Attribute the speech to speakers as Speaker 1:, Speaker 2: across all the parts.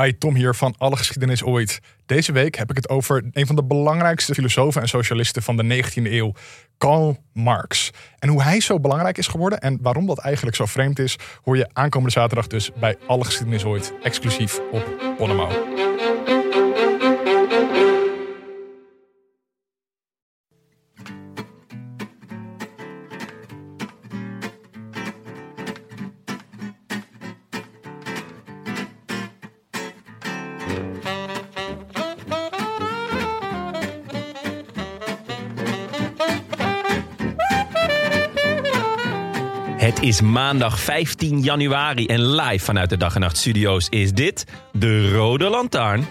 Speaker 1: Hi, Tom hier van Alle Geschiedenis Ooit. Deze week heb ik het over een van de belangrijkste filosofen en socialisten van de 19e eeuw, Karl Marx. En hoe hij zo belangrijk is geworden en waarom dat eigenlijk zo vreemd is, hoor je aankomende zaterdag dus bij Alle Geschiedenis Ooit, exclusief op Bonnemouw.
Speaker 2: Het is maandag 15 januari en live vanuit de Dag en Nacht Studio's is dit de Rode Lantaarn.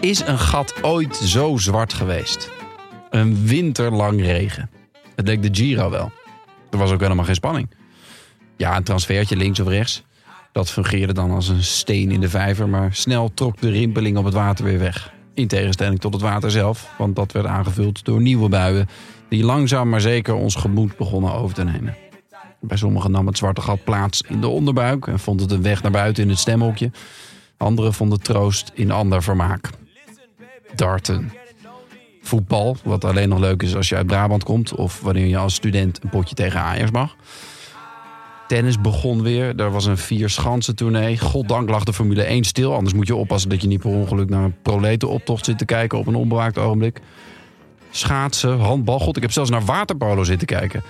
Speaker 3: Is een gat ooit zo zwart geweest? Een winterlang regen. Het leek de Giro wel. Er was ook helemaal geen spanning. Ja, een transfertje links of rechts. Dat fungeerde dan als een steen in de vijver, maar snel trok de rimpeling op het water weer weg. In tegenstelling tot het water zelf, want dat werd aangevuld door nieuwe buien die langzaam maar zeker ons gemoed begonnen over te nemen. Bij sommigen nam het zwarte gat plaats in de onderbuik en vond het een weg naar buiten in het stemhokje. Anderen vonden troost in ander vermaak. Darten. Voetbal, wat alleen nog leuk is als je uit Brabant komt of wanneer je als student een potje tegen Ajax mag. Tennis begon weer. Er was een vierschansen tournee. Goddank lag de Formule 1 stil. Anders moet je oppassen dat je niet per ongeluk naar een proletenoptocht zit te kijken op een onbewaakt ogenblik. Schaatsen, handbal. God, ik heb zelfs naar waterpolo zitten kijken.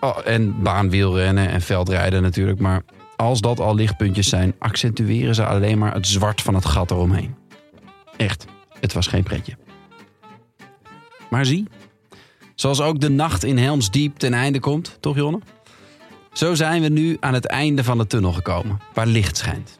Speaker 3: Oh, en baanwielrennen en veldrijden natuurlijk. Maar als dat al lichtpuntjes zijn, accentueren ze alleen maar het zwart van het gat eromheen. Echt, het was geen pretje. Maar zie, zoals ook de nacht in Helms Diep ten einde komt, toch Jonne? Zo zijn we nu aan het einde van de tunnel gekomen, waar licht schijnt.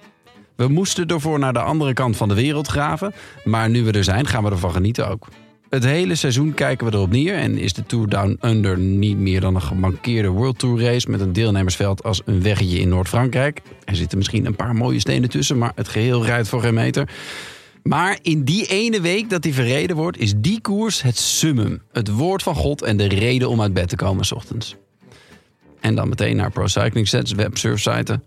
Speaker 3: We moesten ervoor naar de andere kant van de wereld graven, maar nu we er zijn, gaan we ervan genieten ook. Het hele seizoen kijken we erop neer en is de Tour Down Under niet meer dan een gemankeerde World Tour race met een deelnemersveld als een weggetje in Noord-Frankrijk. Er zitten misschien een paar mooie stenen tussen, maar het geheel rijdt voor geen meter. Maar in die ene week dat die verreden wordt, is die koers het summum. Het woord van God en de reden om uit bed te komen s ochtends. En dan meteen naar Pro Cycling Sets, websurfsite.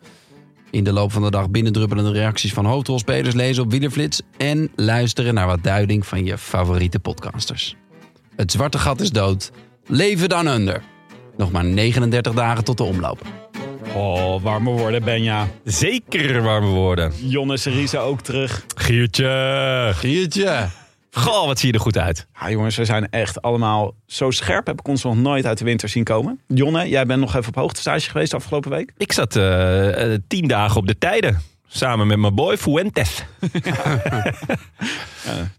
Speaker 3: In de loop van de dag binnendruppelende reacties van hoofdrolspelers lezen op Wielerflits. En luisteren naar wat duiding van je favoriete podcasters. Het zwarte gat is dood. Leven dan under. Nog maar 39 dagen tot de omloop.
Speaker 2: Oh, warme woorden, Benja. Zeker warme woorden.
Speaker 4: Jonne Serisa ook terug.
Speaker 2: Giertje.
Speaker 3: Giertje.
Speaker 2: Goh, wat zie je er goed uit.
Speaker 4: Ja, jongens, we zijn echt allemaal zo scherp. Heb ik ons nog nooit uit de winter zien komen. Jonne, jij bent nog even op hoogtestage geweest afgelopen week.
Speaker 2: Ik zat eh, eh, tien dagen op de tijden. Samen met mijn boy Fuentes.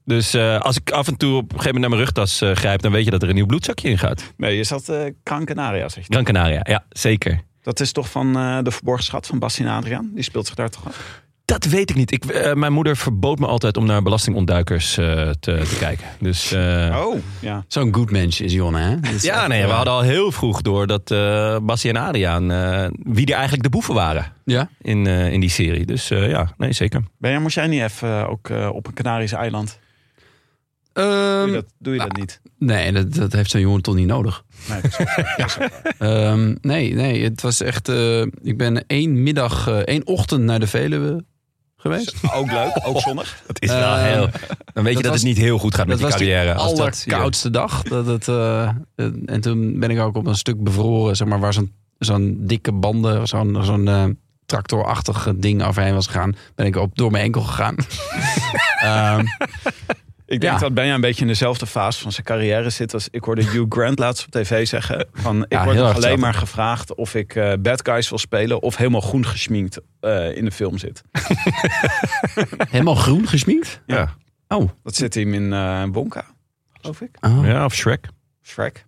Speaker 2: Dus eh, als ik af en toe op een gegeven moment naar mijn rugtas eh, grijp... dan weet je dat er een nieuw bloedzakje in gaat.
Speaker 4: Nee, je zat eh Gran Canaria, zeg je.
Speaker 2: Gran Canaria, ja, zeker.
Speaker 4: Dat is toch van eh, de verborgen schat van Bastien Adriaan? Die speelt zich daar toch af?
Speaker 2: Dat weet ik niet. Ik, eh, mijn moeder verbood me altijd om naar belastingontduikers eh, te, te kijken. Dus, eh,
Speaker 4: Oh, ja.
Speaker 3: Zo'n good mens is Jonne, hè? Dat is
Speaker 2: Ja,
Speaker 3: echt,
Speaker 2: nee, we
Speaker 3: eh,
Speaker 2: hadden al heel vroeg door dat eh Bassie en Adriaan... eh, wie er eigenlijk de boeven waren
Speaker 3: Ja?
Speaker 2: in, eh, in die serie. Dus eh, ja, nee, zeker.
Speaker 4: Ben jij, moest jij niet even eh, ook eh, op een Canarische eiland? Doe je dat, doe je
Speaker 3: nou.
Speaker 4: dat niet?
Speaker 3: Ehm, Nee, dat, dat heeft zo'n jongen toch niet nodig.
Speaker 4: Nee, dat
Speaker 3: Ehm, nee, nee, het was echt... eh, ik ben één middag, eh, één ochtend naar de Veluwe geweest.
Speaker 4: Ook leuk, ook zonnig.
Speaker 2: Dat is wel
Speaker 3: Eh,
Speaker 2: heel... Dan weet je dat
Speaker 3: was-
Speaker 2: het niet heel goed gaat met die
Speaker 3: dat was de
Speaker 2: carrière. als dat hier-
Speaker 3: allerkoudste dag. Dat het, eh, eh, en toen ben ik ook op een stuk bevroren, zeg maar, waar zo'n zo'n dikke banden, zo'n zo'n eh, tractorachtig eh, ding overheen was gegaan. Ben ik op, door mijn enkel gegaan. Ehm,
Speaker 4: Ik denk
Speaker 3: Ja.
Speaker 4: dat Benja een beetje in dezelfde fase van zijn carrière zit als ik hoorde Hugh Grant laatst op tv zeggen. Van, ik
Speaker 3: Ja, heel
Speaker 4: word nog
Speaker 3: erg
Speaker 4: alleen
Speaker 3: hetzelfde.
Speaker 4: maar gevraagd of ik eh, bad guys wil spelen of helemaal groen geschminkt eh, in de film zit.
Speaker 3: helemaal groen gesminkt.
Speaker 4: Ja.
Speaker 3: Oh.
Speaker 4: Dat zit hem in eh Wonka, geloof ik.
Speaker 3: Oh.
Speaker 2: Ja, of Shrek.
Speaker 4: Shrek.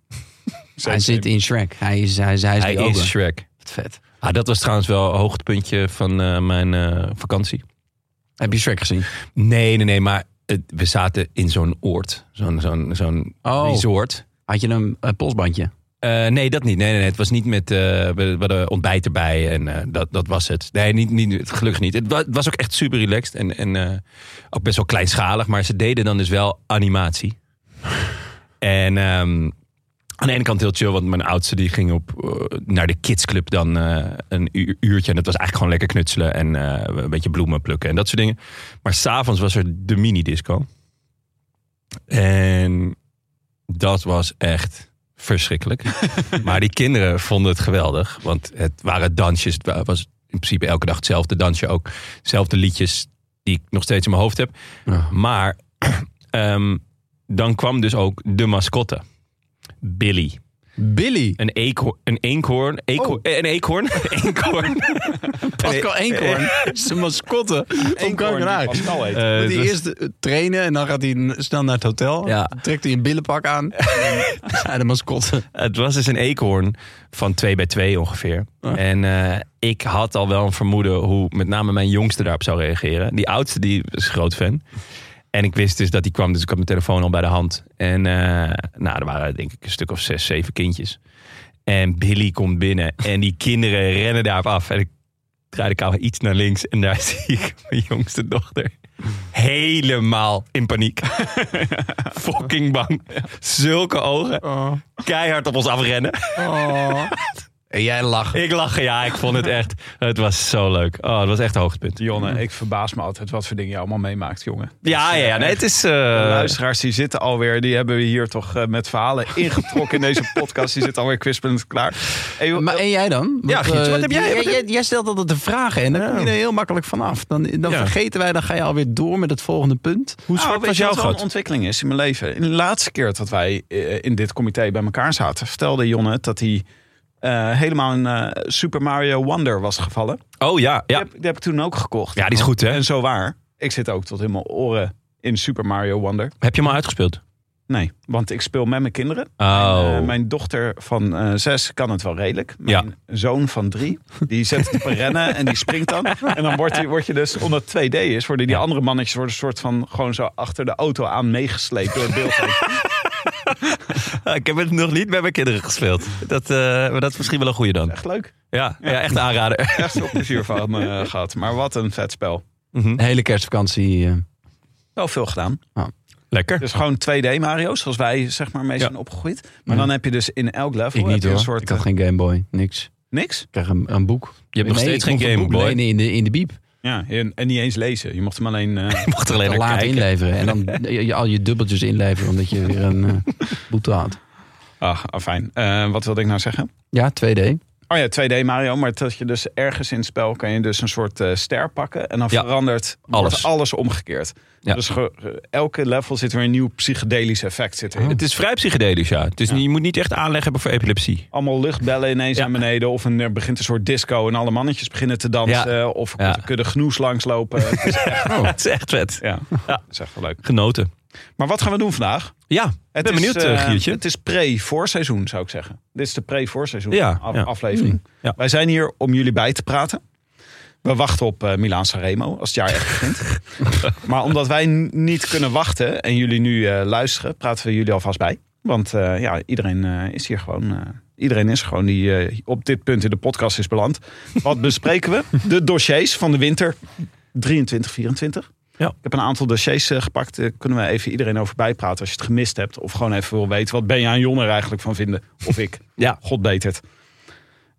Speaker 3: Hij zit in Shrek. Hij is, hij, is- hij is,
Speaker 2: Hij
Speaker 3: die ogre.
Speaker 2: is Shrek.
Speaker 3: Wat vet.
Speaker 2: Ah, dat was trouwens wel een hoogtepuntje van eh, mijn eh, vakantie.
Speaker 3: Heb je Shrek gezien?
Speaker 2: Nee, nee, nee, maar het- we zaten in zo'n oord. Zo'n zo'n zo'n
Speaker 3: Oh.
Speaker 2: resort.
Speaker 3: Had je een, eh, polsbandje?
Speaker 2: Eh, nee, dat niet. Nee, nee, nee. Het was niet met eh, we we hadden ontbijt erbij en eh, dat, dat was het. Nee, niet, niet, gelukkig niet. Het wa- het was ook echt super relaxed en, en eh, ook best wel kleinschalig. Maar ze deden dan dus wel animatie. en ehm, aan de ene kant heel chill, want mijn oudste die ging op, eh, naar de kidsclub dan eh, een uur- uurtje. En dat was eigenlijk gewoon lekker knutselen en eh, een beetje bloemen plukken en dat soort dingen. Maar s'avonds was er de mini-disco. En dat was echt verschrikkelijk. maar die kinderen vonden het geweldig. Want het waren dansjes. Het wa- was in principe elke dag hetzelfde dansje ook. Zelfde liedjes die ik nog steeds in mijn hoofd heb.
Speaker 3: Ja.
Speaker 2: Maar ehm, dan kwam dus ook de mascotte. Billy.
Speaker 3: Billy.
Speaker 2: Een eekhoorn. Een eekhoorn. eekhoorn eh, Een eekhoorn. eekhoorn.
Speaker 3: Pascal Eenkhoorn. Zijn mascotte. Van Kankerij.
Speaker 4: Pascal heet.
Speaker 2: Eh,
Speaker 3: Moet
Speaker 2: het
Speaker 3: hij
Speaker 2: was-
Speaker 3: eerst eh, trainen en dan gaat hij n- snel naar het hotel.
Speaker 2: Ja.
Speaker 3: Dan Trekt hij een billenpak aan. en de mascotte.
Speaker 2: Het was dus een eekhoorn van 2 bij 2 ongeveer.
Speaker 3: Ja.
Speaker 2: En eh, ik had al wel een vermoeden hoe met name mijn jongste daarop zou reageren. Die oudste die is groot fan. En ik wist dus dat die kwam, dus ik had mijn telefoon al bij de hand. En eh, nou, er waren denk ik een stuk of zes, zeven kindjes. En Billy komt binnen en die kinderen rennen daarop af. En ik draai de camera iets naar links en daar zie ik mijn jongste dochter helemaal in paniek. Fucking bang. Zulke ogen
Speaker 3: Oh.
Speaker 2: keihard op ons afrennen.
Speaker 3: En jij lacht.
Speaker 2: Ik lach, ja, ik vond het echt. Het was zo leuk. Oh, het was echt een hoogtepunt.
Speaker 4: Jonne, ik verbaas me altijd wat voor dingen je allemaal meemaakt, jongen.
Speaker 2: Ja, ja, ja. Nee, het is. eh,
Speaker 4: De luisteraars die zitten alweer, die hebben we hier toch eh, met verhalen ingetrokken in deze podcast. Die zitten alweer kwispelend klaar. Hey, joh,
Speaker 2: eh,
Speaker 4: eh,
Speaker 3: Maar en jij dan?
Speaker 2: Ja,
Speaker 3: Want,
Speaker 2: Giet,
Speaker 3: eh,
Speaker 2: wat heb jij- wat
Speaker 3: jij, jij stelt altijd de vragen en dan kom je er heel makkelijk vanaf. Dan, dan
Speaker 2: Ja.
Speaker 3: vergeten wij, dan ga je alweer door met het volgende punt.
Speaker 2: hoe
Speaker 4: Nou,
Speaker 2: zwart
Speaker 4: weet
Speaker 2: was
Speaker 4: je
Speaker 2: jouw
Speaker 4: wat wel een
Speaker 2: gat?
Speaker 4: ontwikkeling is in mijn leven? In de laatste keer dat wij eh, in dit comité bij elkaar zaten, vertelde Jonne het dat hij eh, helemaal in eh, Super Mario Wonder was gevallen.
Speaker 2: Oh ja,
Speaker 4: Die,
Speaker 2: ja.
Speaker 4: heb, die heb ik toen ook gekocht.
Speaker 2: Ja, die is goed, hè?
Speaker 4: En zo waar. Ik zit ook tot in mijn oren in Super Mario Wonder.
Speaker 2: Heb je hem al uitgespeeld?
Speaker 4: Nee, want ik speel met mijn kinderen.
Speaker 2: Oh.
Speaker 4: Eh, mijn dochter van eh, zes kan het wel redelijk. Mijn zoon van drie, die zet het op een rennen en die springt dan. En dan word je, word je dus, omdat het 2D is, worden die andere mannetjes worden een soort van gewoon zo achter de auto aan meegesleept door het beeld.
Speaker 2: Ik heb het nog niet met mijn kinderen gespeeld. Dat, eh, maar dat is misschien wel een goede dan.
Speaker 4: Echt leuk.
Speaker 2: Ja, ja echt aanrader.
Speaker 4: Echt veel plezier van eh, gehad. Maar wat een vet spel.
Speaker 2: Mhm.
Speaker 3: De hele kerstvakantie. eh,
Speaker 4: Wel veel gedaan.
Speaker 2: Lekker.
Speaker 4: Dus gewoon 2D Mario's, zoals wij zeg maar mee zijn opgegroeid. Maar
Speaker 3: Ja.
Speaker 4: dan heb je dus in elk level
Speaker 3: ik
Speaker 4: heb
Speaker 3: niet
Speaker 4: je
Speaker 3: hoor.
Speaker 4: een soort
Speaker 3: ik had geen Game Boy. Niks. Ik
Speaker 4: eh, niks.
Speaker 3: kreeg een, een boek.
Speaker 2: Je hebt nog
Speaker 3: Nee,
Speaker 2: steeds
Speaker 3: ik
Speaker 2: geen
Speaker 3: mocht een
Speaker 2: Game
Speaker 3: boek
Speaker 2: Boy.
Speaker 3: lenen in de, in de biep.
Speaker 4: Ja, en, en niet eens lezen. Je mocht hem alleen. eh,
Speaker 2: Je mocht er alleen
Speaker 3: Te
Speaker 2: naar
Speaker 3: laat
Speaker 2: kijken.
Speaker 3: inleveren. En dan je, je- al je dubbeltjes inleveren omdat je weer een eh, boete had.
Speaker 4: Ah, ah, fijn. Eh, wat wilde ik nou zeggen?
Speaker 3: Ja, 2D.
Speaker 4: Oh ja, 2D Mario, maar dat je dus ergens in het spel kan je dus een soort eh, ster pakken en dan
Speaker 2: Ja.
Speaker 4: verandert wordt
Speaker 2: Alles.
Speaker 4: alles omgekeerd.
Speaker 2: Ja.
Speaker 4: Dus ge- ge- elke level zit weer een nieuw psychedelisch effect zit erin.
Speaker 2: Het is vrij psychedelisch, ja. Het is niet- je moet niet echt aanleg hebben voor epilepsie.
Speaker 4: Allemaal luchtbellen ineens
Speaker 2: Ja.
Speaker 4: naar beneden of een, er begint een soort disco en alle mannetjes beginnen te dansen of
Speaker 2: Ja.
Speaker 4: de kudde genoes langslopen. Het is echt-
Speaker 2: Het is echt vet.
Speaker 4: ja, dat is echt wel leuk.
Speaker 2: Oh. Genoten.
Speaker 4: Maar wat gaan we doen vandaag?
Speaker 2: Ja, ik ben
Speaker 4: is,
Speaker 2: benieuwd, eh,
Speaker 4: eh,
Speaker 2: Giertje.
Speaker 4: Het is pre-voorseizoen, zou ik zeggen. Dit is de pre-voorseizoen
Speaker 2: Ja,
Speaker 4: af-
Speaker 2: ja. Mm,
Speaker 4: aflevering.
Speaker 2: ja.
Speaker 4: Wij zijn hier om jullie bij te praten. We wachten op eh Milaan Sanremo als het jaar echt begint. maar omdat wij n- niet kunnen wachten en jullie nu eh, luisteren, praten we jullie alvast bij. Want eh, ja, iedereen eh, is hier gewoon. eh, Iedereen is gewoon die eh, op dit punt in de podcast is beland. Wat bespreken we? De dossiers van de winter 23, 24.
Speaker 2: Ja.
Speaker 4: Ik heb een aantal dossiers eh, gepakt. Daar kunnen we even iedereen over bijpraten als je het gemist hebt. Of gewoon even wil weten, wat ben je aan Jon er eigenlijk van vinden? Of ik.
Speaker 2: Ja.
Speaker 4: God weet het.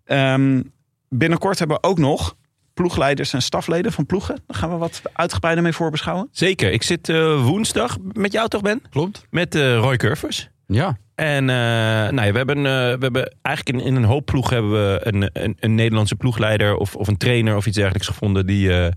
Speaker 4: Ehm, binnenkort hebben we ook nog ploegleiders en stafleden van ploegen. Daar gaan we wat uitgebreider mee voorbeschouwen.
Speaker 2: Zeker. Ik zit eh, woensdag met jou toch, Ben?
Speaker 3: Klopt.
Speaker 2: Met eh, Roy Curvers.
Speaker 3: Ja.
Speaker 2: En eh, nou ja, we, hebben, eh, we hebben eigenlijk in, in een hoop ploeg hebben we een, een, een Nederlandse ploegleider of, of een trainer of iets dergelijks gevonden die, eh,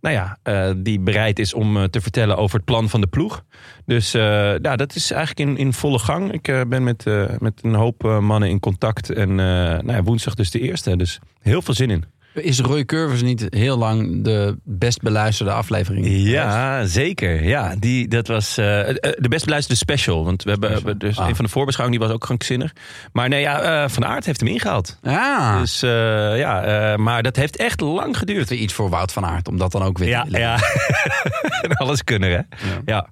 Speaker 2: nou ja, eh, die bereid is om eh, te vertellen over het plan van de ploeg. Dus eh, nou, dat is eigenlijk in, in volle gang. Ik eh, ben met, eh, met een hoop eh, mannen in contact en eh, nou ja, woensdag dus de eerste. Dus heel veel zin in.
Speaker 3: Is Roy Curvers niet heel lang de best beluisterde aflevering?
Speaker 2: Ja, zeker. Ja, die, dat was eh, eh, de best beluisterde special. Want we hebben we- dus
Speaker 3: Ah.
Speaker 2: een van de voorbeschouwingen die was ook krankzinnig. Maar nee, ja, eh, Van Aert heeft hem ingehaald.
Speaker 3: Ah,
Speaker 2: Dus eh, ja, eh, maar dat heeft echt lang geduurd.
Speaker 3: weer iets voor Wout van Aert, om dat dan ook weer
Speaker 2: Ja,
Speaker 3: te willen.
Speaker 2: ja. En alles kunnen, hè? Ja.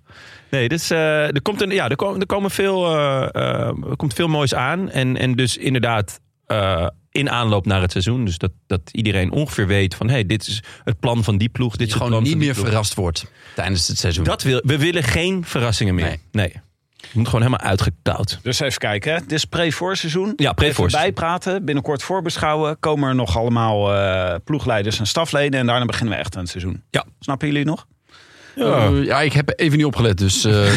Speaker 2: Nee, dus eh, er, komt een, ja, er, komen, er, komen veel, eh, eh, er komt veel moois aan. En, en dus inderdaad eh, in aanloop naar het seizoen. Dus dat, dat iedereen ongeveer weet van... hey, dit is het plan van die ploeg. Dit
Speaker 3: Dat
Speaker 2: is
Speaker 3: je
Speaker 2: het plan
Speaker 3: gewoon niet
Speaker 2: van die
Speaker 3: meer
Speaker 2: ploeg.
Speaker 3: verrast wordt tijdens het seizoen.
Speaker 2: Dat wil, we willen geen verrassingen meer.
Speaker 3: Nee.
Speaker 2: Nee. Het moet gewoon helemaal uitgekauwd.
Speaker 4: Dus even kijken, hè. dit is pre-voorseizoen.
Speaker 2: Ja,
Speaker 4: Even
Speaker 2: pre-voorseizoen.
Speaker 4: bijpraten, binnenkort voorbeschouwen. Komen er nog allemaal eh, ploegleiders en stafleden. En daarna beginnen we echt aan het seizoen.
Speaker 2: Ja.
Speaker 4: Snappen jullie nog?
Speaker 3: ja. Eh, ja, ik heb even niet opgelet, dus... eh,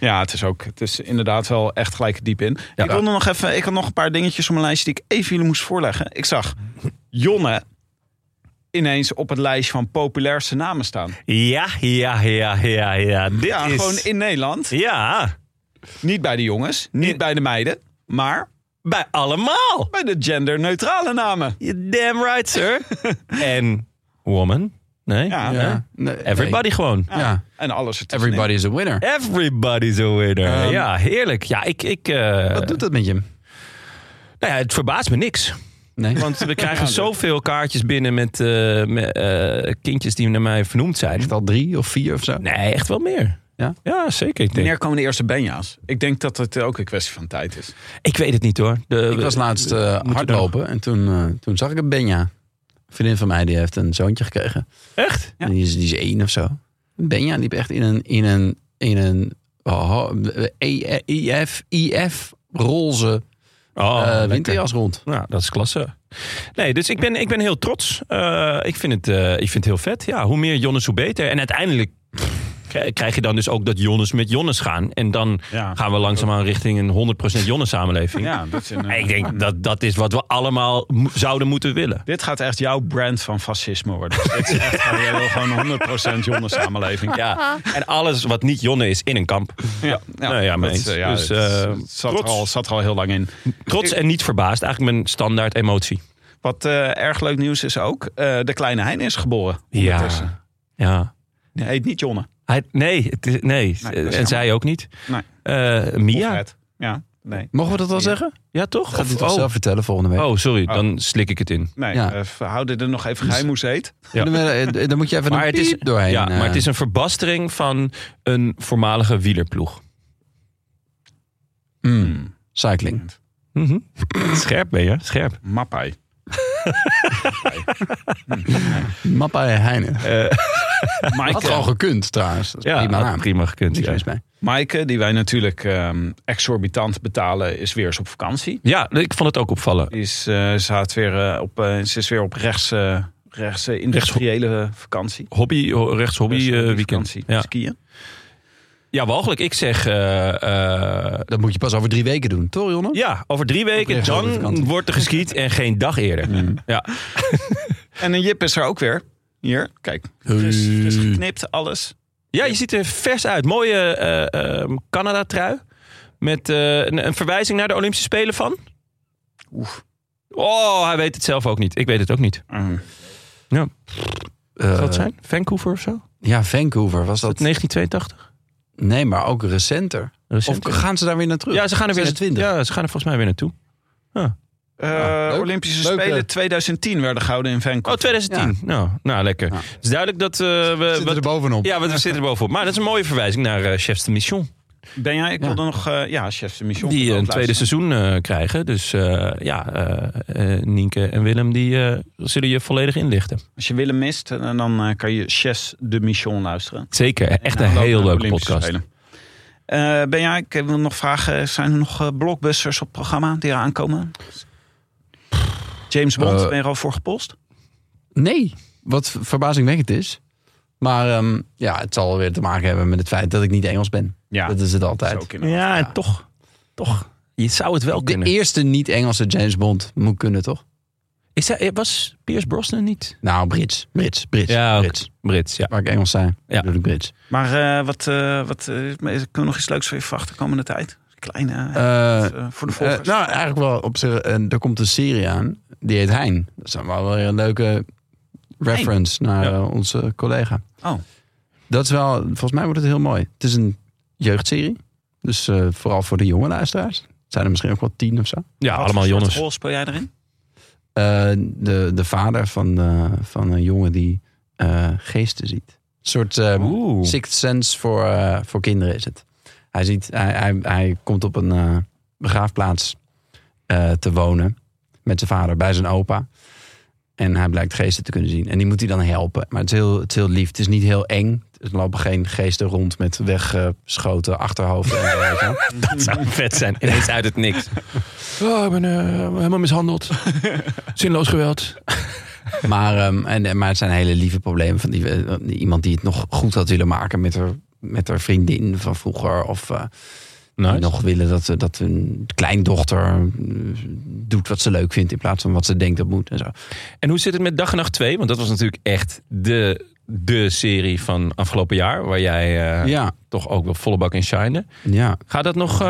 Speaker 4: Ja, het is ook. Het is inderdaad wel echt gelijk diep in. ik wilde nog even. Ik had nog een paar dingetjes op mijn lijstje die ik even jullie moest voorleggen. Ik zag Jonne ineens op het lijstje van populairste namen staan.
Speaker 2: Ja, ja, ja, ja, ja. Dit
Speaker 4: Ja,
Speaker 2: is...
Speaker 4: gewoon in Nederland.
Speaker 2: Ja,
Speaker 4: Niet bij de jongens, niet bij de meiden, maar
Speaker 2: bij allemaal.
Speaker 4: bij de genderneutrale namen.
Speaker 2: You damn right, sir. en woman. Nee?
Speaker 4: Ja.
Speaker 3: ja. Nee,
Speaker 2: Everybody gewoon.
Speaker 3: nee. Ja.
Speaker 4: En alles ertussen.
Speaker 3: Everybody is a winner.
Speaker 2: Everybody's a winner.
Speaker 3: Ehm,
Speaker 2: ja, heerlijk. Ja, ik... ik eh,
Speaker 3: Wat doet dat met je?
Speaker 2: nou ja, het verbaast me niks.
Speaker 3: Nee.
Speaker 2: Want we krijgen zoveel kaartjes binnen met, eh, met, eh, kindjes die naar mij vernoemd zijn.
Speaker 3: Echt al drie of vier of zo?
Speaker 2: Nee, echt wel meer.
Speaker 3: Ja?
Speaker 2: ja zeker. Ik denk.
Speaker 4: Wanneer komen de eerste Benja's? Ik denk dat het ook een kwestie van tijd is.
Speaker 2: Ik weet het niet hoor. De,
Speaker 3: Ik was laatst eh,
Speaker 2: moeten
Speaker 3: hardlopen en toen, eh, toen zag ik een Benja. Een vriendin van mij die heeft een zoontje gekregen.
Speaker 2: Echt?
Speaker 3: En die, is, die is één of zo. Benja liep echt in een, in een, in een oh, eh, IF, IF roze
Speaker 2: Oh,
Speaker 3: eh,
Speaker 2: lekker.
Speaker 3: winterjas rond.
Speaker 2: Nou, dat is klasse. Nee, dus ik ben, ik ben heel trots. Eh, ik, vind het, eh, ik vind het heel vet. Ja, hoe meer Jonnes, hoe beter. En uiteindelijk k- krijg je dan dus ook dat Jonnes met Jonnes gaan. En dan
Speaker 4: Ja.
Speaker 2: gaan we langzaamaan richting een 100% Jonnes samenleving.
Speaker 4: Ja, dat is een, eh,
Speaker 2: Ik denk dat dat is wat we allemaal mo- zouden moeten willen.
Speaker 4: Dit gaat echt jouw brand van fascisme worden. Dit is echt gewoon, jij wil gewoon 100% Jonne samenleving.
Speaker 2: Ja. En alles wat niet Jonne is, in een kamp.
Speaker 4: Ja,
Speaker 2: Nou ja, mee eens.
Speaker 4: eh,
Speaker 2: Dus,
Speaker 4: het is-
Speaker 2: eh,
Speaker 4: het zat, er
Speaker 2: trots.
Speaker 4: al, zat er al heel lang in.
Speaker 2: Trots en niet verbaasd. Eigenlijk mijn standaard emotie.
Speaker 4: Wat eh, erg leuk nieuws is ook, eh, de kleine Hein is geboren. ondertussen.
Speaker 2: Ja.
Speaker 4: Hij heet niet Jonne.
Speaker 2: Hij, nee, het is, nee.
Speaker 4: dat is
Speaker 2: en
Speaker 4: jammer.
Speaker 2: zij ook niet.
Speaker 4: Nee.
Speaker 2: Eh,
Speaker 4: Of
Speaker 2: Mia?
Speaker 4: Fred. Ja, nee.
Speaker 3: Mogen we dat wel zeggen?
Speaker 2: Ja, toch?
Speaker 3: Gaat
Speaker 2: Of-
Speaker 3: hij toch
Speaker 2: oh.
Speaker 3: zelf vertellen volgende week?
Speaker 2: oh, sorry.
Speaker 4: Oh.
Speaker 2: Dan slik ik het in.
Speaker 4: Nee,
Speaker 3: Ja.
Speaker 4: eh, we houden er nog
Speaker 2: Dus-
Speaker 4: even geheim hoe ze heet.
Speaker 2: ja.
Speaker 3: Dan, eh, dan moet je even
Speaker 2: Maar
Speaker 3: een
Speaker 2: het is-
Speaker 3: piep doorheen.
Speaker 2: ja,
Speaker 3: eh.
Speaker 2: maar het is een verbastering van een voormalige wielerploeg.
Speaker 3: Mm, cycling.
Speaker 2: Mhm. Scherp ben je, scherp.
Speaker 4: Mappai.
Speaker 3: Mappa Heine. Had al
Speaker 4: Mike,
Speaker 3: gekund trouwens. Dat is
Speaker 2: Ja,
Speaker 3: prima
Speaker 2: had
Speaker 3: naam.
Speaker 2: prima gekund.
Speaker 3: Niks
Speaker 2: Ja,
Speaker 3: mis mee.
Speaker 4: Maaike, die wij natuurlijk ehm, exorbitant betalen, is weer eens op vakantie.
Speaker 2: ja ik vond het ook opvallen.
Speaker 4: Die Is, eh, ze, had weer, eh, op, eh, ze is weer op rechts, eh, rechts eh, industriële vakantie.
Speaker 2: Hobby, ho- rechts hobby
Speaker 4: Dus, eh,
Speaker 2: eh,
Speaker 4: die
Speaker 2: weekend.
Speaker 4: vakantie,
Speaker 2: Ja.
Speaker 4: Skiën.
Speaker 2: ja, walgelijk. Ik zeg, eh, eh,
Speaker 3: Dat moet je pas over drie weken doen, toch Jonne?
Speaker 2: ja, over drie weken
Speaker 3: rechts hobby
Speaker 2: dan
Speaker 3: vakantie. Mm.
Speaker 2: wordt er geschiet en geen dag eerder. Ja.
Speaker 4: En een Jip is er ook weer. Hier, kijk. Fris, fris geknipt, alles.
Speaker 2: Ja, je ziet er vers uit. Mooie eh, ehm, Canada-trui. Met eh, een, een verwijzing naar de Olympische Spelen van.
Speaker 4: Oef.
Speaker 2: Oh, hij weet het zelf ook niet. Ik weet het ook niet.
Speaker 4: Ehm,
Speaker 3: Eh,
Speaker 2: Zou het zijn? Vancouver of zo?
Speaker 3: Ja, Vancouver was dat.
Speaker 2: 1982?
Speaker 3: Nee, maar ook recenter.
Speaker 2: Recent.
Speaker 3: Of gaan ze daar weer naar terug?
Speaker 2: ja, ze gaan er weer
Speaker 3: 26.
Speaker 2: Ja, ze gaan er volgens mij weer naartoe. Ah,
Speaker 4: Eh,
Speaker 3: leuk.
Speaker 4: Olympische
Speaker 3: Leuk,
Speaker 4: Spelen
Speaker 3: eh.
Speaker 4: 2010 werden gehouden in Vancouver.
Speaker 2: Oh, 2010. Nou, nou, lekker.
Speaker 3: Ja.
Speaker 2: Het is duidelijk dat eh, we...
Speaker 3: Zitten
Speaker 2: wat-
Speaker 3: er bovenop.
Speaker 2: ja, want we zitten er bovenop. Maar dat is een mooie verwijzing naar eh Chefs de Mission.
Speaker 4: Ben jij, ik
Speaker 3: Ja.
Speaker 4: wilde nog, eh, ja, chef de mission.
Speaker 2: Die eh, een
Speaker 4: Ook
Speaker 2: tweede
Speaker 4: luisteren.
Speaker 2: seizoen eh, krijgen. Dus eh, ja, eh, eh, Nienke en Willem die, eh, zullen je volledig inlichten.
Speaker 4: Als je Willem mist, eh, dan eh, kan je Chef de Mission luisteren.
Speaker 2: Zeker. Echt
Speaker 4: En
Speaker 2: een
Speaker 4: aanloop
Speaker 2: heel
Speaker 4: naar de
Speaker 2: leuke
Speaker 4: Olympische
Speaker 2: podcast.
Speaker 4: Spelen. Eh, ben jij, ik wil nog vragen, zijn er nog eh, blockbusters op het programma die eraan komen? James Bond,
Speaker 3: Eh.
Speaker 4: ben je er al voor gepost?
Speaker 3: Nee, wat ver- verbazingwekkend is. Maar ehm, ja, het zal weer te maken hebben met het feit dat ik niet Engels ben.
Speaker 4: Ja,
Speaker 3: Dat is het altijd.
Speaker 2: Ja, en toch. Toch. Je zou het wel
Speaker 3: De
Speaker 2: kunnen.
Speaker 3: eerste niet-Engelse James Bond moet kunnen, toch?
Speaker 2: Is hij, eh, was Piers Brosnan niet?
Speaker 3: Nou, Brits. Brits, Brits,
Speaker 2: Ja, ook.
Speaker 3: Brits.
Speaker 2: Brits, ja.
Speaker 3: Waar ik Engels zei,
Speaker 2: Ja.
Speaker 3: bedoel ik Brits.
Speaker 4: Maar eh, wat, eh, wat eh, is- kunnen we nog iets leuks voor je verwachten de komende tijd? Kleine,
Speaker 3: Eh,
Speaker 4: eh, voor de
Speaker 3: Eh,
Speaker 4: volgers.
Speaker 3: nou, eigenlijk wel op zich. En er komt een serie aan. Die heet Hein. Dat is dan wel weer een leuke reference naar
Speaker 2: Ja.
Speaker 3: eh, onze collega.
Speaker 4: Oh.
Speaker 3: Dat is wel, volgens mij wordt het heel mooi. Het is een jeugdserie. Dus eh, vooral voor de jonge luisteraars. Het zijn er misschien ook wel tien of zo.
Speaker 2: Ja,
Speaker 4: Wat
Speaker 2: allemaal
Speaker 4: voor soort
Speaker 2: jongens.
Speaker 4: rol speel jij erin?
Speaker 3: Eh, de, de vader van, eh, van een jongen die eh, geesten ziet. Een soort eh,
Speaker 2: Oeh.
Speaker 3: Sixth Sense voor, eh, voor kinderen is het. Hij, ziet, hij, hij, hij komt op een eh, begraafplaats eh, te wonen met zijn vader bij zijn opa. En hij blijkt geesten te kunnen zien. En die moet hij dan helpen. Maar het is heel, het is heel lief. Het is niet heel eng. Er lopen geen geesten rond met weggeschoten achterhoofden. en dergelijke.
Speaker 2: Dat zou vet zijn. Ineens uit het niks. Oh, ik ben helemaal mishandeld. Zinloos geweld.
Speaker 3: Maar, ehm, en, en- maar het zijn hele lieve problemen. Van die, eh, iemand die het nog goed had willen maken met haar, met haar vriendin van vroeger. Of eh, die nog willen dat, ze- dat hun kleindochter eh, doet wat ze leuk vindt in plaats van wat ze denkt dat moet. En zo.
Speaker 2: En hoe zit het met Dag en Nacht 2? Want dat was natuurlijk echt de, de serie van afgelopen jaar. Waar jij eh,
Speaker 3: Ja,
Speaker 2: toch ook wel volle bak in shine.
Speaker 3: ja.
Speaker 2: Gaat dat nog... eh,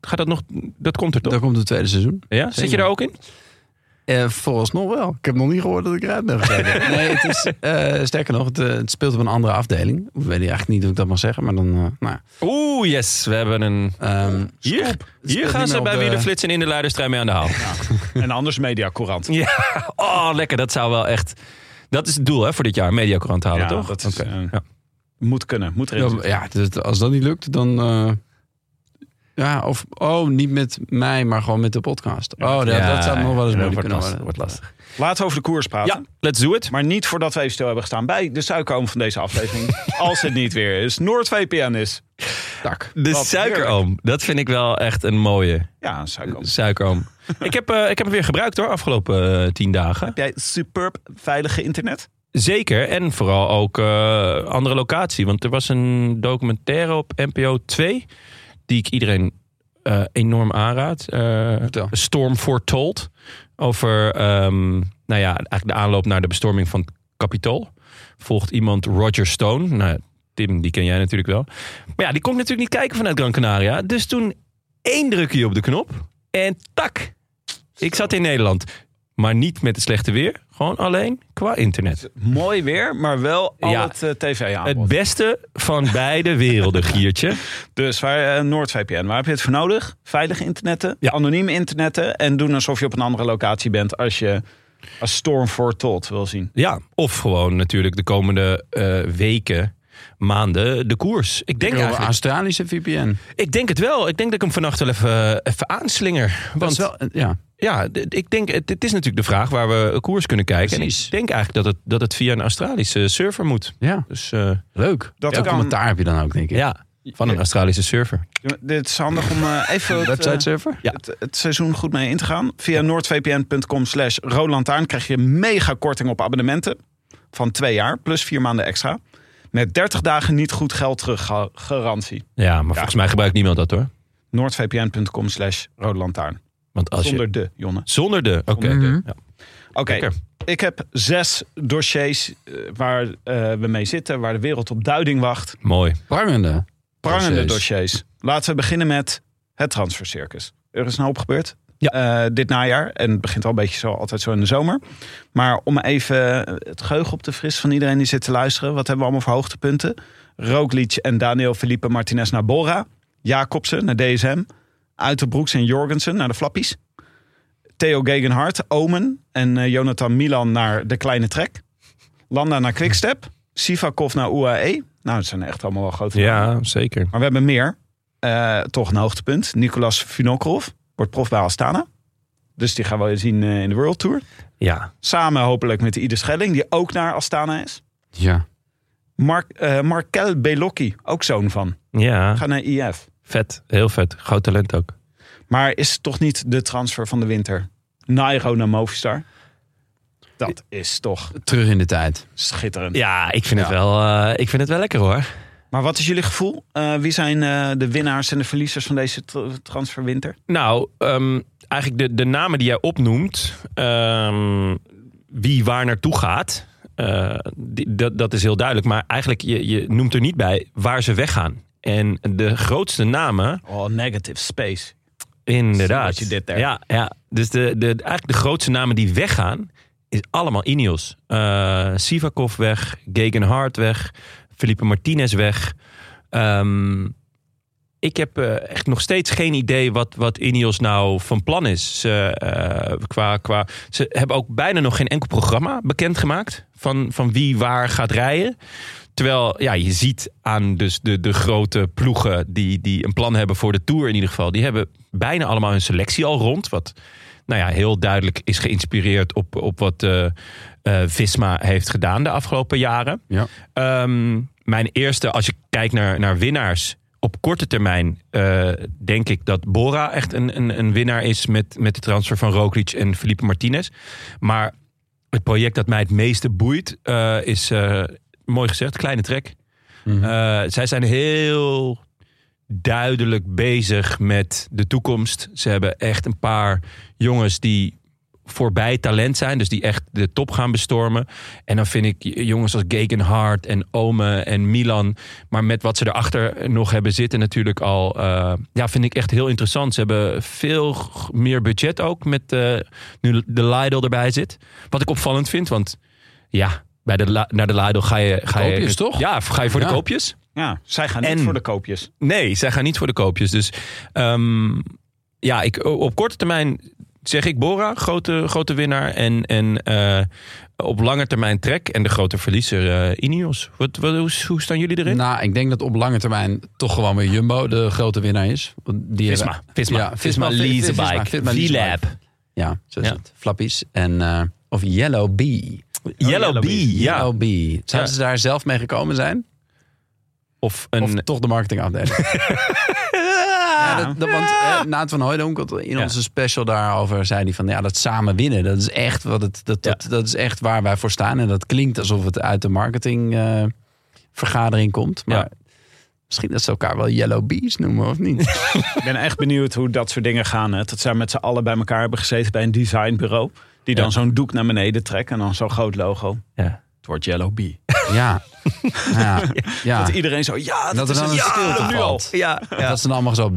Speaker 2: gaat dat nog... Dat komt er toch?
Speaker 3: daar komt het tweede seizoen.
Speaker 2: ja? Zit je
Speaker 3: zeker.
Speaker 2: daar ook in?
Speaker 3: Eh, vooralsnog wel. Ik heb nog niet gehoord dat ik eruit ben gezet. nee, het is, eh, sterker nog, het, eh, het speelt op een andere afdeling. Ik weet eigenlijk niet hoe ik dat mag zeggen, maar dan... eh, nou,
Speaker 2: Oeh, yes. We hebben een...
Speaker 3: ehm,
Speaker 2: Hier, hier
Speaker 3: Speelt
Speaker 2: gaan
Speaker 3: niet
Speaker 2: ze
Speaker 3: meer
Speaker 2: bij
Speaker 3: op
Speaker 2: Wie de
Speaker 3: de-
Speaker 2: Flits en in de Leiderstrijd mee aan de haal.
Speaker 4: En anders Mediacourant.
Speaker 2: Oh, lekker. Dat zou wel echt... Dat is het doel hè, voor dit jaar. Mediacourant halen,
Speaker 4: Ja,
Speaker 2: toch?
Speaker 4: dat is,
Speaker 2: Oké.
Speaker 4: eh,
Speaker 2: Ja.
Speaker 3: Oh,
Speaker 4: Moet kunnen, moet erin.
Speaker 3: Ja,
Speaker 4: zitten.
Speaker 3: ja dus als dat niet lukt, dan. eh, ja, of. Oh, niet met mij, maar gewoon met de podcast. Oh, dat,
Speaker 2: Ja,
Speaker 3: dat zou nog wel eens
Speaker 2: ja,
Speaker 3: moeilijk
Speaker 2: wordt
Speaker 3: kunnen
Speaker 2: lastig,
Speaker 3: worden.
Speaker 2: wordt lastig.
Speaker 4: Laten we over de koers praten.
Speaker 2: Ja, let's do it.
Speaker 4: Maar niet voordat we even stil hebben gestaan bij de suikeroom van deze aflevering. als het niet weer is. NoordVPN is.
Speaker 3: Tak.
Speaker 2: De
Speaker 4: Wat
Speaker 2: suikeroom. Dat vind ik wel echt een mooie
Speaker 4: Ja, een suikeroom.
Speaker 2: suikeroom. ik, heb, eh, ik heb hem weer gebruikt hoor, afgelopen eh, tien dagen.
Speaker 4: Heb jij superb veilige internet?
Speaker 2: Zeker. En vooral ook eh, andere locatie. Want er was een documentaire op NPO 2. Die ik iedereen eh, enorm aanraad. Eh,
Speaker 3: Vertel.
Speaker 2: Storm Foretold. Over ehm, nou ja, eigenlijk de aanloop naar de bestorming van het Capitool. Volgt iemand Roger Stone. Nou, Tim, die ken jij natuurlijk wel. Maar ja, die kon ik natuurlijk niet kijken vanuit Gran Canaria. Dus toen één drukje op de knop. En tak. Ik zat in Nederland. Maar niet met het slechte weer. Gewoon alleen qua internet.
Speaker 4: Mooi weer, maar wel al
Speaker 2: Ja.
Speaker 4: het eh, tv aan.
Speaker 2: Het beste van beide werelden, Giertje.
Speaker 4: Dus waar, eh, NoordVPN, waar heb je het voor nodig? Veilige internetten,
Speaker 2: Ja.
Speaker 4: anonieme internetten. En doen alsof je op een andere locatie bent als je als Storm Foretold wil zien.
Speaker 2: Ja, of gewoon natuurlijk de komende eh, weken, maanden de koers. Ik denk,
Speaker 3: Ik wil een
Speaker 2: eigenlijk-
Speaker 3: Australische VPN.
Speaker 2: ik denk het wel. Ik denk dat ik hem vannacht wel even, eh, even aanslinger.
Speaker 3: Dat
Speaker 2: Want
Speaker 3: is wel, ja.
Speaker 2: ja, d- ik denk, het, het is natuurlijk de vraag waar we koers kunnen kijken. En
Speaker 3: Precies.
Speaker 2: ik denk eigenlijk dat het, dat het via een Australische server moet.
Speaker 3: ja,
Speaker 2: Dus eh,
Speaker 3: leuk.
Speaker 4: Dat
Speaker 3: Dat
Speaker 4: kan.
Speaker 3: commentaar heb je dan ook, denk ik.
Speaker 2: ja, van een Australische server.
Speaker 4: Ja, Dit is handig om eh, even het, eh,
Speaker 3: Website server?
Speaker 2: Ja.
Speaker 4: het, het seizoen goed mee in te gaan. Via noordvpn.com slash roodlantaarn krijg je mega korting op abonnementen. Van twee jaar, plus vier maanden extra. Met 30 dagen niet goed geld terug ga- garantie.
Speaker 2: Ja, maar volgens mij gebruikt niemand dat hoor.
Speaker 4: noordvpn.com slash roodlantaarn.
Speaker 2: Want als je...
Speaker 4: Zonder de, Jonne.
Speaker 2: Zonder de... Oké.
Speaker 3: Mhm.
Speaker 2: Ja.
Speaker 4: Oké,
Speaker 2: Lekker.
Speaker 4: ik heb zes dossiers eh, waar eh, we mee zitten. Waar de wereld op duiding wacht.
Speaker 2: Mooi.
Speaker 3: Prangende.
Speaker 4: prangende
Speaker 3: Dossiers.
Speaker 4: dossiers. Laten we beginnen met het transfercircus. Er is een hoop gebeurd
Speaker 2: Ja.
Speaker 4: eh, dit najaar. En het begint al een beetje zo, altijd zo in de zomer. Maar om even het geheugen op te frissen van iedereen die zit te luisteren. Wat hebben we allemaal voor hoogtepunten? Roglic en Daniel Felipe Martinez naar Bora. Jacobsen naar DSM. Uiterbroeks en Jorgensen naar de Flappies. Theo Gegenhardt, Omen en eh, Jonathan Milan naar de Kleine Trek. Landa naar Quickstep. Sivakov naar UAE. Nou, het zijn echt allemaal wel grote namen.
Speaker 2: Ja, zeker.
Speaker 4: Maar we hebben meer. Eh, toch een hoogtepunt. Nicolas Vinokourov wordt prof bij Astana. Dus die gaan we weer zien eh, in de World Tour.
Speaker 2: Ja.
Speaker 4: Samen hopelijk met Ieder Schelling, die ook naar Astana is.
Speaker 3: Ja.
Speaker 4: Mark, eh Markel Belocchi, ook zoon van.
Speaker 2: Ja,
Speaker 4: Ga naar IF.
Speaker 2: vet. Heel vet. Groot talent ook.
Speaker 4: Maar is het toch niet de transfer van de winter? Nairo naar Movistar. Dat is toch
Speaker 3: Terug in de tijd.
Speaker 4: schitterend.
Speaker 2: Ja, ik vind, Het, wel, eh, ik vind het wel lekker hoor.
Speaker 4: Maar wat is jullie gevoel? Eh, wie zijn eh, de winnaars en de verliezers van deze tra- transferwinter?
Speaker 2: Nou, ehm, eigenlijk de, de namen die jij opnoemt, ehm, wie waar naartoe gaat, eh, die- dat, dat is heel duidelijk. Maar eigenlijk, je, je noemt er niet bij waar ze weggaan. En de grootste namen,
Speaker 4: Oh, negative space.
Speaker 2: Inderdaad.
Speaker 4: Zie wat je dit daar-
Speaker 2: ja, ja, dus de, de, eigenlijk de grootste namen die weggaan, is allemaal Ineos. Eh, Sivakov weg, Gegenhard weg, Felipe Martinez weg. Ehm, ik heb eh, echt nog steeds geen idee wat, wat Ineos nou van plan is. Ze, eh, qua, qua, ze hebben ook bijna nog geen enkel programma bekendgemaakt van, van wie waar gaat rijden. Terwijl ja, je ziet aan dus de, de grote ploegen die, die een plan hebben voor de Tour in ieder geval. Die hebben bijna allemaal hun selectie al rond. Wat nou ja, heel duidelijk is geïnspireerd op, op wat eh, eh, Visma heeft gedaan de afgelopen jaren.
Speaker 3: Ja.
Speaker 2: Ehm, mijn eerste, als je kijkt naar, naar winnaars op korte termijn, eh, denk ik dat Bora echt een, een, een winnaar is met, met de transfer van Roglic en Felipe Martinez. Maar het project dat mij het meeste boeit eh, is, eh, mooi gezegd, kleine trek. Eh, zij zijn heel duidelijk bezig met de toekomst. Ze hebben echt een paar jongens die voorbij talent zijn. Dus die echt de top gaan bestormen. En dan vind ik jongens als Gegenhard en Ome en Milan. Maar met wat ze erachter nog hebben zitten natuurlijk al. eh, ja, vind ik echt heel interessant. Ze hebben veel g- meer budget ook. Met eh, nu de Lidl erbij zit. Wat ik opvallend vind, want ja... Bij de, La- naar de Lidl ga je... Ga je,
Speaker 3: Koopjes, toch?
Speaker 2: Ja, ga je voor
Speaker 3: Ja.
Speaker 2: de koopjes.
Speaker 4: Ja, zij gaan niet
Speaker 2: En-
Speaker 4: voor de koopjes.
Speaker 2: Nee, zij gaan niet voor de koopjes. Dus ehm, ja, ik, op korte termijn zeg ik Bora, grote, grote winnaar. En, en eh, op lange termijn Trek en de grote verliezer eh Ineos. Wat, wat, hoe, hoe staan jullie erin?
Speaker 3: Nou, ik denk dat op lange termijn toch gewoon weer Jumbo de grote winnaar is. Want Die
Speaker 2: Visma.
Speaker 3: hebben-
Speaker 2: Visma.
Speaker 3: Ja,
Speaker 2: Visma,
Speaker 3: Vi- Vi- Visma,
Speaker 2: Leasebike.
Speaker 3: Visma Leasebike.
Speaker 2: V-Lab.
Speaker 3: Ja, zo is
Speaker 2: Ja.
Speaker 3: het. Flappies. En, eh, of Yellow Bee.
Speaker 2: Oh, Yellow B, ja.
Speaker 3: Oh, Yellow Bee. Zouden
Speaker 2: Ja.
Speaker 3: ze daar zelf mee gekomen zijn?
Speaker 2: Of
Speaker 3: Of
Speaker 2: een...
Speaker 3: toch de marketingafdeling?
Speaker 2: Ah.
Speaker 3: ja, dat, dat- want eh, Naat van Hooydonk in
Speaker 2: Ja.
Speaker 3: onze special daarover zei hij van ja, dat samen winnen, dat is echt, wat het, dat, dat, dat is echt waar wij voor staan. En dat klinkt alsof het uit de marketingvergadering vergadering komt. Maar
Speaker 2: Ja.
Speaker 3: misschien dat ze elkaar wel Yellow Bees noemen, of niet?
Speaker 4: Ik ben echt benieuwd hoe dat soort dingen gaan. Hè. Dat zij met z'n allen bij elkaar hebben gezeten bij een designbureau. Die dan
Speaker 2: Ja.
Speaker 4: zo'n doek naar beneden trekken en dan zo'n groot logo.
Speaker 2: Ja.
Speaker 4: Het wordt Yellow B.
Speaker 3: ja. ja. ja.
Speaker 4: Dat iedereen zo, ja, dat,
Speaker 3: Dat er
Speaker 4: is
Speaker 3: dan
Speaker 4: een
Speaker 3: een
Speaker 4: ja,
Speaker 3: stilte
Speaker 4: nu al.
Speaker 3: valt.
Speaker 4: Ja.
Speaker 3: Dat ze dan allemaal zo...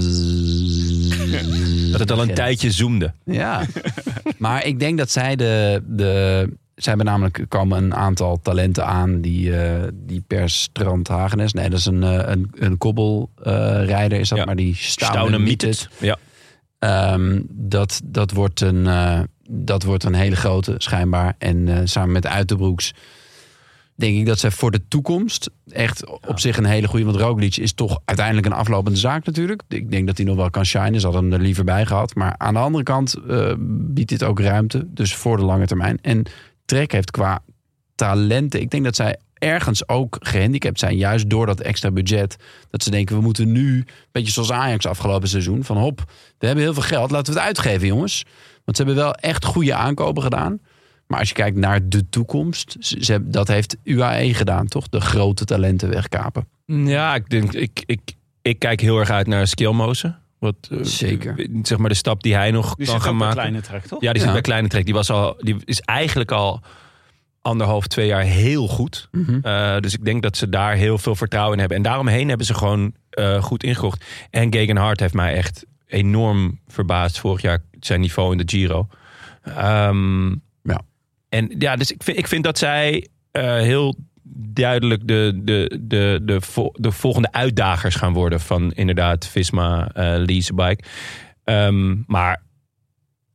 Speaker 2: Dat het al een
Speaker 3: Ja.
Speaker 2: tijdje zoomde.
Speaker 3: Ja, maar ik denk dat zij de. de zij hebben namelijk er komen een aantal talenten aan die, eh, die per strand Hagenes. Nee, dat is een, eh, een, een kobbelrijder, eh, is dat
Speaker 2: Ja.
Speaker 3: maar die Staune Mietet.
Speaker 2: Ja.
Speaker 3: Ehm, dat, dat, wordt een, eh, dat wordt een hele grote, schijnbaar. En eh, samen met Uiterbroeks denk ik dat zij voor de toekomst echt op zich een hele goede... Want Roglic is toch uiteindelijk een aflopende zaak natuurlijk. Ik denk dat hij nog wel kan shinen. Ze hadden hem er liever bij gehad. Maar aan de andere kant eh, biedt dit ook ruimte. Dus voor de lange termijn. En Trek heeft qua talenten... Ik denk dat zij ergens ook gehandicapt zijn. Juist door dat extra budget. Dat ze denken, we moeten nu... Beetje zoals Ajax afgelopen seizoen. Van hop, we hebben heel veel geld. Laten we het uitgeven, jongens. Want ze hebben wel echt goede aankopen gedaan. Maar als je kijkt naar de toekomst, ze, ze hebben- dat heeft UAE gedaan, toch? De grote talenten wegkapen.
Speaker 2: Ja, ik denk, ik, ik, ik kijk heel erg uit naar Skilmozen. Wat, eh,
Speaker 3: Zeker.
Speaker 2: Zeg maar de stap die hij nog
Speaker 4: Die
Speaker 2: kan gaan
Speaker 4: zit ook een
Speaker 2: maken.
Speaker 4: kleine trek, toch?
Speaker 2: Ja, die zit
Speaker 3: Ja.
Speaker 2: bij Kleine Trek. Die, was al, die is eigenlijk al anderhalf, twee jaar heel goed. Eh, dus ik denk dat ze daar heel veel vertrouwen in hebben. En daaromheen hebben ze gewoon eh, goed ingekocht. En Gegenhard heeft mij echt enorm verbaasd vorig jaar zijn niveau in de Giro. Ehm,
Speaker 3: Ja.
Speaker 2: En ja, dus ik vind, ik vind dat zij eh, heel duidelijk de, de, de, de, vo- de volgende uitdagers gaan worden van inderdaad Visma, eh Leasebike. Ehm, maar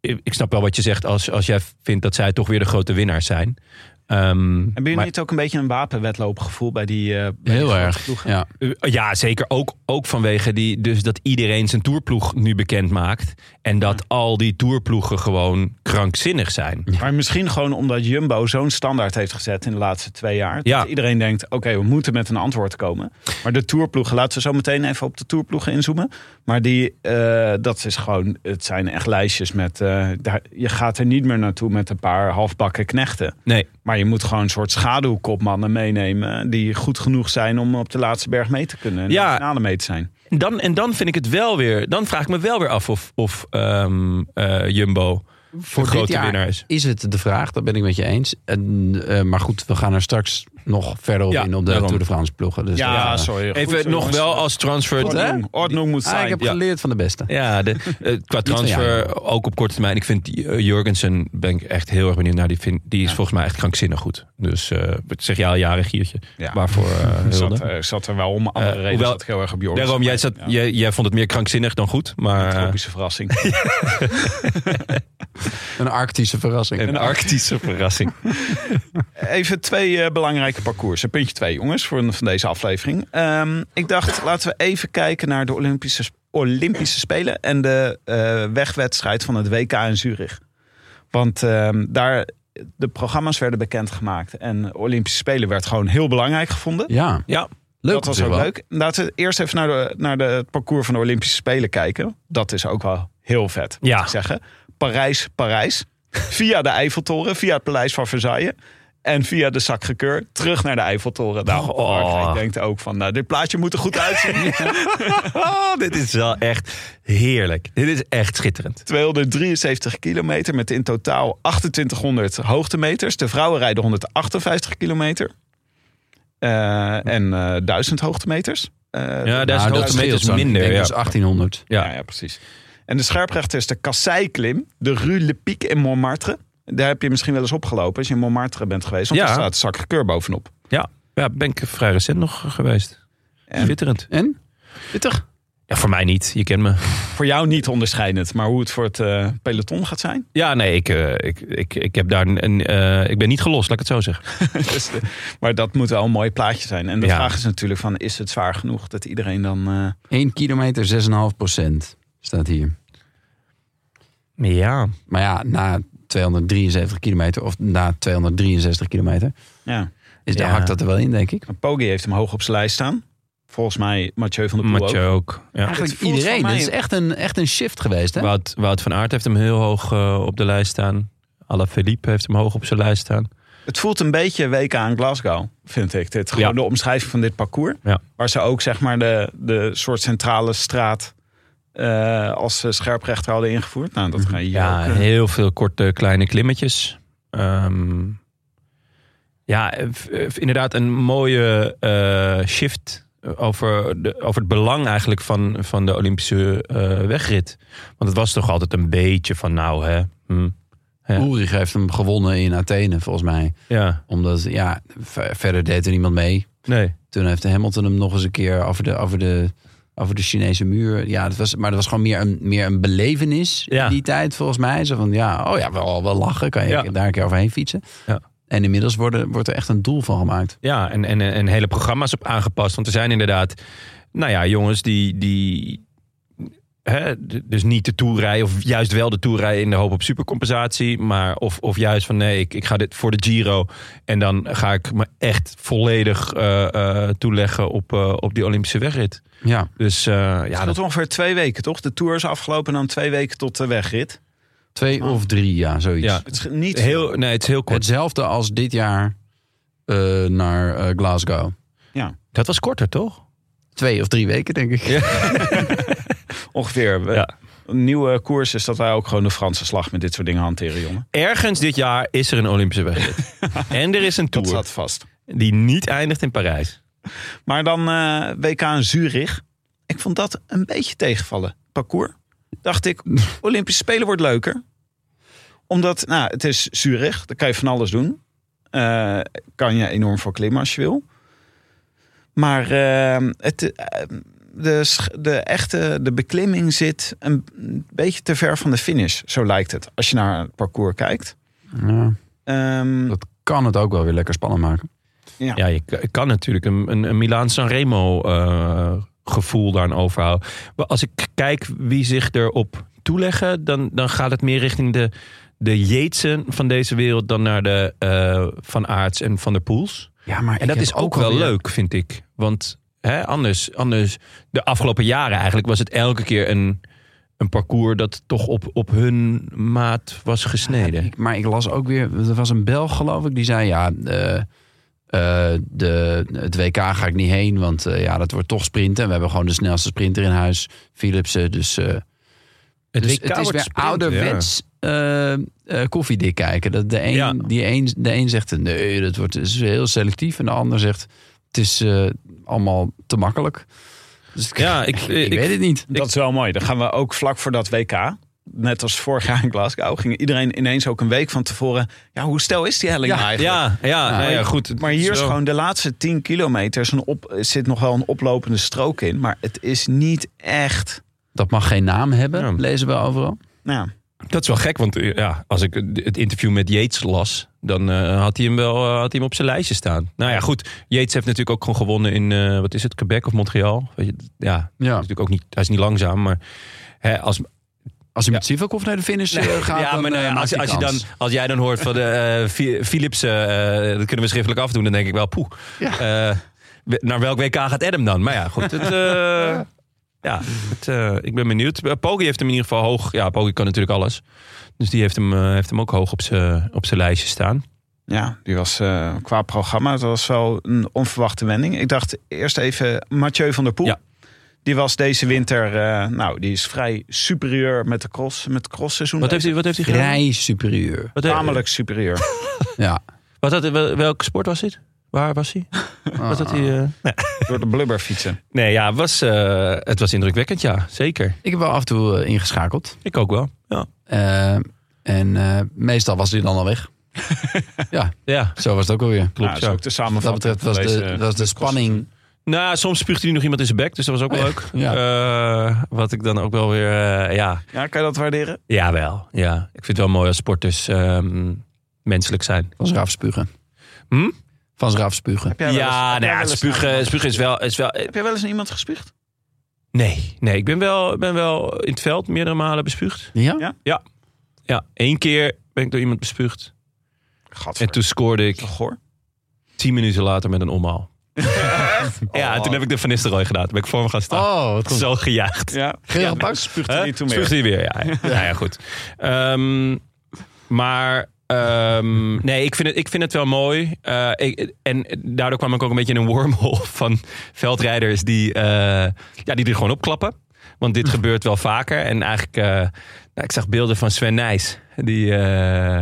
Speaker 2: ik, ik snap wel wat je zegt als, als jij vindt dat zij toch weer de grote winnaars zijn. Ehm,
Speaker 4: Hebben jullie
Speaker 2: maar-
Speaker 4: niet ook een beetje een wapenwedloopgevoel bij die... eh, bij die
Speaker 3: Heel
Speaker 4: grote
Speaker 3: erg.
Speaker 4: ploegen?
Speaker 3: Ja.
Speaker 2: Uh, Ja, zeker. Ook, ook vanwege die, dus dat iedereen zijn toerploeg nu bekend maakt. En dat al die toerploegen gewoon krankzinnig zijn.
Speaker 4: Maar misschien gewoon omdat Jumbo zo'n standaard heeft gezet in de laatste twee jaar. Dat
Speaker 2: Ja.
Speaker 4: iedereen denkt, oké, we moeten met een antwoord komen. Maar de toerploegen, laten we zo meteen even op de toerploegen inzoomen. Maar die, eh, dat is gewoon, het zijn echt lijstjes met... eh, daar, je gaat er niet meer naartoe met een paar halfbakken knechten.
Speaker 2: Nee,
Speaker 4: Maar je moet gewoon een soort schaduwkopmannen meenemen... die goed genoeg zijn om op de laatste berg mee te kunnen. En
Speaker 2: Ja.
Speaker 4: in de finale mee te zijn.
Speaker 2: En Dan, en dan vind ik het wel weer. Dan vraag ik me wel weer af of, of ehm, eh, Jumbo
Speaker 3: voor dit
Speaker 2: grote
Speaker 3: jaar
Speaker 2: winnaar is.
Speaker 3: is het de vraag. Dat ben ik met je eens. En, eh, maar goed, we gaan er straks nog verder op
Speaker 2: Ja,
Speaker 3: in op de
Speaker 2: daarom.
Speaker 3: Tour de France ploegen. Dus dat, eh,
Speaker 4: sorry.
Speaker 2: Even nog wel als transfer.
Speaker 4: Ordnung, Ordnung moet
Speaker 3: ah, ik
Speaker 4: zijn.
Speaker 3: heb
Speaker 2: ja.
Speaker 3: geleerd van de beste.
Speaker 2: Ja, de, eh, qua
Speaker 3: jou,
Speaker 2: transfer ook op korte termijn. Ik vind die, eh, Jurgensen, ben ik echt heel erg benieuwd naar. Die, vind, die is volgens mij echt krankzinnig goed. Dus eh ik zeg ja, al jaren giertje.
Speaker 4: Ja.
Speaker 2: Waarvoor eh,
Speaker 4: Ik
Speaker 2: hulde.
Speaker 4: zat, eh, ik zat er wel om andere
Speaker 2: Eh,
Speaker 4: redenen.
Speaker 2: hoewel-
Speaker 4: zat ik heel erg op Joris.
Speaker 2: Daarom, jij, zat,
Speaker 4: Ja.
Speaker 2: jij, jij vond het meer krankzinnig dan goed. Maar eh,
Speaker 4: Tropische verrassing.
Speaker 3: Een arctische verrassing.
Speaker 2: een arctische verrassing.
Speaker 4: Even twee eh, belangrijke parcoursen. Puntje twee, jongens, voor van deze aflevering. Ehm, ik dacht, laten we even kijken naar de Olympische, Olympische Spelen en de eh, wegwedstrijd van het WK in Zurich. Want ehm, daar de programma's werden bekendgemaakt en de Olympische Spelen werd gewoon heel belangrijk gevonden.
Speaker 3: Ja.
Speaker 2: Ja.
Speaker 3: Leuk
Speaker 4: dat was ook
Speaker 3: natuurlijk wel.
Speaker 4: leuk. Laten we eerst even naar, de, naar de, het parcours van de Olympische Spelen kijken. Dat is ook wel heel vet, moet
Speaker 2: Ja.
Speaker 4: ik zeggen. Parijs, Parijs. Via de Eiffeltoren, via het Paleis van Versailles. En via de Sacre Coeur terug naar de Eiffeltoren. Nou,
Speaker 2: Oh.
Speaker 4: Frankrijk denkt ook van, nou, dit plaatje moet er goed uitzien.
Speaker 2: Oh, dit is wel echt heerlijk. Dit is echt schitterend.
Speaker 4: 273 kilometer met in totaal 2800 hoogtemeters. De vrouwen rijden 158 kilometer. Eh, en eh 1000 hoogtemeters. Eh,
Speaker 2: Ja, daar is
Speaker 3: Nou,
Speaker 2: het
Speaker 3: dat
Speaker 2: hoogtemeters
Speaker 3: scheelt dan.
Speaker 2: minder,
Speaker 3: Ik denk
Speaker 2: ja.
Speaker 3: dus 1800.
Speaker 2: Ja.
Speaker 4: Ja, ja, precies. En de scherprechter is de Kasseiklim, de Rue Le Pic in Montmartre. Daar heb je misschien wel eens opgelopen als je in Montmartre bent geweest. Want
Speaker 2: Ja.
Speaker 4: daar staat de Sacre Coeur bovenop.
Speaker 2: Ja. ja, ben ik vrij recent nog geweest.
Speaker 4: En-
Speaker 2: Schitterend.
Speaker 3: En? Pittig.
Speaker 2: Ja, voor mij niet. Je kent me.
Speaker 4: Voor jou niet onderscheidend, maar hoe het voor het eh, peloton gaat zijn.
Speaker 2: Ja, nee, ik, eh, ik, ik, ik, heb daar een, eh, ik ben niet gelost, laat ik het zo zeggen.
Speaker 4: Dus de- maar dat moet wel een mooi plaatje zijn. En de
Speaker 2: Ja.
Speaker 4: vraag is natuurlijk van, is het zwaar genoeg dat iedereen dan... eh,
Speaker 3: 1 kilometer 6,5 procent staat hier.
Speaker 2: Ja.
Speaker 3: Maar ja, na 273 kilometer of na 263 kilometer
Speaker 4: ja.
Speaker 3: is daar
Speaker 2: Ja.
Speaker 3: hakt dat er wel in, denk ik.
Speaker 4: Maar Poggi heeft hem hoog op zijn lijst staan. Volgens mij Mathieu van der Poel
Speaker 2: Matje
Speaker 4: ook.
Speaker 2: ook. Ja.
Speaker 3: Eigenlijk
Speaker 4: voelt
Speaker 3: iedereen.
Speaker 4: voor mij-
Speaker 3: Het is echt een, echt een shift geweest, hè?
Speaker 2: Wout, Wout van Aert heeft hem heel hoog eh, op de lijst staan. Alain Philippe heeft hem hoog op zijn lijst staan.
Speaker 4: Het voelt een beetje WK aan Glasgow, vind ik. Dit, gewoon
Speaker 2: Ja.
Speaker 4: de omschrijving van dit parcours.
Speaker 2: Ja.
Speaker 4: Waar ze ook zeg maar de, de soort centrale straat eh, als eh, scherprechter hadden ingevoerd. Nou, dat ga je hier
Speaker 2: Mhm. Ja,
Speaker 4: ook, eh,
Speaker 2: heel veel korte kleine klimmetjes. Ehm, ja, eh, v- eh, inderdaad een mooie eh, shift over, de, over het belang eigenlijk van, van de Olympische eh, wegrit. Want het was toch altijd een beetje van nou hè. hm, Ja.
Speaker 3: Oerig heeft hem gewonnen in Athene, volgens mij.
Speaker 2: ja,
Speaker 3: Omdat, ja, ver- verder deed er niemand mee.
Speaker 2: nee.
Speaker 3: Toen heeft Hamilton hem nog eens een keer over de, over de, over de Chinese muur. Ja, dat was, maar dat was gewoon meer een, meer een belevenis
Speaker 2: Ja.
Speaker 3: in die tijd, volgens mij. Zo van, ja, oh ja, wel, wel lachen. Kan je
Speaker 2: Ja.
Speaker 3: daar een keer overheen fietsen.
Speaker 2: Ja.
Speaker 3: En inmiddels worden, wordt er echt een doel van gemaakt.
Speaker 2: Ja, en, en, en hele programma's op aangepast. Want er zijn inderdaad, nou ja, jongens die. die hè, d- dus niet de tour rijden, of juist wel de tour rijden in de hoop op supercompensatie. Maar of, of juist van nee, ik, ik ga dit voor de Giro. En dan ga ik me echt volledig eh, eh, toeleggen op, eh, op die Olympische wegrit.
Speaker 3: Ja,
Speaker 2: Dus eh, ja,
Speaker 4: ja,
Speaker 2: dat,
Speaker 4: dat ongeveer twee weken, toch? De tour is afgelopen en dan twee weken tot de wegrit.
Speaker 3: twee of drie, ja, zoiets.
Speaker 2: ja,
Speaker 4: Het is niet
Speaker 2: heel, nee, het is heel kort.
Speaker 3: Hetzelfde als dit jaar eh, naar eh, Glasgow.
Speaker 2: Dat was korter, toch?
Speaker 3: Twee of drie weken, denk ik.
Speaker 4: ongeveer. We-
Speaker 2: Ja.
Speaker 4: Een nieuwe koers is dat wij ook gewoon de Franse slag met dit soort dingen hanteren, jongen.
Speaker 2: Ergens dit jaar is er een Olympische wegrit. en er is een
Speaker 4: Dat
Speaker 2: tour
Speaker 4: staat vast.
Speaker 2: die niet eindigt in Parijs.
Speaker 4: Maar dan eh, WK in Zurich. Ik vond dat een beetje tegenvallen. Parcours. Dacht ik, Olympische Spelen wordt leuker. Omdat, nou, het is Zurich. Daar kan je van alles doen. Eh, kan je enorm voor klimmen als je wil. Maar eh, het, eh, de, sch- de echte de beklimming zit een beetje te ver van de finish. Zo lijkt het. Als je naar het parcours kijkt.
Speaker 3: Ja,
Speaker 4: Ehm,
Speaker 3: dat kan het ook wel weer lekker spannend maken.
Speaker 2: Ja, je k- kan natuurlijk een, een, een Milaan Sanremo eh gevoel daar aan overhouden. Maar als ik kijk wie zich erop toeleggen, dan, dan gaat het meer richting de, de Jeetsen van deze wereld dan naar de eh, Van Aarts en Van der Poels.
Speaker 3: Ja, maar
Speaker 2: En dat is ook wel leuk, vind ik. Want hè, anders, anders, de afgelopen jaren eigenlijk was het elke keer een, een parcours dat toch op, op hun maat was gesneden.
Speaker 3: Ik- maar ik las ook weer, er was een Belg geloof ik, die zei ja, eh, eh, de, het WK ga ik niet heen, want eh, ja, dat wordt toch sprinten. En we hebben gewoon de snelste sprinter in huis, Philipsen. Dus eh,
Speaker 2: Het
Speaker 3: Dus
Speaker 2: WK
Speaker 3: het is
Speaker 2: wordt
Speaker 3: weer
Speaker 2: sprint,
Speaker 3: ouderwets eh, eh, koffiedik kijken. Dat de, een,
Speaker 2: Ja.
Speaker 3: die een, de een zegt, nee, dat wordt, is heel selectief. En de ander zegt, het is eh, allemaal te makkelijk. Dus ik,
Speaker 2: Ja, ik-
Speaker 3: ik,
Speaker 2: ik-
Speaker 3: weet het niet.
Speaker 4: Dat is wel mooi. Dan gaan we ook vlak voor dat WK. Net als vorig jaar in Glasgow ging iedereen ineens ook een week van tevoren. Ja, hoe stel is die helling nou
Speaker 2: Ja,
Speaker 4: eigenlijk?
Speaker 2: ja, ja,
Speaker 3: Nou,
Speaker 2: ja, ja, goed. het
Speaker 4: Maar hier is
Speaker 2: wel-
Speaker 4: gewoon de laatste 10 kilometer. is Een op, zit nog wel een oplopende strook in. Maar het is niet echt.
Speaker 3: Dat mag geen naam hebben,
Speaker 2: Ja.
Speaker 3: lezen we overal.
Speaker 4: Nou,
Speaker 2: Dat is wel gek, want eh, ja, als ik het interview met Yates las, dan eh, had hij hem wel eh, had hij hem op zijn lijstje staan. Nou ja, goed. Yates heeft natuurlijk ook gewoon gewonnen in, eh, wat is het, Quebec of Montreal? Weet je, ja,
Speaker 3: Ja.
Speaker 2: natuurlijk ook niet, hij is niet langzaam, maar hè, als,
Speaker 3: Als je met Sivakov naar de finish eh, gaat,
Speaker 2: ja,
Speaker 3: dan,
Speaker 2: maar nou ja,
Speaker 3: eh, maakt
Speaker 2: als,
Speaker 3: hij
Speaker 2: als, je dan,
Speaker 3: kans.
Speaker 2: als jij dan hoort van de, eh, Fi- Philips, eh, dat kunnen we schriftelijk afdoen, dan denk ik wel, poeh. Eh, we- naar welk WK gaat Adam dan? Maar ja, goed. Het, eh, ja, het, eh, ik ben benieuwd. Eh, Poggi heeft hem in ieder geval hoog. Ja, Poggi kan natuurlijk alles. Dus die heeft hem, eh, heeft hem ook hoog op zijn op zijn lijstje staan.
Speaker 4: ja, die was eh, qua programma. Dat was wel een onverwachte wending. Ik dacht eerst even Mathieu van der Poel.
Speaker 2: Ja.
Speaker 4: Die was deze winter. eh, nou, die is vrij superieur met de cross. Met het crossseizoen.
Speaker 2: Wat heeft hij, wat heeft hij gedaan?
Speaker 3: Vrij superieur.
Speaker 2: Wat,
Speaker 4: Tamelijk superieur.
Speaker 3: Ja.
Speaker 2: wat had, wel- welke sport was dit? Waar was hij? Wat had hij eh?
Speaker 4: door de blubber fietsen.
Speaker 2: Nee, ja, het was, eh, het was indrukwekkend, ja. Zeker.
Speaker 3: Ik heb wel af en toe eh, ingeschakeld.
Speaker 2: Ik ook wel. Ja,
Speaker 3: Eh, en eh, meestal was hij dan al weg.
Speaker 2: ja
Speaker 3: Zo was het ook alweer.
Speaker 2: klopt.
Speaker 4: nou, dat
Speaker 2: ja.
Speaker 4: is ook de
Speaker 3: Wat dat
Speaker 4: samenvatting. eh.
Speaker 3: betreft was
Speaker 4: van
Speaker 3: de,
Speaker 4: deze-
Speaker 3: was de spanning
Speaker 2: Nou, soms spuugde hij nog iemand in zijn bek, dus dat was ook wel leuk. Eh, wat ik dan ook wel weer, eh, ja,
Speaker 4: Ja, kan je dat waarderen?
Speaker 2: jawel. Ja. Ik vind het wel mooi als sporters ehm, menselijk zijn.
Speaker 3: van zijn afspugen.
Speaker 2: Hm?
Speaker 3: Van zijn afspugen.
Speaker 4: Heb jij wel eens-
Speaker 2: ja, nou ja,
Speaker 4: heb jij wel eens naar
Speaker 2: spugen,
Speaker 4: iemand
Speaker 2: spugen is wel, is wel... eh,
Speaker 4: Heb jij wel eens naar iemand gespuugd?
Speaker 2: Nee, nee, ik ben wel, ben wel in het veld meerdere malen bespuugd.
Speaker 3: Ja?
Speaker 4: Ja.
Speaker 2: Ja, één keer ben ik door iemand bespuugd. En toen scoorde ik
Speaker 4: Goor.
Speaker 2: tien minuten later met een omhaal. Ja, en toen heb ik de Van Nistelrooy gedaan. Toen ben ik voor me gaan staan.
Speaker 3: Oh, wat goed.
Speaker 2: Zo gejaagd.
Speaker 4: Ja.
Speaker 3: Geen
Speaker 4: Ja,
Speaker 3: gepakt?
Speaker 4: Spuugt
Speaker 2: Huh?
Speaker 4: hij niet toen
Speaker 2: Spuugt
Speaker 4: meer.
Speaker 2: hij weer, ja. ja. Nou ja, goed. Ehm, maar ehm, nee, ik vind het, ik vind het wel mooi. Eh, ik, en daardoor kwam ik ook een beetje in een wormhole van veldrijders die, eh, ja, die er gewoon opklappen. Want dit gebeurt wel vaker. En eigenlijk, eh, nou, ik zag beelden van Sven Nijs. Die eh,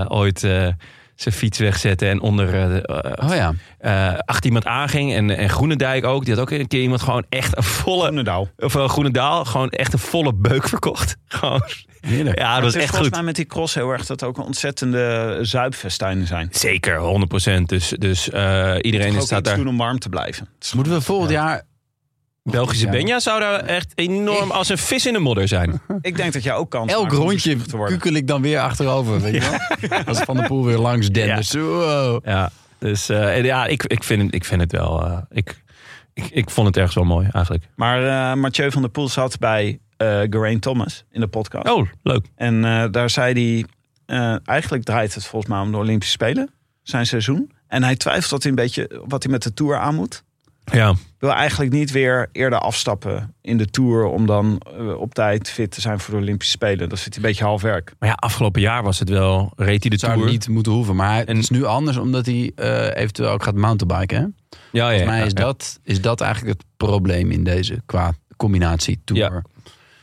Speaker 2: eh, ooit eh, zijn fiets wegzette en onder eh, de, eh,
Speaker 3: Oh ja.
Speaker 2: eh, achter iemand aanging. En, en Groenendijk ook. Die had ook een keer iemand gewoon echt een volle
Speaker 4: Groenendaal.
Speaker 2: of uh, Groenendaal gewoon echt een volle beuk verkocht. Gewoon,
Speaker 3: Heerlijk.
Speaker 2: ja, dat was
Speaker 4: Het is
Speaker 2: echt
Speaker 4: volgens
Speaker 2: goed.
Speaker 4: mij met die cross heel erg dat er ook een ontzettende zuipfestijnen zijn.
Speaker 2: Zeker, 100%. Dus, dus eh, iedereen
Speaker 4: Ook
Speaker 2: staat
Speaker 4: iets
Speaker 2: daar.
Speaker 4: doen om warm te blijven. Het is
Speaker 3: Moeten we volgend jaar...
Speaker 2: Belgische
Speaker 3: Ja.
Speaker 2: Benja zou daar echt enorm als een vis in de modder zijn.
Speaker 4: goed. Ik denk dat jij ook kans
Speaker 3: Elk
Speaker 4: maakt om
Speaker 3: rondje
Speaker 4: bespuugd te worden.
Speaker 3: kukel ik dan weer achterover, weet je wel? Als Van der Poel weer langs dendert. Wow.
Speaker 2: Ja, dus eh, en ja, ik, ik, vind, het- ik vind het wel. eh, ik, ik, ik vond het ergens wel mooi eigenlijk.
Speaker 4: Maar eh, Mathieu van der Poel zat bij eh Geraint Thomas in de podcast.
Speaker 2: Oh, leuk.
Speaker 4: En eh, daar zei hij, eh, eigenlijk draait het volgens mij om de Olympische Spelen, zijn seizoen. En hij twijfelt dat hij een beetje wat hij met de Tour aan moet.
Speaker 2: Ja,
Speaker 4: wil eigenlijk niet weer eerder afstappen in de Tour... om dan eh, op tijd fit te zijn voor de Olympische Spelen. Dat zit een beetje half werk.
Speaker 2: maar ja, afgelopen jaar was het wel. Reed hij de
Speaker 3: Zou
Speaker 2: tour?
Speaker 3: niet moeten hoeven. Maar het
Speaker 2: En-
Speaker 3: is nu anders, omdat hij eh, eventueel ook gaat mountainbiken, hè?
Speaker 2: Ja, ja,
Speaker 3: Volgens mij
Speaker 2: ja,
Speaker 3: is
Speaker 2: ja.
Speaker 3: dat, is dat eigenlijk het probleem in deze qua combinatie tour.
Speaker 2: Ja.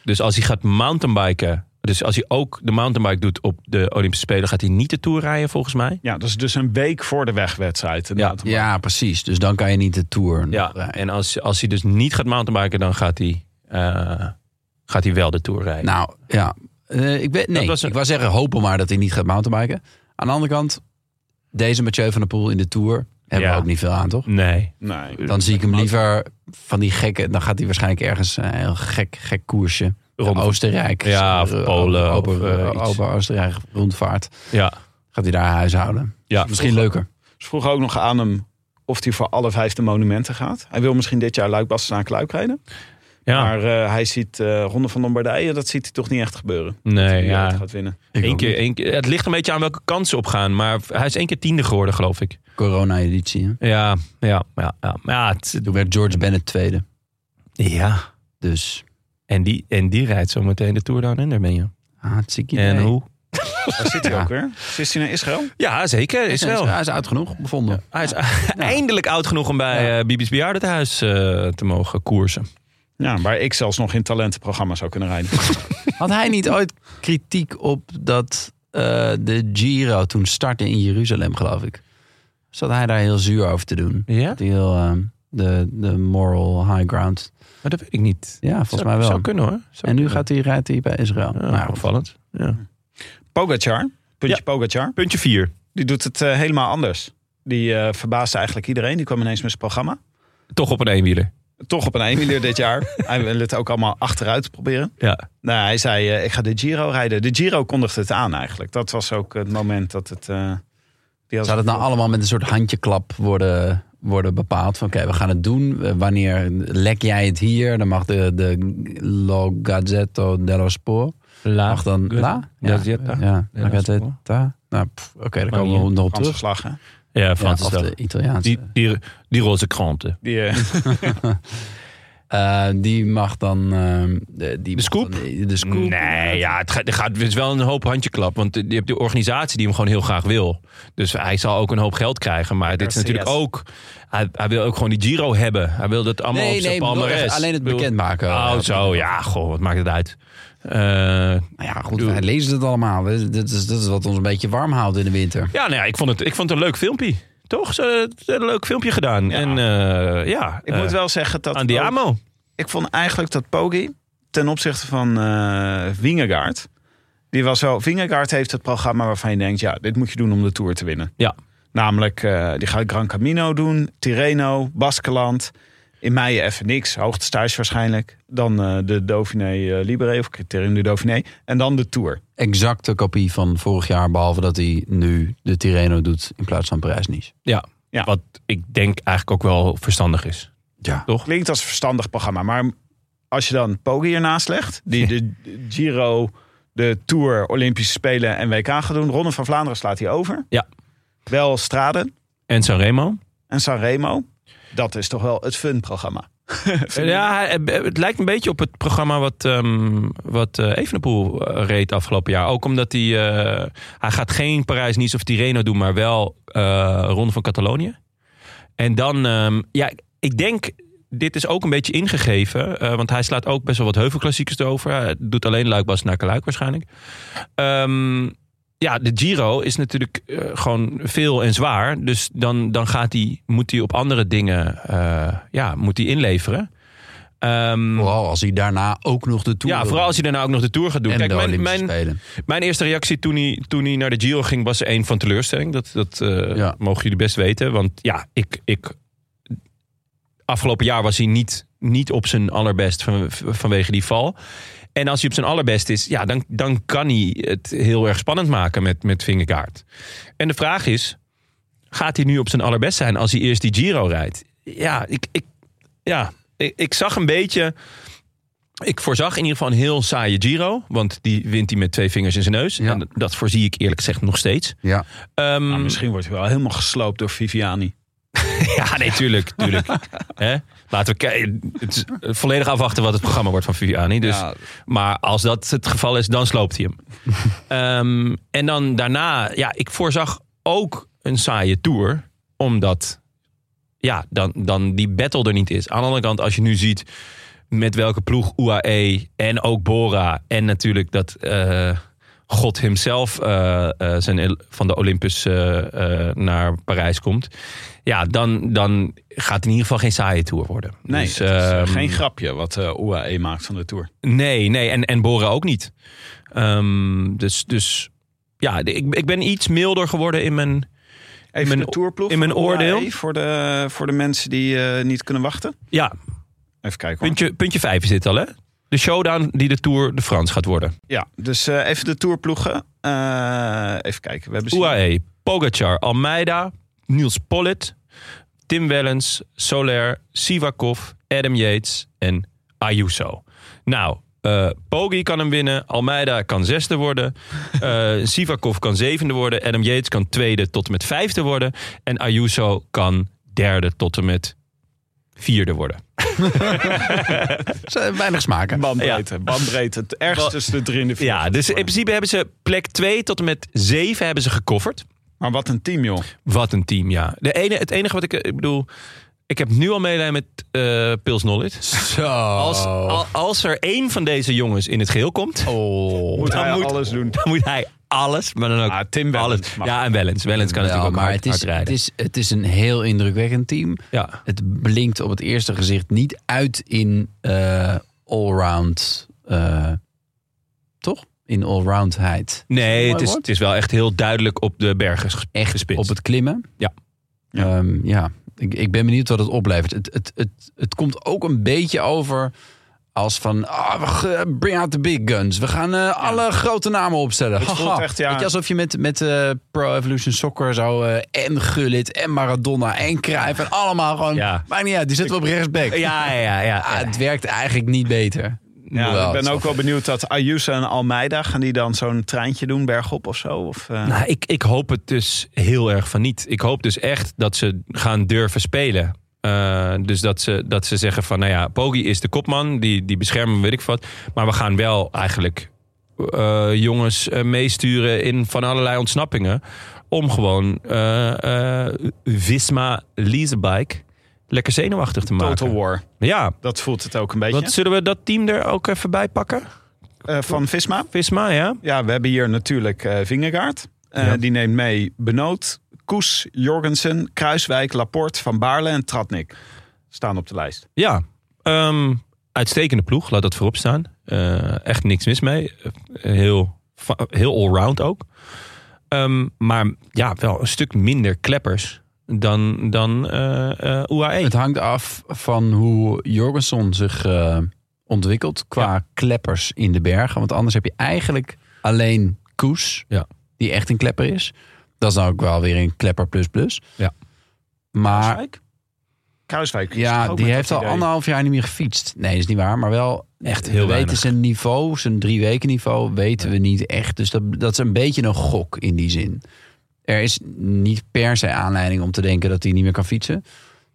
Speaker 2: Dus als hij gaat mountainbiken. Dus als hij ook de mountainbike doet op de Olympische Spelen, gaat hij niet de tour rijden volgens mij.
Speaker 4: Ja, dat is dus een week voor de wegwedstrijd.
Speaker 2: Ja.
Speaker 3: Ja, precies. Dus dan kan je niet de tour.
Speaker 2: Ja,
Speaker 3: rijden.
Speaker 2: en als, als hij dus niet gaat mountainbiken, dan gaat hij, eh, gaat hij wel de Tour rijden.
Speaker 3: Nou, ja. Eh, ik weet, nee,
Speaker 2: was een-
Speaker 3: ik wou zeggen, hopen maar dat hij niet gaat mountainbiken. Aan de andere kant, deze Mathieu van der Poel in de Tour hebben
Speaker 2: Ja.
Speaker 3: we ook niet veel aan, toch?
Speaker 2: nee.
Speaker 4: Nee.
Speaker 3: Dan zie ik hem liever van die gekke... Dan gaat hij waarschijnlijk ergens een heel gek, gek koersje.
Speaker 2: Ronde-
Speaker 3: Oostenrijk.
Speaker 2: Ja, of
Speaker 3: Eh,
Speaker 2: Polen
Speaker 3: Open,
Speaker 2: of, eh,
Speaker 3: open-
Speaker 2: iets.
Speaker 3: open Oostenrijk rondvaart.
Speaker 2: Ja.
Speaker 3: Gaat hij daar huishouden.
Speaker 2: Ja.
Speaker 3: Misschien leuker.
Speaker 4: Ze vroegen Dus ook nog aan hem of hij voor alle vijfde monumenten gaat. Hij wil misschien dit jaar luik bastenaak luik rijden.
Speaker 2: Ja,
Speaker 4: Maar eh, hij ziet eh, Ronde van Lombardije, dat ziet hij toch niet echt gebeuren.
Speaker 2: nee,
Speaker 4: Die
Speaker 2: ja.
Speaker 4: dat gaat winnen.
Speaker 3: Ik
Speaker 2: Eén
Speaker 3: ook
Speaker 2: keer,
Speaker 3: niet.
Speaker 2: één keer, het ligt een beetje aan welke kant ze op gaan. Maar hij is één keer tiende geworden, geloof ik.
Speaker 3: Corona-editie. hè?
Speaker 2: Ja, ja, ja. Ja, ja, het-
Speaker 3: Toen werd George Bennett tweede.
Speaker 2: ja.
Speaker 3: Dus,
Speaker 2: En, die, en die rijdt zo meteen de Tour Down Under, ben je.
Speaker 3: hartstikke idee.
Speaker 2: En hoe?
Speaker 4: Daar zit hij
Speaker 3: Ja.
Speaker 4: ook weer. Is hij naar Israël?
Speaker 2: Ja, zeker. Is wel.
Speaker 3: Hij is oud genoeg bevonden.
Speaker 2: Hij is eindelijk oud genoeg om bij eh Bibi's Bejaardentehuis eh, te mogen koersen.
Speaker 4: Ja, waar ik zelfs nog in talentenprogramma zou kunnen rijden.
Speaker 3: Had hij niet ooit kritiek op dat eh, de Giro toen startte in Jeruzalem, geloof ik? Zat hij daar heel zuur over te doen?
Speaker 2: Ja?
Speaker 3: Dat hij heel, eh, de, de moral high ground.
Speaker 2: Maar dat weet ik niet.
Speaker 3: Ja, volgens
Speaker 2: Zou-
Speaker 3: mij wel.
Speaker 2: Zou kunnen hoor. Zou
Speaker 3: en nu
Speaker 2: kunnen.
Speaker 3: gaat hij, rijdt hij bij Israël.
Speaker 2: Ja,
Speaker 3: Nou,
Speaker 2: opvallend.
Speaker 4: Pogacar, puntje
Speaker 2: Ja.
Speaker 4: Pogacar,
Speaker 2: Puntje 4.
Speaker 4: die doet het eh, helemaal anders. Die eh, verbaasde eigenlijk iedereen. Die kwam ineens met zijn programma.
Speaker 2: Toch op een eenwieler.
Speaker 4: Toch op een eenwieler dit jaar. Hij wil het ook allemaal achteruit proberen.
Speaker 2: Ja.
Speaker 4: Nou, hij zei, eh, ik ga de Giro rijden. De Giro kondigde het aan eigenlijk. Dat was ook het moment dat het... eh, die had
Speaker 3: Zou dat nou allemaal met een soort handjeklap worden, worden bepaald? Van oké, we gaan het doen. Eh, Wanneer lek jij het hier? Dan mag de, de Lo Gazzetto dello Sport. Mag dan La? Ja,
Speaker 2: Gazzetta
Speaker 3: Ja, La
Speaker 2: Ah, dello
Speaker 3: Gazzetta. Nou, pff, oké, daar
Speaker 2: Maar
Speaker 3: komen we
Speaker 2: hier,
Speaker 3: nog op terug.
Speaker 4: Terugslag, hè?
Speaker 2: Ja,
Speaker 3: Ja,
Speaker 2: Frans
Speaker 3: of
Speaker 2: is dat.
Speaker 3: de Italiaanse.
Speaker 2: Die,
Speaker 3: Die,
Speaker 2: die, die roze kranten.
Speaker 4: Die, eh,
Speaker 3: Eh, die mag dan... ehm, de, die
Speaker 2: De
Speaker 3: mag
Speaker 2: scoop?
Speaker 3: dan- de, de scoop.
Speaker 2: Nee, ja, het, gaat, het, gaat, het is wel een hoop handjeklap. Want je hebt de organisatie die hem gewoon heel graag wil. Dus hij zal ook een hoop geld krijgen. Maar dit is
Speaker 4: Lekker,
Speaker 2: natuurlijk
Speaker 4: yes.
Speaker 2: ook... Hij, hij wil ook gewoon die Giro hebben. Hij wil dat allemaal
Speaker 3: Nee,
Speaker 2: op zijn
Speaker 3: nee, bedoel,
Speaker 2: palmarès.
Speaker 3: even alleen het
Speaker 2: Ik bedoel-
Speaker 3: bekendmaken.
Speaker 2: Oh, zo. Ja, goh, wat maakt het uit. Eh,
Speaker 3: Nou ja, goed, wij lezen het allemaal. We- Dit is, dit is wat ons een beetje warm houdt in de winter.
Speaker 2: ja, nou ja, ik vond, het, ik vond het een leuk filmpje. Toch? Ze hebben een leuk filmpje gedaan. En eh, ja,
Speaker 4: ik moet wel zeggen dat... ook-
Speaker 2: Andiamo.
Speaker 4: ik vond eigenlijk dat Poggi ten opzichte van eh Vingegaard, die was wel. Vingegaard heeft het programma waarvan je denkt, ja, dit moet je doen om de Tour te winnen.
Speaker 2: Ja.
Speaker 4: Namelijk, eh, die gaat Gran Camino doen, Tirreno, Baskeland. In mei even niks, hoogtestage waarschijnlijk. Dan eh, de Dauphiné eh, Libéré of Criterium du Dauphiné. En dan de Tour.
Speaker 3: exacte kopie van vorig jaar. Behalve dat hij nu de Tirreno doet in plaats van Parijs-Nice.
Speaker 2: Ja.
Speaker 4: Ja.
Speaker 2: Wat ik denk eigenlijk ook wel verstandig is.
Speaker 3: Ja.
Speaker 4: Klinkt als een verstandig programma, maar als je dan Poggi ernaast legt, die de Giro, de Tour, Olympische Spelen en WK gaat doen, Ronde van Vlaanderen slaat hij over.
Speaker 2: Ja.
Speaker 4: Wel Straden
Speaker 2: En Sanremo.
Speaker 4: en Sanremo. Dat is toch wel het fun-programma.
Speaker 2: Mm. Ja, hij- eh, het lijkt een beetje op het programma wat, ehm wat eh, Evenepoel eh, reed afgelopen jaar. Ook omdat hij, eh, hij gaat geen Parijs-Nice of Tirreno doen, maar wel eh Ronde van Catalonië. En dan, ehm, ja, ik denk, dit is ook een beetje ingegeven. eh, want hij slaat ook best wel wat heuvelklassiekers erover. Hij doet alleen Luikbas naar Kaluik waarschijnlijk. Ehm, ja, de Giro is natuurlijk eh, gewoon veel en zwaar. Dus dan, dan gaat hij, moet hij op andere dingen eh, ja, moet hij inleveren. Ehm,
Speaker 3: Vooral als hij daarna ook nog de Tour
Speaker 2: ja,
Speaker 3: wil
Speaker 2: vooral als
Speaker 3: doen.
Speaker 2: hij daarna ook nog de Tour gaat doen.
Speaker 3: en
Speaker 2: Kijk,
Speaker 3: de
Speaker 2: mijn,
Speaker 3: Olympische
Speaker 2: mijn,
Speaker 3: Spelen.
Speaker 2: mijn eerste reactie toen hij, toen hij naar de Giro ging was één van teleurstelling. Dat, dat eh,
Speaker 3: Ja.
Speaker 2: mogen jullie best weten. Want ja, ik, ik, afgelopen jaar was hij niet, niet op zijn allerbest van, vanwege die val. En als hij op zijn allerbest is, ja, dan, dan kan hij het heel erg spannend maken met, met Vingegaard. En de vraag is, gaat hij nu op zijn allerbest zijn als hij eerst die Giro rijdt? Ja, ik, ik, ja, ik, ik zag een beetje... Ik voorzag in ieder geval een heel saaie Giro. Want die wint hij met twee vingers in zijn neus.
Speaker 3: Ja.
Speaker 2: En dat- dat voorzie ik eerlijk gezegd nog steeds.
Speaker 3: Ja.
Speaker 2: Ehm,
Speaker 4: Maar Nou, misschien wordt hij wel helemaal gesloopt door Viviani.
Speaker 2: ja, nee, tuurlijk. tuurlijk. Hè? Laten we kijken. Het is eh, volledig afwachten wat het programma wordt van Viviani. Dus,
Speaker 4: Ja.
Speaker 2: Maar als dat het geval is, dan sloopt hij hem. Ehm, en dan daarna, ja, ik voorzag ook een saaie tour. Omdat, ja, dan, dan die battle er niet is. Aan de andere kant, als je nu ziet met welke ploeg UAE en ook Bora. En natuurlijk dat eh, God himself eh, eh, zijn, van de Olympus eh, eh, naar Parijs komt. Ja, dan, dan gaat het in ieder geval geen saaie tour worden.
Speaker 4: Nee,
Speaker 2: Dus,
Speaker 4: het is, eh,
Speaker 2: ehm,
Speaker 4: geen grapje wat eh UAE maakt van de Tour.
Speaker 2: Nee, nee. En, en Bora ook niet. Ehm, dus, dus ja, de- ik, ik ben iets milder geworden in mijn...
Speaker 4: Even
Speaker 2: mijn
Speaker 4: de tourploeg
Speaker 2: in mijn
Speaker 4: van
Speaker 2: oordeel?
Speaker 4: UAE voor de, voor de mensen die eh, niet kunnen wachten.
Speaker 2: Ja,
Speaker 4: Even kijken hoor.
Speaker 2: puntje, puntje vijf is dit al, hè? De showdown die de Tour de France gaat worden.
Speaker 4: Ja, dus eh, even de tourploegen. Eh, even kijken. We hebben ze-
Speaker 2: UAE, E, Pogacar, Almeida, Niels Pollitt, Tim Wellens, Soler, Sivakov, Adam Yates en Ayuso. Nou, eh Poggi kan hem winnen, Almeida kan zesde worden, eh, Sivakov kan zevende worden, Adam Yates kan tweede tot en met vijfde worden en Ayuso kan derde tot en met vierde worden.
Speaker 3: Ze- Weinig smaken.
Speaker 4: Bandbreedte, bandbreedte. Het ergste is de drie in de vier.
Speaker 2: Ja, dus in principe hebben ze plek 2 tot en met 7 hebben ze gecoverd.
Speaker 4: Maar wat een team, joh.
Speaker 2: Wat een team, ja. De ene, het enige wat ik, eh, ik bedoel, Ik heb nu al medelijden met eh Pils Nollit.
Speaker 3: Zo.
Speaker 2: Als, al- als er één van deze jongens in het geheel komt,
Speaker 3: Oh.
Speaker 4: Moet
Speaker 2: Dan
Speaker 4: hij
Speaker 2: moet-
Speaker 4: alles doen.
Speaker 2: dan moet hij alles, maar dan ook
Speaker 4: Ah, Tim Wellens
Speaker 2: alles.
Speaker 4: mag.
Speaker 2: Ja, en Wellens. Wellens kan
Speaker 3: Wel,
Speaker 2: natuurlijk ook
Speaker 3: maar
Speaker 2: hard,
Speaker 3: het is,
Speaker 2: hard
Speaker 3: het,
Speaker 2: rijden.
Speaker 3: is, het is een heel indrukwekkend team.
Speaker 2: ja.
Speaker 3: Het blinkt op het eerste gezicht niet uit in eh, allround. eh, toch? In allroundheid.
Speaker 2: Nee,
Speaker 3: Mooi
Speaker 2: het is,
Speaker 3: woord.
Speaker 2: het is wel echt heel duidelijk op de bergen ges-
Speaker 3: Echt
Speaker 2: gespitst.
Speaker 3: op het klimmen.
Speaker 2: Ja.
Speaker 3: Ja, ja. Ik, ik ben benieuwd wat het oplevert. Het, het, het, het komt ook een beetje over als van... ah, we ge- bring out the big guns. We gaan eh, alle grote namen opstellen.
Speaker 4: Het voelt
Speaker 3: Haha.
Speaker 4: echt, ja.
Speaker 3: Weet je, alsof je met, met eh, Pro Evolution Soccer zo... eh, en Gullit en Maradona en Cruijff en allemaal gewoon...
Speaker 2: Ja.
Speaker 3: Maakt niet uit, die zetten we op rechtsback.
Speaker 2: Ja, ja, ja.
Speaker 3: Ah,
Speaker 2: ja.
Speaker 3: het werkt eigenlijk niet beter.
Speaker 4: Ja,
Speaker 3: Hoewel,
Speaker 4: ik
Speaker 3: het
Speaker 4: ben
Speaker 3: is
Speaker 4: ook wel benieuwd dat Ayuso en Almeida... gaan die dan zo'n treintje doen bergop of zo? Of, eh,
Speaker 2: Nou, ik, ik hoop het dus heel erg van niet. Ik hoop dus echt dat ze gaan durven spelen. Eh, dus dat ze, dat ze zeggen van, nou ja, Poggi is de kopman. Die, die beschermen, weet ik wat. Maar we gaan wel eigenlijk eh, jongens eh, meesturen in van allerlei ontsnappingen. Om gewoon eh, eh, Visma Leasebike lekker zenuwachtig te Nou, maken.
Speaker 4: Total War.
Speaker 2: Ja,
Speaker 4: Dat voelt het ook een beetje.
Speaker 2: wat, zullen we dat team er ook even bij pakken?
Speaker 4: Eh, van Visma.
Speaker 2: Visma, ja?
Speaker 4: Ja, we hebben hier natuurlijk eh Vingegaard. Eh,
Speaker 2: Ja.
Speaker 4: Die neemt mee Benoot, Koes, Jorgensen, Kruiswijk, Laporte, Van Baarle en Tratnik. Staan op de lijst.
Speaker 2: Ja, ehm, uitstekende ploeg, laat dat voorop staan. Eh, echt niks mis mee. Eh, heel, fa- heel allround ook. Ehm, maar ja, wel een stuk minder kleppers dan, dan eh, eh, UAE.
Speaker 3: Het hangt af van hoe Jorgensen zich eh, ontwikkelt qua kleppers in de bergen. Want anders heb je eigenlijk alleen Koes,
Speaker 2: Ja.
Speaker 3: die echt een klepper is. Dat is dan ook wel weer een klepper plus plus.
Speaker 2: Ja.
Speaker 3: Maar
Speaker 4: Kruiswijk? Kruiswijk. is toch
Speaker 3: ja,
Speaker 4: ook
Speaker 3: die
Speaker 4: met
Speaker 3: heeft
Speaker 4: dat
Speaker 3: al
Speaker 4: idee?
Speaker 3: anderhalf jaar niet meer gefietst. Nee, is niet waar. Maar wel
Speaker 2: Echt heel
Speaker 3: we weten
Speaker 2: weinig.
Speaker 3: zijn niveau, zijn drie weken niveau, weten we niet echt. Dus dat, dat is een beetje een gok in die zin. Er is niet per se aanleiding om te denken dat hij niet meer kan fietsen.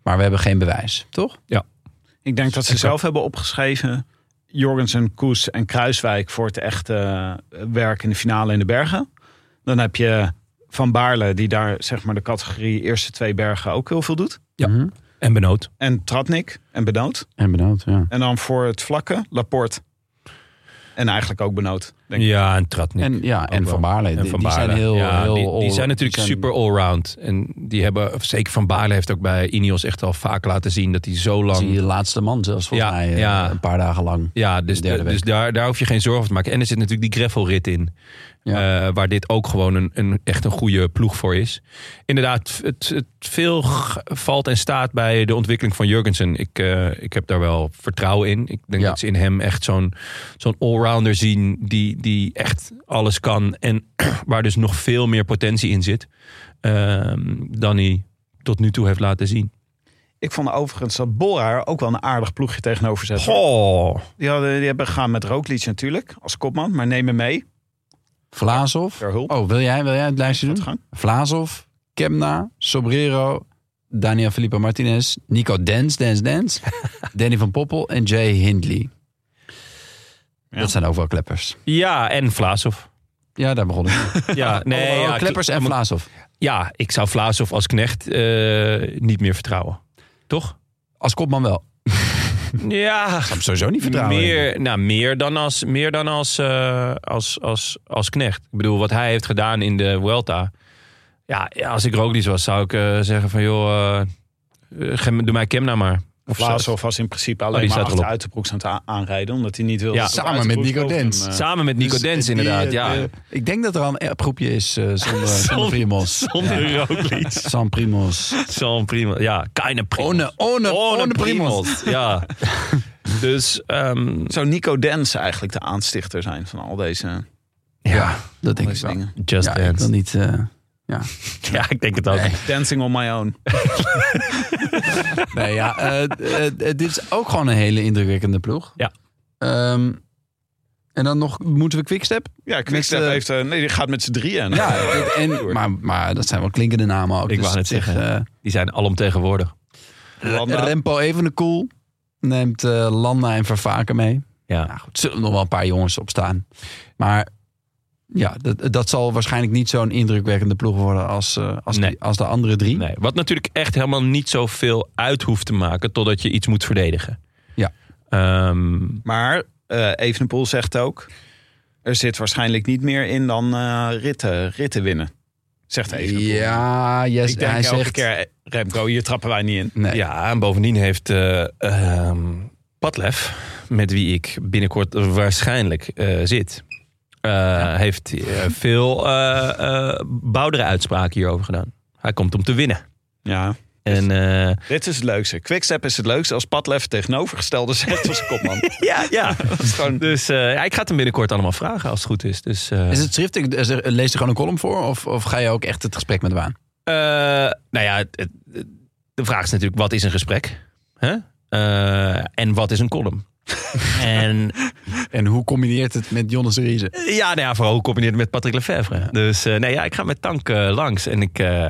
Speaker 3: Maar we hebben geen bewijs, toch?
Speaker 4: Ik denk dat ze
Speaker 2: Exact.
Speaker 4: zelf hebben opgeschreven. Jorgensen, Koes en Kruiswijk voor het echte eh, werk in de finale in de bergen. Dan heb je Van Baarle, die daar zeg maar de categorie eerste twee bergen ook heel veel doet.
Speaker 2: Ja.
Speaker 3: Mhm.
Speaker 2: En Benoot.
Speaker 4: En Tratnik en Benoot.
Speaker 3: En benauwd, ja.
Speaker 4: En dan voor het vlakke, Laporte. En eigenlijk ook Benoot. Denk ik.
Speaker 2: Ja, en Tratnik.
Speaker 3: En, ja, en
Speaker 2: wel.
Speaker 3: Van Baarle.
Speaker 2: En
Speaker 3: Die-
Speaker 2: Van
Speaker 3: die
Speaker 2: Baarle.
Speaker 3: zijn heel...
Speaker 2: Ja,
Speaker 3: heel
Speaker 2: die, die
Speaker 3: all-
Speaker 2: zijn natuurlijk
Speaker 3: die zijn-
Speaker 2: super allround. En die hebben, of zeker Van Baarle heeft ook bij Ineos echt al vaak laten zien dat hij zo
Speaker 3: dat is
Speaker 2: lang...
Speaker 3: Die laatste man zelfs volgens
Speaker 2: Ja,
Speaker 3: mij eh,
Speaker 2: ja.
Speaker 3: een paar dagen lang.
Speaker 2: Ja, dus,
Speaker 3: De derde
Speaker 2: dus
Speaker 3: week.
Speaker 2: daar, daar hoef je geen zorgen over te maken. En er zit natuurlijk die gravelrit in.
Speaker 3: Ja.
Speaker 2: Eh, waar dit ook gewoon een, een, echt een goede ploeg voor is. Inderdaad, het, het veel g- valt en staat bij de ontwikkeling van Jurgensen. Ik, eh, ik heb daar wel vertrouwen in. Ik denk
Speaker 3: Ja.
Speaker 2: dat ze in hem echt zo'n zo'n allrounder zien die, die echt alles kan. En waar dus nog veel meer potentie in zit ehm, dan hij tot nu toe heeft laten zien.
Speaker 4: Ik vond overigens dat Bolraar ook wel een aardig ploegje tegenover zet.
Speaker 2: Goh.
Speaker 4: Die, hadden, die hebben gegaan met Roglic natuurlijk, als kopman. Maar neem me mee,
Speaker 3: Vlaasov.
Speaker 4: ter hulp.
Speaker 3: Oh, wil jij, wil jij het lijstje doen?
Speaker 4: Wat gang.
Speaker 3: Vlaasov, Kemna, Sobrero, Daniel Felipe Martinez, Nico Dens, Dens, Dens, Danny van Poppel en Jay Hindley.
Speaker 4: Ja.
Speaker 3: Dat zijn ook wel kleppers.
Speaker 2: Ja, en Vlaasov.
Speaker 3: Ja, daar begon ik. mee.
Speaker 2: Ja, nee,
Speaker 3: Allemaal
Speaker 2: ja,
Speaker 3: kleppers en Vlaasov.
Speaker 2: Ja, ik zou Vlaasov als knecht eh, niet meer vertrouwen. Toch?
Speaker 3: Als kopman wel.
Speaker 2: Ja,
Speaker 3: Hem sowieso niet vertrouwen.
Speaker 2: meer, nou, meer dan, als, meer dan als, eh, als, als, als knecht. Ik bedoel, wat hij heeft gedaan in de Vuelta. Ja, ja, als ik Roglic was, zou ik eh, zeggen van... joh, eh, eh, ge- doe mij Kemna maar. Of
Speaker 4: Vlaasov was in principe
Speaker 2: Oh,
Speaker 4: alleen
Speaker 2: die
Speaker 4: maar
Speaker 2: staat erop.
Speaker 4: achter uit de broek aan het a- aanrijden. Omdat hij niet wilde.
Speaker 2: Ja.
Speaker 4: dat
Speaker 3: Samen
Speaker 4: Uit de
Speaker 3: met
Speaker 4: Broek
Speaker 3: Nico
Speaker 4: over hem,
Speaker 3: Dens.
Speaker 4: eh,
Speaker 2: Samen met Nico
Speaker 3: Dus
Speaker 2: Dens,
Speaker 3: die,
Speaker 2: inderdaad.
Speaker 3: eh,
Speaker 2: ja.
Speaker 3: eh, ik denk dat er al een appgroepje is eh, zonder, zonder Primos.
Speaker 2: Zonder Roglic.
Speaker 3: San Primos.
Speaker 2: Zo'n prima. Ja, keine prima.
Speaker 3: Ohne, ohne, ohne Primos.
Speaker 2: Ja. dus, ehm,
Speaker 4: Zou Nico Dens eigenlijk de aanstichter zijn van al deze,
Speaker 3: Ja, dat
Speaker 4: al
Speaker 3: denk ik
Speaker 4: deze
Speaker 3: wel.
Speaker 4: dingen?
Speaker 2: just
Speaker 3: Ja, ik
Speaker 2: dance.
Speaker 3: wil niet... eh,
Speaker 2: Ja, ik denk het ook.
Speaker 4: Dancing on my own.
Speaker 3: Nee, ja, eh, eh, eh, dit is ook gewoon een hele indrukwekkende ploeg.
Speaker 2: Ja.
Speaker 3: Ehm, en dan nog, moeten we Quickstep?
Speaker 4: Ja, Quickstep
Speaker 3: Met, eh,
Speaker 4: heeft... eh, nee, die gaat met z'n drieën.
Speaker 3: Ja, dit- en, maar, maar dat zijn wel klinkende namen ook.
Speaker 2: Ik wou net
Speaker 3: op zich,
Speaker 2: zeggen.
Speaker 3: eh,
Speaker 2: Die zijn alomtegenwoordig.
Speaker 4: Landa.
Speaker 3: Rempo Evenepoel neemt eh, Landa en Vervaken mee.
Speaker 2: Ja.
Speaker 3: Nou goed, zullen er nog wel een paar jongens op staan. Maar Ja, dat, dat zal waarschijnlijk niet zo'n indrukwekkende ploeg worden als, eh, als,
Speaker 2: Nee.
Speaker 3: die- als de andere drie.
Speaker 2: Nee, wat natuurlijk echt helemaal niet zoveel uit hoeft te maken totdat je iets moet verdedigen.
Speaker 3: Ja.
Speaker 2: Ehm,
Speaker 4: Maar eh Evenepoel zegt ook... er zit waarschijnlijk niet meer in dan eh, ritten, ritten winnen. Zegt Evenepoel.
Speaker 3: Ja, yes,
Speaker 4: Ik denk
Speaker 3: hij
Speaker 4: elke
Speaker 3: zegt...
Speaker 4: keer, Remco, hier trappen wij niet in.
Speaker 3: Nee.
Speaker 2: Ja, en bovendien heeft eh ehm, Padlef, met wie ik binnenkort waarschijnlijk eh, zit, eh, heeft eh, veel eh eh, boudere uitspraken hierover gedaan. Hij komt om te winnen.
Speaker 4: Ja,
Speaker 2: En
Speaker 3: Dus-
Speaker 2: eh,
Speaker 4: dit is het leukste. Quickstep is het leukste als Padlef tegenovergestelde zegt als kopman.
Speaker 2: ja, ja.
Speaker 4: Dat is gewoon...
Speaker 2: Dus eh, ja, ik ga het hem binnenkort allemaal vragen als het goed is. Dus, eh,
Speaker 3: Is het schriftelijk? Is er- Leest er gewoon een column voor? Of, of ga je ook echt het gesprek met hem aan?
Speaker 2: Eh, nou ja, het- het- het- de vraag is natuurlijk: wat is een gesprek? Hè? Eh, en wat is een column? en
Speaker 3: En hoe combineert het met Jonas de Riese?
Speaker 2: eh, ja, nou ja, vooral gecombineerd met Patrick Lefevre. Dus eh, nee, ja, ik ga met Tank eh, langs. En ik, eh,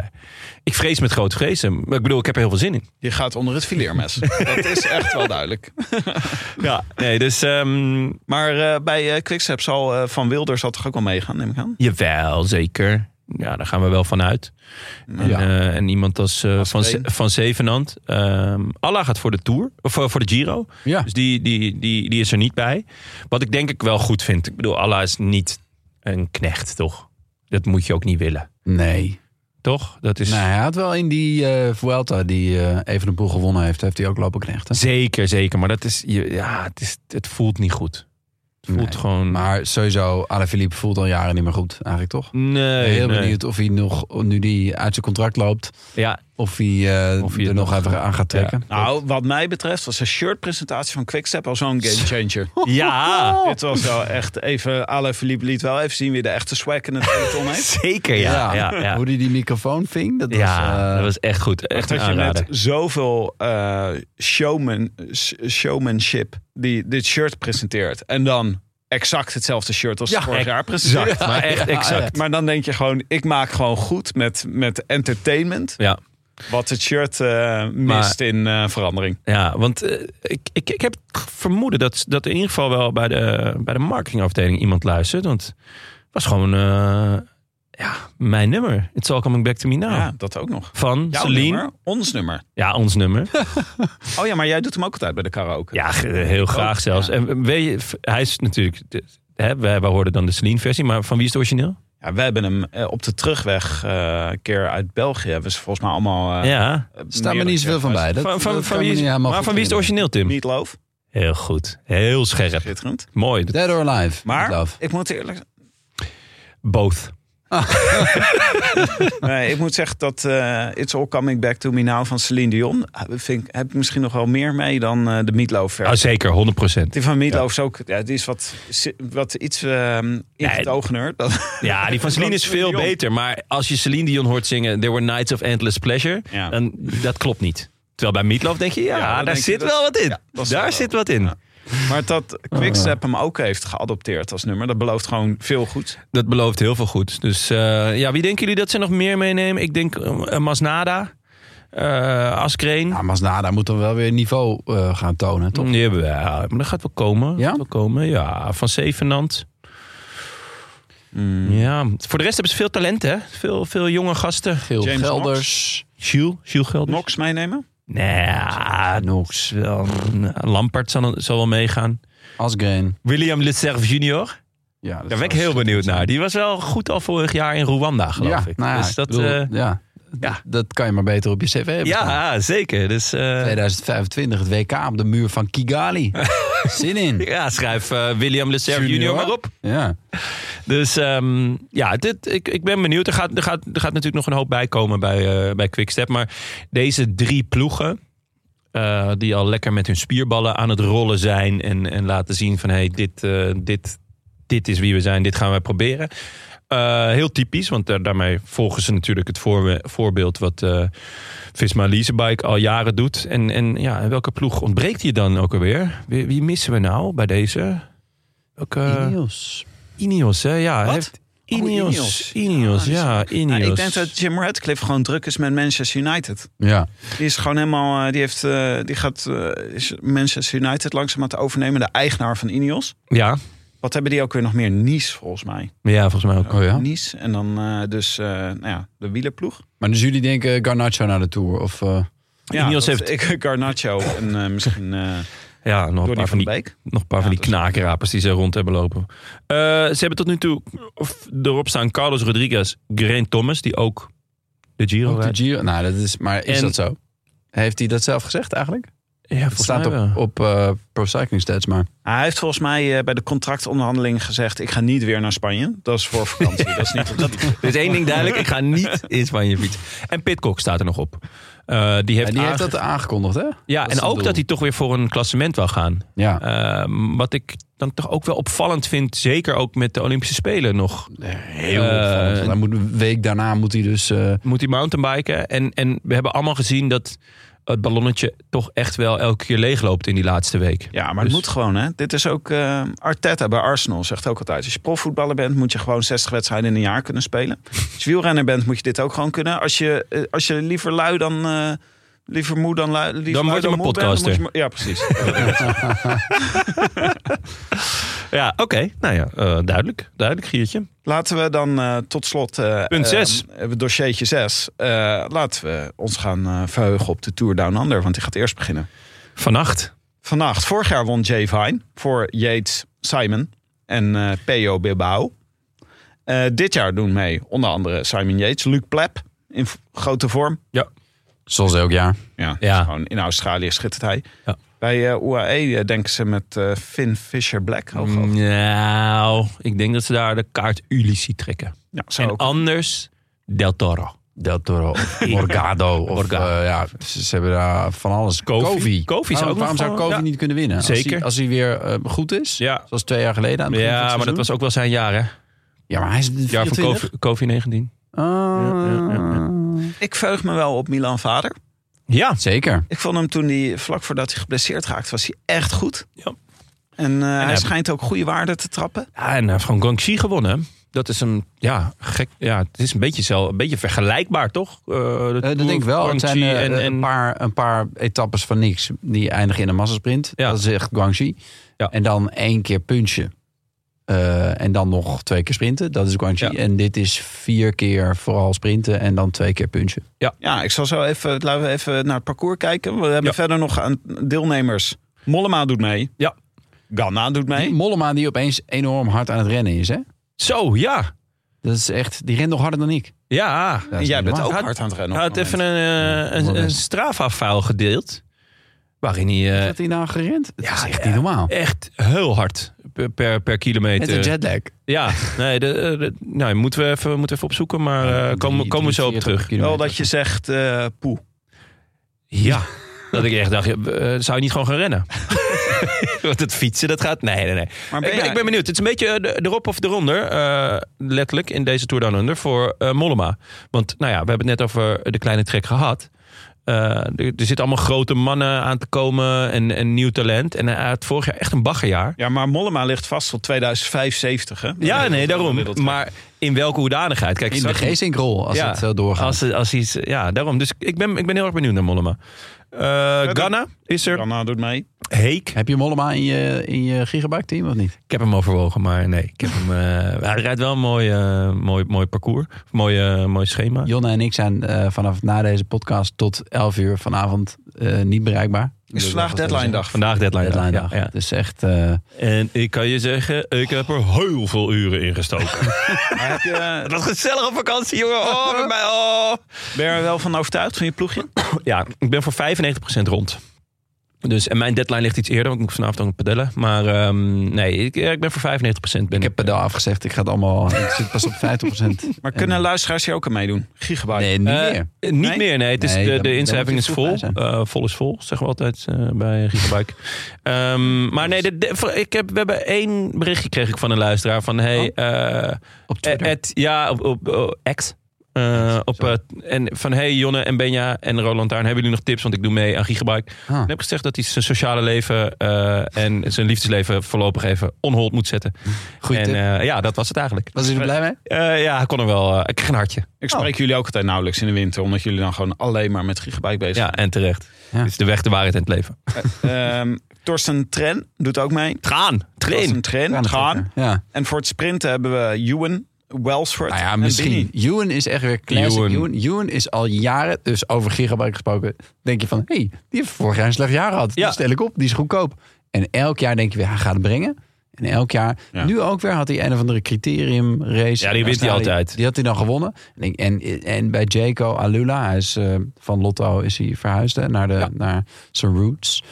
Speaker 2: ik vrees met grote vrezen. Maar ik bedoel, ik heb er heel veel zin in.
Speaker 4: Je gaat onder het fileermes. Dat is echt wel duidelijk.
Speaker 2: Ja, nee, dus ehm,
Speaker 4: Maar eh, bij eh, Quickstep zal eh, Van Wilder zal toch ook wel meegaan, neem ik aan?
Speaker 2: jawel, zeker. Ja, daar gaan we wel van uit. En,
Speaker 3: Ja.
Speaker 2: eh, en iemand als eh, van,
Speaker 4: Veen.
Speaker 2: van Zevenand. Ehm, Allah gaat voor de Tour, of eh, voor de Giro.
Speaker 3: Ja.
Speaker 2: Dus die, die, die, die is er niet bij. Wat ik denk ik wel goed vind. Ik bedoel, Allah is niet een knecht, toch? Dat moet je ook niet willen,
Speaker 3: Nee.
Speaker 2: toch? Dat is
Speaker 3: Nou, hij had wel in die eh Vuelta die eh even een boel gewonnen heeft, heeft hij ook lopen knechten.
Speaker 2: zeker, zeker. Maar dat is, je- ja, het, is, het voelt niet goed. Het voelt
Speaker 3: Nee.
Speaker 2: gewoon...
Speaker 3: Maar sowieso, Alaphilippe voelt al jaren niet meer goed, eigenlijk toch?
Speaker 2: nee,
Speaker 3: Heel
Speaker 2: nee.
Speaker 3: benieuwd of hij nog, nu die uit zijn contract loopt,
Speaker 2: Ja,
Speaker 3: of hij, eh,
Speaker 2: Of hij
Speaker 3: er
Speaker 2: het
Speaker 3: nog
Speaker 2: nog- Ah,
Speaker 3: even aan gaat trekken.
Speaker 4: Nou, wat mij betreft was de shirtpresentatie van Quickstep al zo'n gamechanger.
Speaker 2: ja
Speaker 4: Dit was wel echt even... Alain Philippe liet wel even zien wie de echte swag in het peloton heeft.
Speaker 2: zeker ja. Ja, ja, ja.
Speaker 3: Hoe die die microfoon ving, dat was... eh,
Speaker 2: dat was echt goed. Echt een
Speaker 4: Dat je
Speaker 2: aanrader.
Speaker 4: met zoveel eh, showman, s- showmanship die dit shirt presenteert. En dan exact hetzelfde shirt als het vorig jaar presenteert.
Speaker 2: Exact, maar echt exact.
Speaker 4: Maar dan denk je gewoon, ik maak gewoon goed met, met entertainment.
Speaker 2: Ja.
Speaker 4: Wat het shirt eh, mist in eh, verandering.
Speaker 2: Ja, want eh, ik, ik, ik heb het vermoeden dat, dat in ieder geval wel bij de, bij de marketingafdeling iemand luistert. Want het was gewoon eh, ja, mijn nummer. It's all coming back to me now.
Speaker 4: Ja, dat ook nog.
Speaker 2: Van
Speaker 4: Jouw
Speaker 2: Oh. Celine.
Speaker 4: nummer, ons nummer.
Speaker 2: Ja, ons nummer.
Speaker 4: Oh ja, maar jij doet hem ook altijd bij de karaoke.
Speaker 2: Ja, ge- heel graag
Speaker 3: Oh,
Speaker 2: zelfs. En weet je, v- hij is natuurlijk... de- Hè, wij, wij hoorden dan de Celine-versie, maar van wie is het origineel?
Speaker 4: Ja, we hebben hem eh, op de terugweg eh, een keer uit België. Hebben ze volgens mij allemaal... eh,
Speaker 2: ja.
Speaker 4: eh,
Speaker 3: Staat me
Speaker 4: meerdere
Speaker 3: niet zoveel van bij. Dat,
Speaker 2: van, van,
Speaker 3: dat
Speaker 2: van
Speaker 3: kan
Speaker 2: wie
Speaker 3: me
Speaker 2: is,
Speaker 3: niet helemaal
Speaker 2: maar
Speaker 3: goed
Speaker 2: van wie is het origineel,
Speaker 4: keer.
Speaker 2: Tim?
Speaker 4: Meatloaf,
Speaker 2: Heel goed. Heel scherp.
Speaker 4: schitterend.
Speaker 2: Mooi.
Speaker 3: Dead or Alive.
Speaker 4: Maar
Speaker 3: Meatloaf.
Speaker 4: ik moet eerlijk
Speaker 2: Both.
Speaker 4: nee, ik moet zeggen dat eh, It's All Coming Back To Me Now van Celine Dion... eh, vind ik, heb ik misschien nog wel meer mee dan eh, de Meatloaf versie.
Speaker 2: Oh, zeker, 100 procent.
Speaker 4: Die van Meatloaf is ook, ja, die is wat, wat iets ehm in het oogner. Dat,
Speaker 2: Ja, die van Celine is veel beter. Maar als je Celine Dion hoort zingen... There were nights of endless pleasure...
Speaker 4: Ja.
Speaker 2: Dan, dat klopt niet. Terwijl bij Meatloaf denk je... Ja,
Speaker 4: Ja, dan
Speaker 2: daar
Speaker 4: denk je
Speaker 2: zit
Speaker 4: dat-
Speaker 2: wel wat in.
Speaker 4: dat is wel
Speaker 2: daar
Speaker 4: wel.
Speaker 2: zit wat in.
Speaker 4: maar dat Quickstep hem ook heeft geadopteerd als nummer, dat belooft gewoon veel goed.
Speaker 2: Dat belooft heel veel goed. Dus eh, ja, wie denken jullie dat ze nog meer meenemen? Ik denk eh, eh, Masnada. eh Askreen.
Speaker 3: Ja, Masnada moet dan wel weer niveau eh, gaan tonen, toch?
Speaker 2: Die hebben we. Ja, maar dat gaat wel komen.
Speaker 3: Ja?
Speaker 2: Gaat wel komen. ja van Zevenand.
Speaker 4: Hmm.
Speaker 2: Ja, voor de rest hebben ze veel talent, hè? Veel, veel jonge gasten.
Speaker 3: Geel
Speaker 4: James
Speaker 3: Gelders.
Speaker 2: Jules, Jules Gelder.
Speaker 4: Nox meenemen?
Speaker 2: Nee, Nox wel. Nou, Lampard zal, zal wel meegaan.
Speaker 3: Asgreen.
Speaker 2: William Lecerf junior.
Speaker 3: Ja, dat
Speaker 2: Daar ben ik
Speaker 3: was-
Speaker 2: heel benieuwd naar. Die was wel goed al vorig jaar in Rwanda, geloof
Speaker 3: Oh, ja,
Speaker 2: ik.
Speaker 3: nou ja,
Speaker 2: dus dat,
Speaker 3: ik bedoel,
Speaker 2: eh,
Speaker 3: ja,
Speaker 2: ja.
Speaker 3: Dat, dat kan je maar beter op je cv hebben staan.
Speaker 2: ja, zeker. Dus, eh,
Speaker 3: 2025, het WK op de muur van Kigali. Zin in.
Speaker 2: ja, schrijf eh, William Lecerf junior.
Speaker 3: Junior.
Speaker 2: maar op.
Speaker 3: Ja.
Speaker 2: Dus ehm, ja, dit, ik, ik ben benieuwd. Er gaat, er, gaat, er gaat natuurlijk nog een hoop bij komen bij, eh bij Quickstep. Maar deze drie ploegen... eh, die al lekker met hun spierballen aan het rollen zijn. En, en laten zien van hey, dit, eh, dit, dit is wie we zijn. Dit gaan wij proberen. Eh, heel typisch, want daar- daarmee volgen ze natuurlijk het voorbe- voorbeeld wat eh Visma Leasebike al jaren doet. En, en ja, en welke ploeg ontbreekt hier dan ook alweer? Wie, wie missen we nou bij deze? Welke...
Speaker 3: Ineos.
Speaker 2: Ineos, hè? Ja,
Speaker 4: Wat?
Speaker 2: heeft
Speaker 4: Oh,
Speaker 2: Ineos.
Speaker 4: Ineos.
Speaker 2: Ineos,
Speaker 4: Ah,
Speaker 2: ja, Ineos.
Speaker 4: Nou, ik denk dat Jim Radcliffe gewoon druk is met Manchester United.
Speaker 3: Ja.
Speaker 4: Die is gewoon helemaal, eh, die, heeft, eh, die gaat eh, is Manchester United langzaam aan het overnemen, de eigenaar van Ineos.
Speaker 2: Ja,
Speaker 4: Wat hebben die ook weer nog meer? Nice volgens mij.
Speaker 2: Ja, volgens mij ook.
Speaker 3: Oh ja.
Speaker 4: Nice. En dan eh, dus eh, nou ja, de wielerploeg.
Speaker 3: Maar dus jullie denken Garnacho naar de Tour? Of, eh,
Speaker 4: Ja,
Speaker 2: Ineos
Speaker 4: dat-
Speaker 2: heeft-
Speaker 4: ik, Garnacho en eh, misschien eh
Speaker 2: Ja, nog een
Speaker 4: Donny
Speaker 2: paar
Speaker 4: van
Speaker 2: van
Speaker 4: de
Speaker 2: die
Speaker 4: Beek.
Speaker 2: Nog een paar
Speaker 4: Ja,
Speaker 2: van die
Speaker 4: dat is-
Speaker 2: knakerapers die ze rond hebben lopen. Eh, ze hebben tot nu toe of, erop staan Carlos Rodriguez, Geraint Thomas, die ook de Giro
Speaker 3: ook de
Speaker 2: rijdt.
Speaker 3: Giro? Nou, dat is, maar is
Speaker 2: En-
Speaker 3: dat zo? Heeft hij dat zelf gezegd eigenlijk?
Speaker 2: Ja,
Speaker 3: Het
Speaker 2: volgens
Speaker 3: staat
Speaker 2: mij wel.
Speaker 3: op, op eh, Pro Cycling Stats, maar...
Speaker 4: Ah, Hij heeft volgens mij eh, bij de contractonderhandeling gezegd: ik ga niet weer naar Spanje. Dat is voor vakantie. dat is niet omdat
Speaker 2: Er is één ding duidelijk, ik ga niet in Spanje fietsen. En Pitcock staat er nog op. Eh, die
Speaker 3: Ja,
Speaker 2: heeft,
Speaker 3: die heeft
Speaker 2: aange-
Speaker 3: dat aangekondigd, hè?
Speaker 2: ja,
Speaker 3: dat
Speaker 2: en
Speaker 3: is het
Speaker 2: ook
Speaker 3: doel.
Speaker 2: dat hij toch weer voor een klassement wil gaan.
Speaker 3: Ja.
Speaker 2: Eh, wat ik dan toch ook wel opvallend vind, zeker ook met de Olympische Spelen nog.
Speaker 3: Heel
Speaker 2: Eh,
Speaker 3: opvallend. Want hij moet een week daarna moet hij dus... eh,
Speaker 2: Moet hij mountainbiken. En, en we hebben allemaal gezien dat het ballonnetje toch echt wel elke keer leegloopt in die laatste week.
Speaker 4: Ja, maar
Speaker 2: Dus-
Speaker 4: het moet gewoon, hè. Dit is ook... eh, Arteta bij Arsenal zegt ook altijd... als je profvoetballer bent, moet je gewoon 60 wedstrijden in een jaar kunnen spelen. Als je wielrenner bent, moet je dit ook gewoon kunnen. Als je, eh, als je liever lui dan... eh, liever moe dan lui... Liever
Speaker 2: Dan
Speaker 4: lui
Speaker 2: word je maar
Speaker 4: moe bent, dan
Speaker 2: podcaster.
Speaker 4: moet je maar- ja, precies.
Speaker 2: Ja, oké. Nou ja, eh, duidelijk. Duidelijk, Giertje.
Speaker 4: laten we dan eh, tot slot... eh,
Speaker 2: Punt
Speaker 4: eh,
Speaker 2: zes.
Speaker 4: hebben we dossiertje 6. laten we ons gaan eh, verheugen op de Tour Down Under. Want die gaat eerst beginnen.
Speaker 2: Vannacht.
Speaker 4: Vannacht, vorig jaar won Jay Vine voor Yates, Simon en eh Peo Bilbao. Eh, dit jaar doen mee onder andere Simon Yates, Luc Plep in v- grote vorm.
Speaker 3: zoals elk jaar.
Speaker 4: Ja,
Speaker 2: Ja.
Speaker 4: is gewoon in Australië schittert hij.
Speaker 2: Ja.
Speaker 4: Bij eh UAE eh, denken ze met eh, Finn Fisher Black. hoog
Speaker 2: Oh,
Speaker 4: over.
Speaker 2: Mm. Nou, ik denk dat ze daar de kaart Ulissi trekken.
Speaker 4: Ja, zo
Speaker 2: en
Speaker 4: ook.
Speaker 2: anders Del Toro.
Speaker 3: Del Toro of Morgado. Of,
Speaker 2: Morgado.
Speaker 3: eh, ja, ze, ze hebben daar van alles.
Speaker 2: Kofi.
Speaker 3: Kofi.
Speaker 2: Kofi zou
Speaker 3: waarom
Speaker 2: ook
Speaker 3: waarom
Speaker 2: nog
Speaker 3: zou
Speaker 2: gewoon-
Speaker 3: Kofi
Speaker 2: ja.
Speaker 3: niet kunnen winnen? Als hij-
Speaker 2: Zeker.
Speaker 3: Als hij, weer eh, goed is.
Speaker 2: Ja.
Speaker 3: Zoals twee jaar geleden aan het begin van
Speaker 2: Ja,
Speaker 3: het
Speaker 2: maar dat was
Speaker 3: seizoen.
Speaker 2: ook wel zijn jaar, hè?
Speaker 3: Ja, maar hij is
Speaker 2: Jaar
Speaker 3: 24.
Speaker 2: van Kofi, Kofi 19. Ja, ja,
Speaker 4: Ik verheug me wel op Milan Vader.
Speaker 2: Ja.
Speaker 3: Ah. Zeker.
Speaker 4: Ik vond hem toen hij, vlak voordat hij geblesseerd raakte, was hij echt goed.
Speaker 2: Ja.
Speaker 4: En, eh, hij
Speaker 2: hij-
Speaker 4: schijnt ook goede waarde te trappen.
Speaker 2: ja en hij heeft gewoon Guangxi gewonnen. hè? Dat is een, ja, gek. Ja, het is een beetje, zo, een beetje vergelijkbaar, toch? Eh, de
Speaker 3: Eh,
Speaker 2: Tour,
Speaker 3: dat denk ik wel. Het zijn
Speaker 2: Guangxi
Speaker 3: eh,
Speaker 2: en, en,
Speaker 3: Een, paar, een paar etappes van niks. Die eindigen in een massasprint.
Speaker 2: Ja.
Speaker 3: Dat is echt Guangxi.
Speaker 2: Ja.
Speaker 3: En dan één keer punchen. Eh, en dan nog twee keer sprinten. Dat is Guangxi.
Speaker 2: Ja.
Speaker 3: En dit is vier keer vooral sprinten. En dan twee keer punchen.
Speaker 4: Ja, ik zal zo even, laten we even naar het parcours kijken. We hebben
Speaker 2: Ja.
Speaker 4: verder nog aan deelnemers. Mollema doet mee.
Speaker 2: Ja.
Speaker 4: Ganna doet
Speaker 3: Die
Speaker 4: mee.
Speaker 3: Mollema die opeens enorm hard aan het rennen is. Hè?
Speaker 2: Zo, ja.
Speaker 3: Dat is echt, die rent nog harder dan ik.
Speaker 2: Ja.
Speaker 3: Dat
Speaker 4: En
Speaker 3: is
Speaker 4: jij
Speaker 3: niet
Speaker 4: bent
Speaker 3: normaal.
Speaker 4: ook hard aan het rennen.
Speaker 2: Hij
Speaker 4: op
Speaker 2: had
Speaker 4: het
Speaker 2: even
Speaker 4: moment.
Speaker 2: een, eh, een, een Strava-file gedeeld. Waarin hij eh,
Speaker 3: Wat heeft hij nou gerend? Dat
Speaker 2: Ja,
Speaker 3: is echt
Speaker 2: ja.
Speaker 3: niet normaal.
Speaker 2: echt heel hard per, per, per
Speaker 3: Met een
Speaker 2: kilometer.
Speaker 3: jetlag.
Speaker 2: Ja, nee, de, eh, de- nou, moeten, we even, moeten we even opzoeken, maar eh,
Speaker 3: Drie-
Speaker 2: komen, komen we zo op
Speaker 3: 43
Speaker 2: terug.
Speaker 4: Wel
Speaker 3: kilometer.
Speaker 4: dat je zegt, eh poe.
Speaker 2: Ja, dat ik echt dacht, eh, eh, zou je niet gewoon gaan rennen? Want het fietsen, dat gaat... Nee, nee, nee.
Speaker 4: Maar ben
Speaker 2: ik, ben,
Speaker 4: jij-
Speaker 2: ik ben benieuwd. Het is een beetje eh, de- erop of eronder, eh, letterlijk, in deze Tour Down Under voor eh, Mollema. Want nou ja, we hebben het net over de kleine trek gehad. Eh, er, er zitten allemaal grote mannen aan te komen en, en nieuw talent. En hij had vorig jaar echt een baggerjaar.
Speaker 4: Ja, maar Mollema ligt vast tot 2075, hè?
Speaker 2: Ja, nee, daarom.
Speaker 4: Gemiddeld.
Speaker 2: Maar in welke hoedanigheid? Kijk,
Speaker 3: In de
Speaker 2: straks-
Speaker 3: Geesinkrol, als
Speaker 2: Ja.
Speaker 3: het zo doorgaat.
Speaker 2: Als, als hij, is- ja, daarom. Dus ik ben, ik ben heel erg benieuwd naar Mollema. Eh Ghana is er.
Speaker 4: Ganna doet mee.
Speaker 2: Heek.
Speaker 3: Heb je Mollema in je, in je gigabyte team of niet?
Speaker 2: Ik heb hem overwogen, maar nee. Ik heb hem, eh, hij rijdt wel een mooi, eh, mooi, mooi parcours. Of Mooi, eh, mooi schema.
Speaker 3: Jonne en ik zijn eh, vanaf na deze podcast tot 11 uur vanavond eh, niet bereikbaar. Dus
Speaker 4: Is vandaag deadline dag.
Speaker 2: Vandaag deadline, dag,
Speaker 3: Deadline
Speaker 2: ja,
Speaker 3: dag.
Speaker 2: ja.
Speaker 3: Dus echt, eh,
Speaker 2: En ik kan je zeggen, ik heb er heel veel uren in gestoken.
Speaker 4: Maar heb je,
Speaker 2: Het was gezellig op vakantie, jongen. Oh, met mij, oh.
Speaker 4: ben je er wel van overtuigd van je ploegje?
Speaker 2: Ja, ik ben voor 95% rond. Dus, en mijn deadline ligt iets eerder, want ik moet vanavond ook padellen. Maar ehm, nee, ik, ja, ik ben voor 95% ben
Speaker 3: ik
Speaker 2: ik.
Speaker 3: heb pedaal afgezegd. Ik ga het allemaal. Ik zit pas op 50%.
Speaker 4: Maar kunnen luisteraars hier ook aan meedoen? Gigabyte.
Speaker 3: Nee, niet
Speaker 2: Eh,
Speaker 3: meer.
Speaker 2: eh, niet
Speaker 4: Nee?
Speaker 2: meer, nee. Het is,
Speaker 3: Nee,
Speaker 2: de,
Speaker 3: dan-
Speaker 2: de
Speaker 3: dan
Speaker 2: inschrijving
Speaker 3: moet
Speaker 2: is
Speaker 3: je vroeg
Speaker 2: vol.
Speaker 3: bij
Speaker 2: Eh, vol is vol, zeggen we altijd eh, bij Gigabyte. Ehm, maar nee, de- de- ik heb, we hebben één berichtje kreeg ik van een luisteraar van... Hey, eh,
Speaker 3: Op Oh. Twitter.
Speaker 2: eh, Ed- ja, op, op, eh, X. Eh, op, eh, en van hey Jonne en Benja en Roland Taarn, hebben jullie nog tips? Want ik doe mee aan Gigabyte.
Speaker 3: Ah.
Speaker 2: Dan heb ik gezegd dat hij zijn sociale leven eh, en zijn liefdesleven voorlopig even onhold moet zetten.
Speaker 3: Goeie
Speaker 2: en
Speaker 3: tip.
Speaker 2: eh, ja, dat was het eigenlijk.
Speaker 3: Was je er blij mee?
Speaker 2: Eh, ja, ik kon er wel. eh, ik kreeg een hartje.
Speaker 4: Ik spreek jullie ook altijd nauwelijks in de winter, omdat jullie dan gewoon alleen maar met gigabyte bezig zijn.
Speaker 2: Ja, en terecht.
Speaker 3: Ja.
Speaker 2: Dit is de weg, de waarheid en het leven.
Speaker 4: Ehm Torsten Tren doet ook mee.
Speaker 2: Traan.
Speaker 4: Dat is
Speaker 2: train.
Speaker 4: een train. Gaan.
Speaker 3: Ja.
Speaker 4: En voor het sprinten hebben we Ewan, Welsford
Speaker 3: Nou ja,
Speaker 4: en
Speaker 3: misschien.
Speaker 4: Binny.
Speaker 3: Ewan is echt weer classic
Speaker 2: Ewan.
Speaker 3: Ewan. Ewan. is al jaren, dus over gigabyte gesproken, denk je van... hé, hey, die heeft vorig jaar een slecht jaar gehad.
Speaker 2: Ja.
Speaker 3: Die stel ik op, die is goedkoop. En elk jaar denk je weer, hij gaat het brengen. En elk jaar,
Speaker 4: Ja.
Speaker 3: nu ook weer, had hij een of andere criterium race.
Speaker 2: Ja, die wint hij altijd.
Speaker 3: Die had hij dan gewonnen. En, ik- en, en bij Jaco Alula, hij is eh, van Lotto, is hij verhuisd hè, naar, de, naar zijn roots.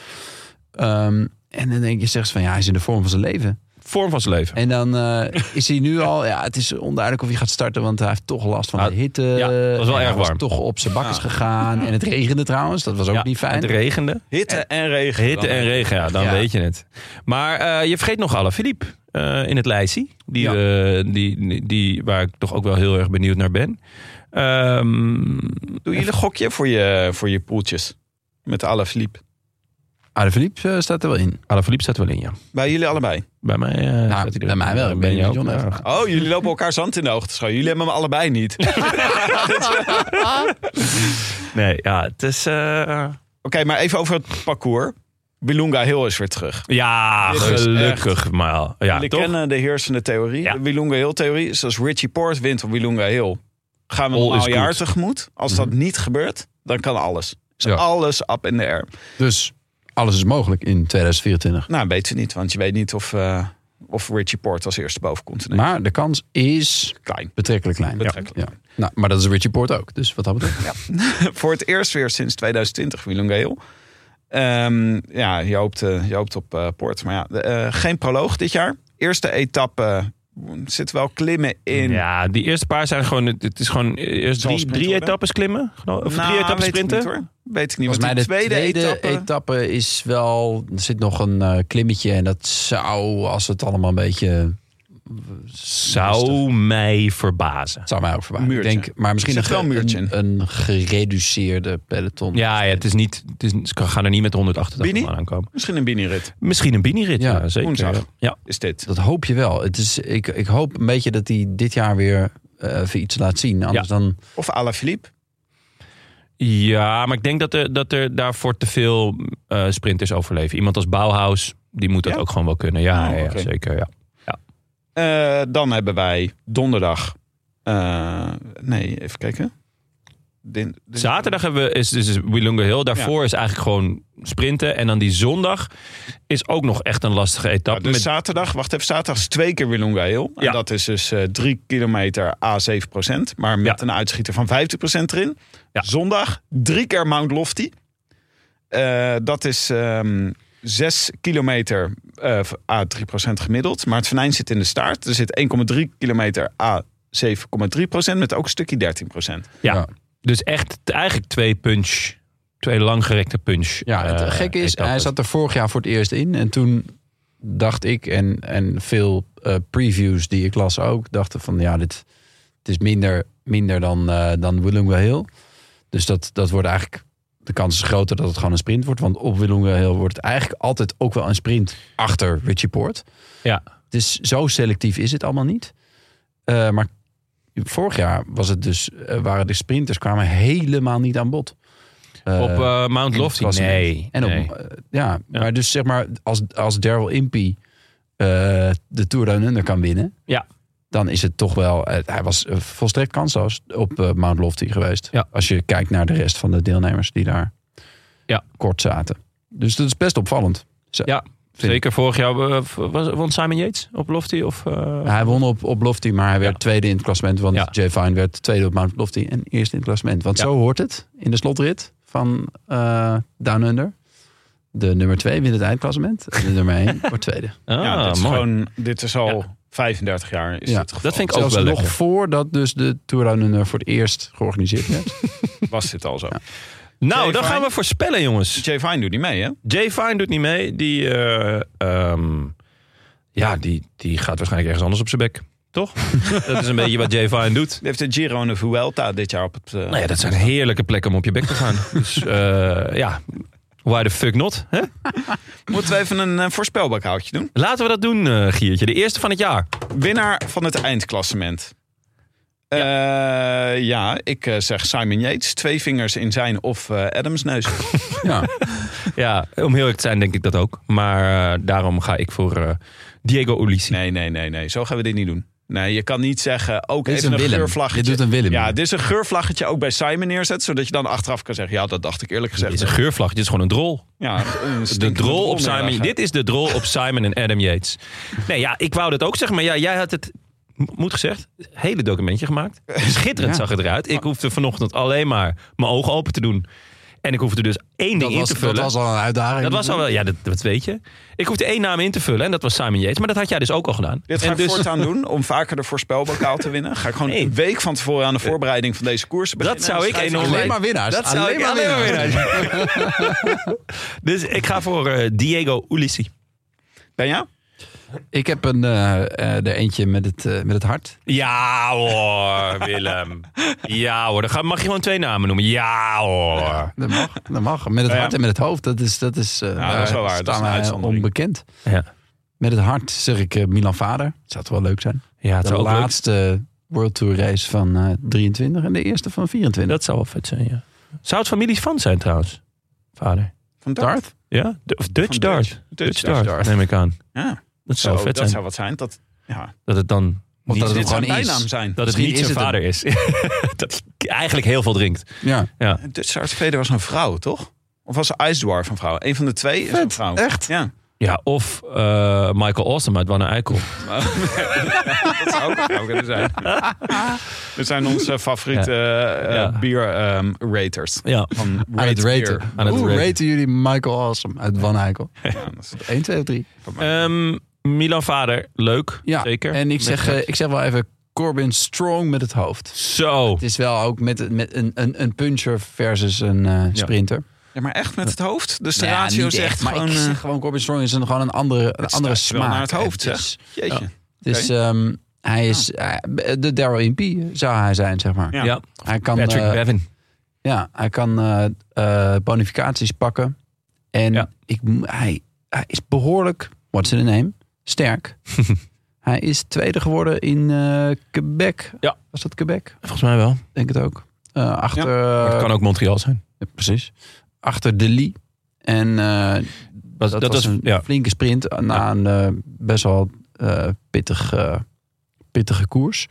Speaker 3: Ehm, en dan denk je, zegt ze van, ja, hij is in de vorm van zijn leven.
Speaker 2: Vorm van zijn leven.
Speaker 3: En dan eh, is hij nu al, ja, het is onduidelijk of hij gaat starten, want hij heeft toch last van
Speaker 2: Ah,
Speaker 3: de hitte.
Speaker 2: ja, het was wel
Speaker 3: En hij
Speaker 2: erg warm.
Speaker 3: toch op zijn bakkes gegaan. En het regende trouwens, dat was ook
Speaker 2: Ja,
Speaker 3: niet fijn.
Speaker 2: Het regende.
Speaker 4: Hitte en regen.
Speaker 2: Eh, Hitte en regen, ja, dan
Speaker 3: Ja.
Speaker 2: weet je het. Maar eh, je vergeet nog alle Philippe eh, in het lijstje. Die, eh, die, die, waar ik toch ook wel heel erg benieuwd naar ben. Ehm,
Speaker 4: Doe je een gokje voor je, voor je poeltjes? Met alle Philippe.
Speaker 3: Adephilippe eh, staat er wel in.
Speaker 2: alle Philippe staat wel in, ja.
Speaker 4: Bij jullie allebei.
Speaker 2: Bij mij, eh, staat hij er-
Speaker 3: Nou, bij mij wel. Ik ben
Speaker 2: je
Speaker 3: met
Speaker 2: ook-
Speaker 3: John
Speaker 2: ja.
Speaker 3: even.
Speaker 4: Oh, jullie lopen elkaar zand in de ogen te schooien. Jullie hebben hem allebei niet. Oké,
Speaker 2: Nee, ja, het is... eh,
Speaker 4: maar even over het parcours. Bilunga Hill is weer terug.
Speaker 2: ja,
Speaker 4: Dit is
Speaker 2: gelukkig maar. Ja,
Speaker 4: jullie
Speaker 2: toch?
Speaker 4: kennen de heersende theorie.
Speaker 2: Ja.
Speaker 4: De Wilunga Hill theorie. Dus als Richie Port wint op Wilunga Hill... gaan we
Speaker 2: All
Speaker 4: een
Speaker 2: is
Speaker 4: normaal jaar
Speaker 2: good. Mhm.
Speaker 4: tegemoet. Als dat niet gebeurt, dan kan alles. Is
Speaker 3: Ja.
Speaker 4: alles up in the air.
Speaker 3: Dus alles is mogelijk in 2024.
Speaker 4: Nou, weet je niet. Want je weet niet of, eh, of Richie Port als eerste boven komt. Nee,
Speaker 3: Maar de kans is
Speaker 4: klein.
Speaker 3: betrekkelijk klein.
Speaker 4: Betrekkelijk
Speaker 3: Ja. Nou, maar dat is Richie Poort ook. Dus wat dat betreft.
Speaker 4: voor het eerst weer sinds 2020 Willem Geel. Ehm, ja, je hoopt, eh, je hoopt op eh Poort. Maar ja, de, eh, geen proloog dit jaar. Eerste etappe eh, zit wel klimmen in.
Speaker 2: Ja, die eerste paar zijn gewoon... Het het is gewoon eerst
Speaker 4: Zal
Speaker 2: drie,
Speaker 4: sprinten
Speaker 2: drie
Speaker 4: worden?
Speaker 2: etappes klimmen. geloof- Of
Speaker 4: Nou,
Speaker 2: drie etappes
Speaker 4: weet ik
Speaker 2: sprinten.
Speaker 4: niet hoor. Weet ik niet.
Speaker 3: Volgens mij
Speaker 4: want
Speaker 3: de
Speaker 4: die
Speaker 3: tweede, etappe... is wel... Er zit nog een eh, klimmetje. En dat zou, als het allemaal een beetje...
Speaker 2: Zou mij verbazen.
Speaker 3: Zou mij ook verbazen. Ik
Speaker 4: Muurtje.
Speaker 3: denk, maar misschien
Speaker 4: Zit
Speaker 3: een,
Speaker 4: wel een muurtje
Speaker 3: een, een gereduceerde peloton.
Speaker 2: Ja, ja het is niet, het is, ze gaan er niet met 188
Speaker 4: Bini?
Speaker 2: man aankomen.
Speaker 4: Misschien een binirit
Speaker 2: Misschien een binirit, ja,
Speaker 3: Ja,
Speaker 2: zeker.
Speaker 4: woensdag.
Speaker 2: Ja.
Speaker 4: is dit.
Speaker 3: Dat hoop je wel. Het is, ik, ik hoop een beetje dat hij dit jaar weer eh, even iets laat zien. Anders dan...
Speaker 4: Of Ala Philippe.
Speaker 2: ja, maar ik denk dat er, dat er daarvoor te veel eh, sprinters overleven. Iemand als Bauhaus, die moet dat
Speaker 4: Ja?
Speaker 2: ook gewoon wel kunnen. Ja,
Speaker 4: Oh,
Speaker 2: ja, ja,
Speaker 4: oké.
Speaker 2: zeker. Ja.
Speaker 4: Eh, dan hebben wij donderdag. eh, nee, even kijken. Din- din-
Speaker 2: Zaterdag hebben we, is dus Wilunga Hill. Daarvoor is eigenlijk gewoon sprinten. En dan die zondag is ook nog echt een lastige
Speaker 4: Ja,
Speaker 2: etappe.
Speaker 4: dus
Speaker 2: Nou, met,
Speaker 4: zaterdag, wacht even, zaterdag is twee keer Willunga Hill. En
Speaker 2: Ja.
Speaker 4: dat is dus eh, drie kilometer A7 procent, maar met
Speaker 2: Ja.
Speaker 4: een uitschieter van 50 procent erin.
Speaker 2: Ja.
Speaker 4: Zondag drie keer Mount Lofty. Eh, dat is ehm, zes kilometer eh, A3 procent gemiddeld. Maar het venijn zit in de staart. Er zit 1,3 kilometer A7,3 procent met ook een stukje 13 procent.
Speaker 2: ja. dus echt t- eigenlijk twee punch, twee langgerekte punch.
Speaker 3: Ja, het
Speaker 2: eh,
Speaker 3: gekke is, hij
Speaker 2: etappes.
Speaker 3: zat er vorig jaar voor het eerst in. En toen dacht ik en, en veel eh, previews die ik las ook... dachten van ja, dit, het is minder, minder dan, eh dan Willunga Hill. Dus dat, dat wordt eigenlijk... De kans is groter dat het gewoon een sprint wordt. Want op Willunga Hill wordt het eigenlijk altijd ook wel een sprint achter Richie Poort.
Speaker 2: Ja.
Speaker 3: Dus zo selectief is het allemaal niet. Eh, maar vorig jaar was het dus, eh, waren de sprinters kwamen helemaal niet aan bod. Eh,
Speaker 2: Op eh, Mount
Speaker 3: in het
Speaker 2: Lofty?
Speaker 3: klassement.
Speaker 2: Nee.
Speaker 3: en op,
Speaker 2: nee.
Speaker 3: eh, ja,
Speaker 2: Ja.
Speaker 3: maar dus zeg maar, als, als Daryl Impey eh, de Tour Down Under kan winnen,
Speaker 2: Ja.
Speaker 3: dan is het toch wel. eh, hij was eh, volstrekt kansloos op eh, Mount Lofty geweest.
Speaker 2: Ja.
Speaker 3: Als je kijkt naar de rest van de deelnemers die daar
Speaker 2: Ja.
Speaker 3: kort zaten. Dus dat is best opvallend.
Speaker 2: Ja,
Speaker 3: Vind
Speaker 2: zeker vorig jaar. eh, v- was, won Simon Yates op Lofty? Of, eh,
Speaker 3: Hij won op, op Lofty, maar hij werd
Speaker 2: Ja.
Speaker 3: tweede in het klassement. Want
Speaker 2: Ja.
Speaker 3: Jay Vine werd tweede op Mount Lofty en eerste in het klassement. Want
Speaker 2: Ja.
Speaker 3: zo hoort het in de slotrit van eh, Down Under. De nummer twee wint het eindklassement. En de nummer één wordt tweede.
Speaker 2: ah,
Speaker 4: ja, dit is,
Speaker 2: mooi.
Speaker 4: gewoon, dit is al
Speaker 2: Ja.
Speaker 4: 35 jaar. Is
Speaker 3: Ja.
Speaker 4: dit geval.
Speaker 2: Dat vind ik ook
Speaker 3: Zelfs
Speaker 2: wel
Speaker 3: nog
Speaker 2: lekker.
Speaker 3: voordat dus de Tour Down Under voor het eerst georganiseerd werd.
Speaker 4: was dit al zo.
Speaker 2: Nou, dan
Speaker 4: Jay
Speaker 2: gaan we voorspellen, jongens.
Speaker 4: Jay Vine doet niet mee, hè?
Speaker 2: Jay Fine doet niet mee. Die, eh, ehm, ja, die, die gaat waarschijnlijk ergens anders op zijn bek. Toch? dat is een beetje wat Jay Fine doet.
Speaker 4: Die heeft de Giro en de Vuelta dit jaar op het... eh,
Speaker 2: Nou ja, dat zijn heerlijke plekken om op je bek te gaan. dus eh, ja, why the fuck not? Hè?
Speaker 4: Moeten we even een eh, voorspelbakhoutje doen?
Speaker 2: Laten we dat doen, eh, Giertje. De eerste van het jaar.
Speaker 4: Winnaar van het eindklassement. Ja, eh, ja ik eh, zeg Simon Yates. Twee vingers in zijn of eh, Adams neus.
Speaker 3: ja.
Speaker 2: ja, om heel eerlijk te zijn denk ik dat ook. Maar eh, daarom ga ik voor eh, Diego Ulissi.
Speaker 4: Nee, nee, nee, nee. Zo gaan we dit niet doen. Nee, je kan niet zeggen, ook
Speaker 3: Dit is
Speaker 4: even
Speaker 3: een
Speaker 4: een,
Speaker 3: Willem.
Speaker 4: geurvlaggetje.
Speaker 3: Dit doet een Willem.
Speaker 4: Ja, dit is een geurvlaggetje ook bij Simon neerzet, zodat je dan achteraf kan zeggen, ja, dat dacht ik eerlijk
Speaker 2: Dit
Speaker 4: gezegd.
Speaker 2: is een geurvlag, dit is gewoon een drol.
Speaker 4: ja, een
Speaker 2: De
Speaker 4: stinkende
Speaker 2: drol op
Speaker 4: inderdaad.
Speaker 2: Simon. Dit is de drol op Simon en Adam Yates. Nee, ja, ik wou dat ook zeggen, maar ja, jij had het, m- moet gezegd, hele documentje gemaakt. Schitterend
Speaker 3: Ja.
Speaker 2: zag het eruit. Ik hoefde vanochtend alleen maar mijn ogen open te doen. En ik hoefde dus één
Speaker 3: Dat
Speaker 2: ding in
Speaker 3: was,
Speaker 2: te
Speaker 3: dat
Speaker 2: vullen.
Speaker 3: was al een uitdaging.
Speaker 2: Dat was al wel, ja, dat, dat weet je. Ik hoefde één naam in te vullen en dat was Simon Yates. Maar dat had jij dus ook al gedaan.
Speaker 4: Dit ga
Speaker 2: en
Speaker 4: ik
Speaker 2: dus,
Speaker 4: voortaan doen om vaker de voorspelbokaal te winnen. Ga ik gewoon
Speaker 2: Nee.
Speaker 4: een week van tevoren aan de voorbereiding van deze koers beginnen.
Speaker 2: Eh. Dat zou
Speaker 4: En
Speaker 2: ik
Speaker 4: schrijf
Speaker 2: enorm-
Speaker 3: Alleen maar winnaars.
Speaker 2: Dat zou
Speaker 3: alleen,
Speaker 2: ik
Speaker 3: maar
Speaker 2: alleen maar
Speaker 3: winnaars.
Speaker 2: dus ik ga voor eh, Diego Ulissi.
Speaker 4: Ben jij?
Speaker 3: Ik heb een, eh, eh, er eentje met het, eh, met het hart.
Speaker 2: Ja hoor, Willem. Ja hoor, dan ga- mag je gewoon twee namen noemen. Ja hoor.
Speaker 3: Dat mag. Dat mag. Met het
Speaker 4: Ja.
Speaker 3: hart en met het hoofd. Dat is, dat is, eh,
Speaker 4: Ja, dat is wel waar. Dat
Speaker 3: staan
Speaker 4: is een
Speaker 3: wij
Speaker 4: uitzondering.
Speaker 3: onbekend.
Speaker 2: Ja,
Speaker 3: Met het hart zeg ik eh, Milan Vader. Zou toch wel leuk zijn.
Speaker 2: ja het
Speaker 3: De
Speaker 2: zou ook leuk-
Speaker 3: laatste World Tour race van eh, 23 en de eerste van 24.
Speaker 2: Dat zou wel vet zijn, ja. Zou het familie van zijn trouwens? Vader.
Speaker 4: Van
Speaker 3: Dat Dart?
Speaker 2: Ja? D- of Dutch
Speaker 4: Van
Speaker 2: Dart.
Speaker 4: Dutch.
Speaker 2: Dutch,
Speaker 4: Dutch
Speaker 2: Dart,
Speaker 4: Dart.
Speaker 2: neem ik aan.
Speaker 4: Ja,
Speaker 2: Dat zou
Speaker 4: zo,
Speaker 2: vet
Speaker 4: dat
Speaker 2: zijn.
Speaker 4: zou wat zijn. Dat, ja,
Speaker 2: Dat het dan
Speaker 3: Of
Speaker 2: niet,
Speaker 3: dat het
Speaker 4: dit zou
Speaker 3: gewoon
Speaker 4: een
Speaker 3: is.
Speaker 4: bijnaam zijn.
Speaker 2: dat het
Speaker 3: Misschien
Speaker 2: niet
Speaker 3: is
Speaker 2: zijn
Speaker 3: het
Speaker 2: vader is. dat hij eigenlijk heel veel drinkt.
Speaker 3: Ja.
Speaker 4: Dutch Darts Vader was een vrouw, toch? Of was ze Ice Dwarf een vrouw? Een van de twee is een
Speaker 3: Vet,
Speaker 4: vrouw.
Speaker 3: echt?
Speaker 4: Ja.
Speaker 2: Ja, of eh, Michael Austin uit Wanne Eikel.
Speaker 4: Dat zou ook een vrouw kunnen zijn. We zijn onze favoriete eh, eh,
Speaker 2: Ja.
Speaker 4: bier ehm, raters.
Speaker 2: Ja.
Speaker 4: Van
Speaker 3: Aan het
Speaker 4: rate
Speaker 3: raten.
Speaker 4: beer.
Speaker 2: Aan het
Speaker 3: Hoe
Speaker 2: raten.
Speaker 3: raten jullie Michael Awesome uit Van Eikel?
Speaker 4: Ja, dat is-
Speaker 3: 1, 2 of 3.
Speaker 2: Ehm, Milan Vader, leuk.
Speaker 3: Ja,
Speaker 2: Zeker.
Speaker 3: en ik
Speaker 2: Met
Speaker 3: zeg, eh, ik zeg wel even Corbin Strong met het hoofd.
Speaker 2: Zo.
Speaker 3: Het is wel ook met, met een, een, een puncher versus een eh, sprinter.
Speaker 4: Ja, maar echt met het hoofd? Dus de
Speaker 3: Nou ja,
Speaker 4: ratio
Speaker 3: niet
Speaker 4: zegt
Speaker 3: echt, maar
Speaker 4: gewoon...
Speaker 3: ik
Speaker 4: eh,
Speaker 3: zeg gewoon Corbin Strong is een, gewoon een andere, een andere
Speaker 4: stuit wel
Speaker 3: smaak.
Speaker 4: naar het hoofd,
Speaker 3: Het is,
Speaker 4: jeetje.
Speaker 3: het is, ehm, hij is eh, de Daryl Impey zou hij zijn, zeg maar.
Speaker 4: Ja.
Speaker 2: Ja,
Speaker 3: Hij kan,
Speaker 2: Patrick
Speaker 3: eh,
Speaker 2: Bevin.
Speaker 3: ja, hij kan eh, eh, bonificaties pakken. En
Speaker 2: Ja.
Speaker 3: ik, mo- hij, hij is behoorlijk, what's in the name, sterk. hij is tweede geworden in eh, Quebec.
Speaker 2: Ja.
Speaker 3: Was dat Quebec?
Speaker 2: Volgens mij wel.
Speaker 3: Denk het ook. Eh, achter,
Speaker 2: Maar het
Speaker 3: eh,
Speaker 2: kan ook Montreal zijn.
Speaker 3: Ja, precies. Achter de Lee. En eh, dat,
Speaker 2: dat
Speaker 3: was
Speaker 2: was-
Speaker 3: een
Speaker 2: ja.
Speaker 3: flinke sprint na een eh, best wel eh, pittig, eh, pittige koers.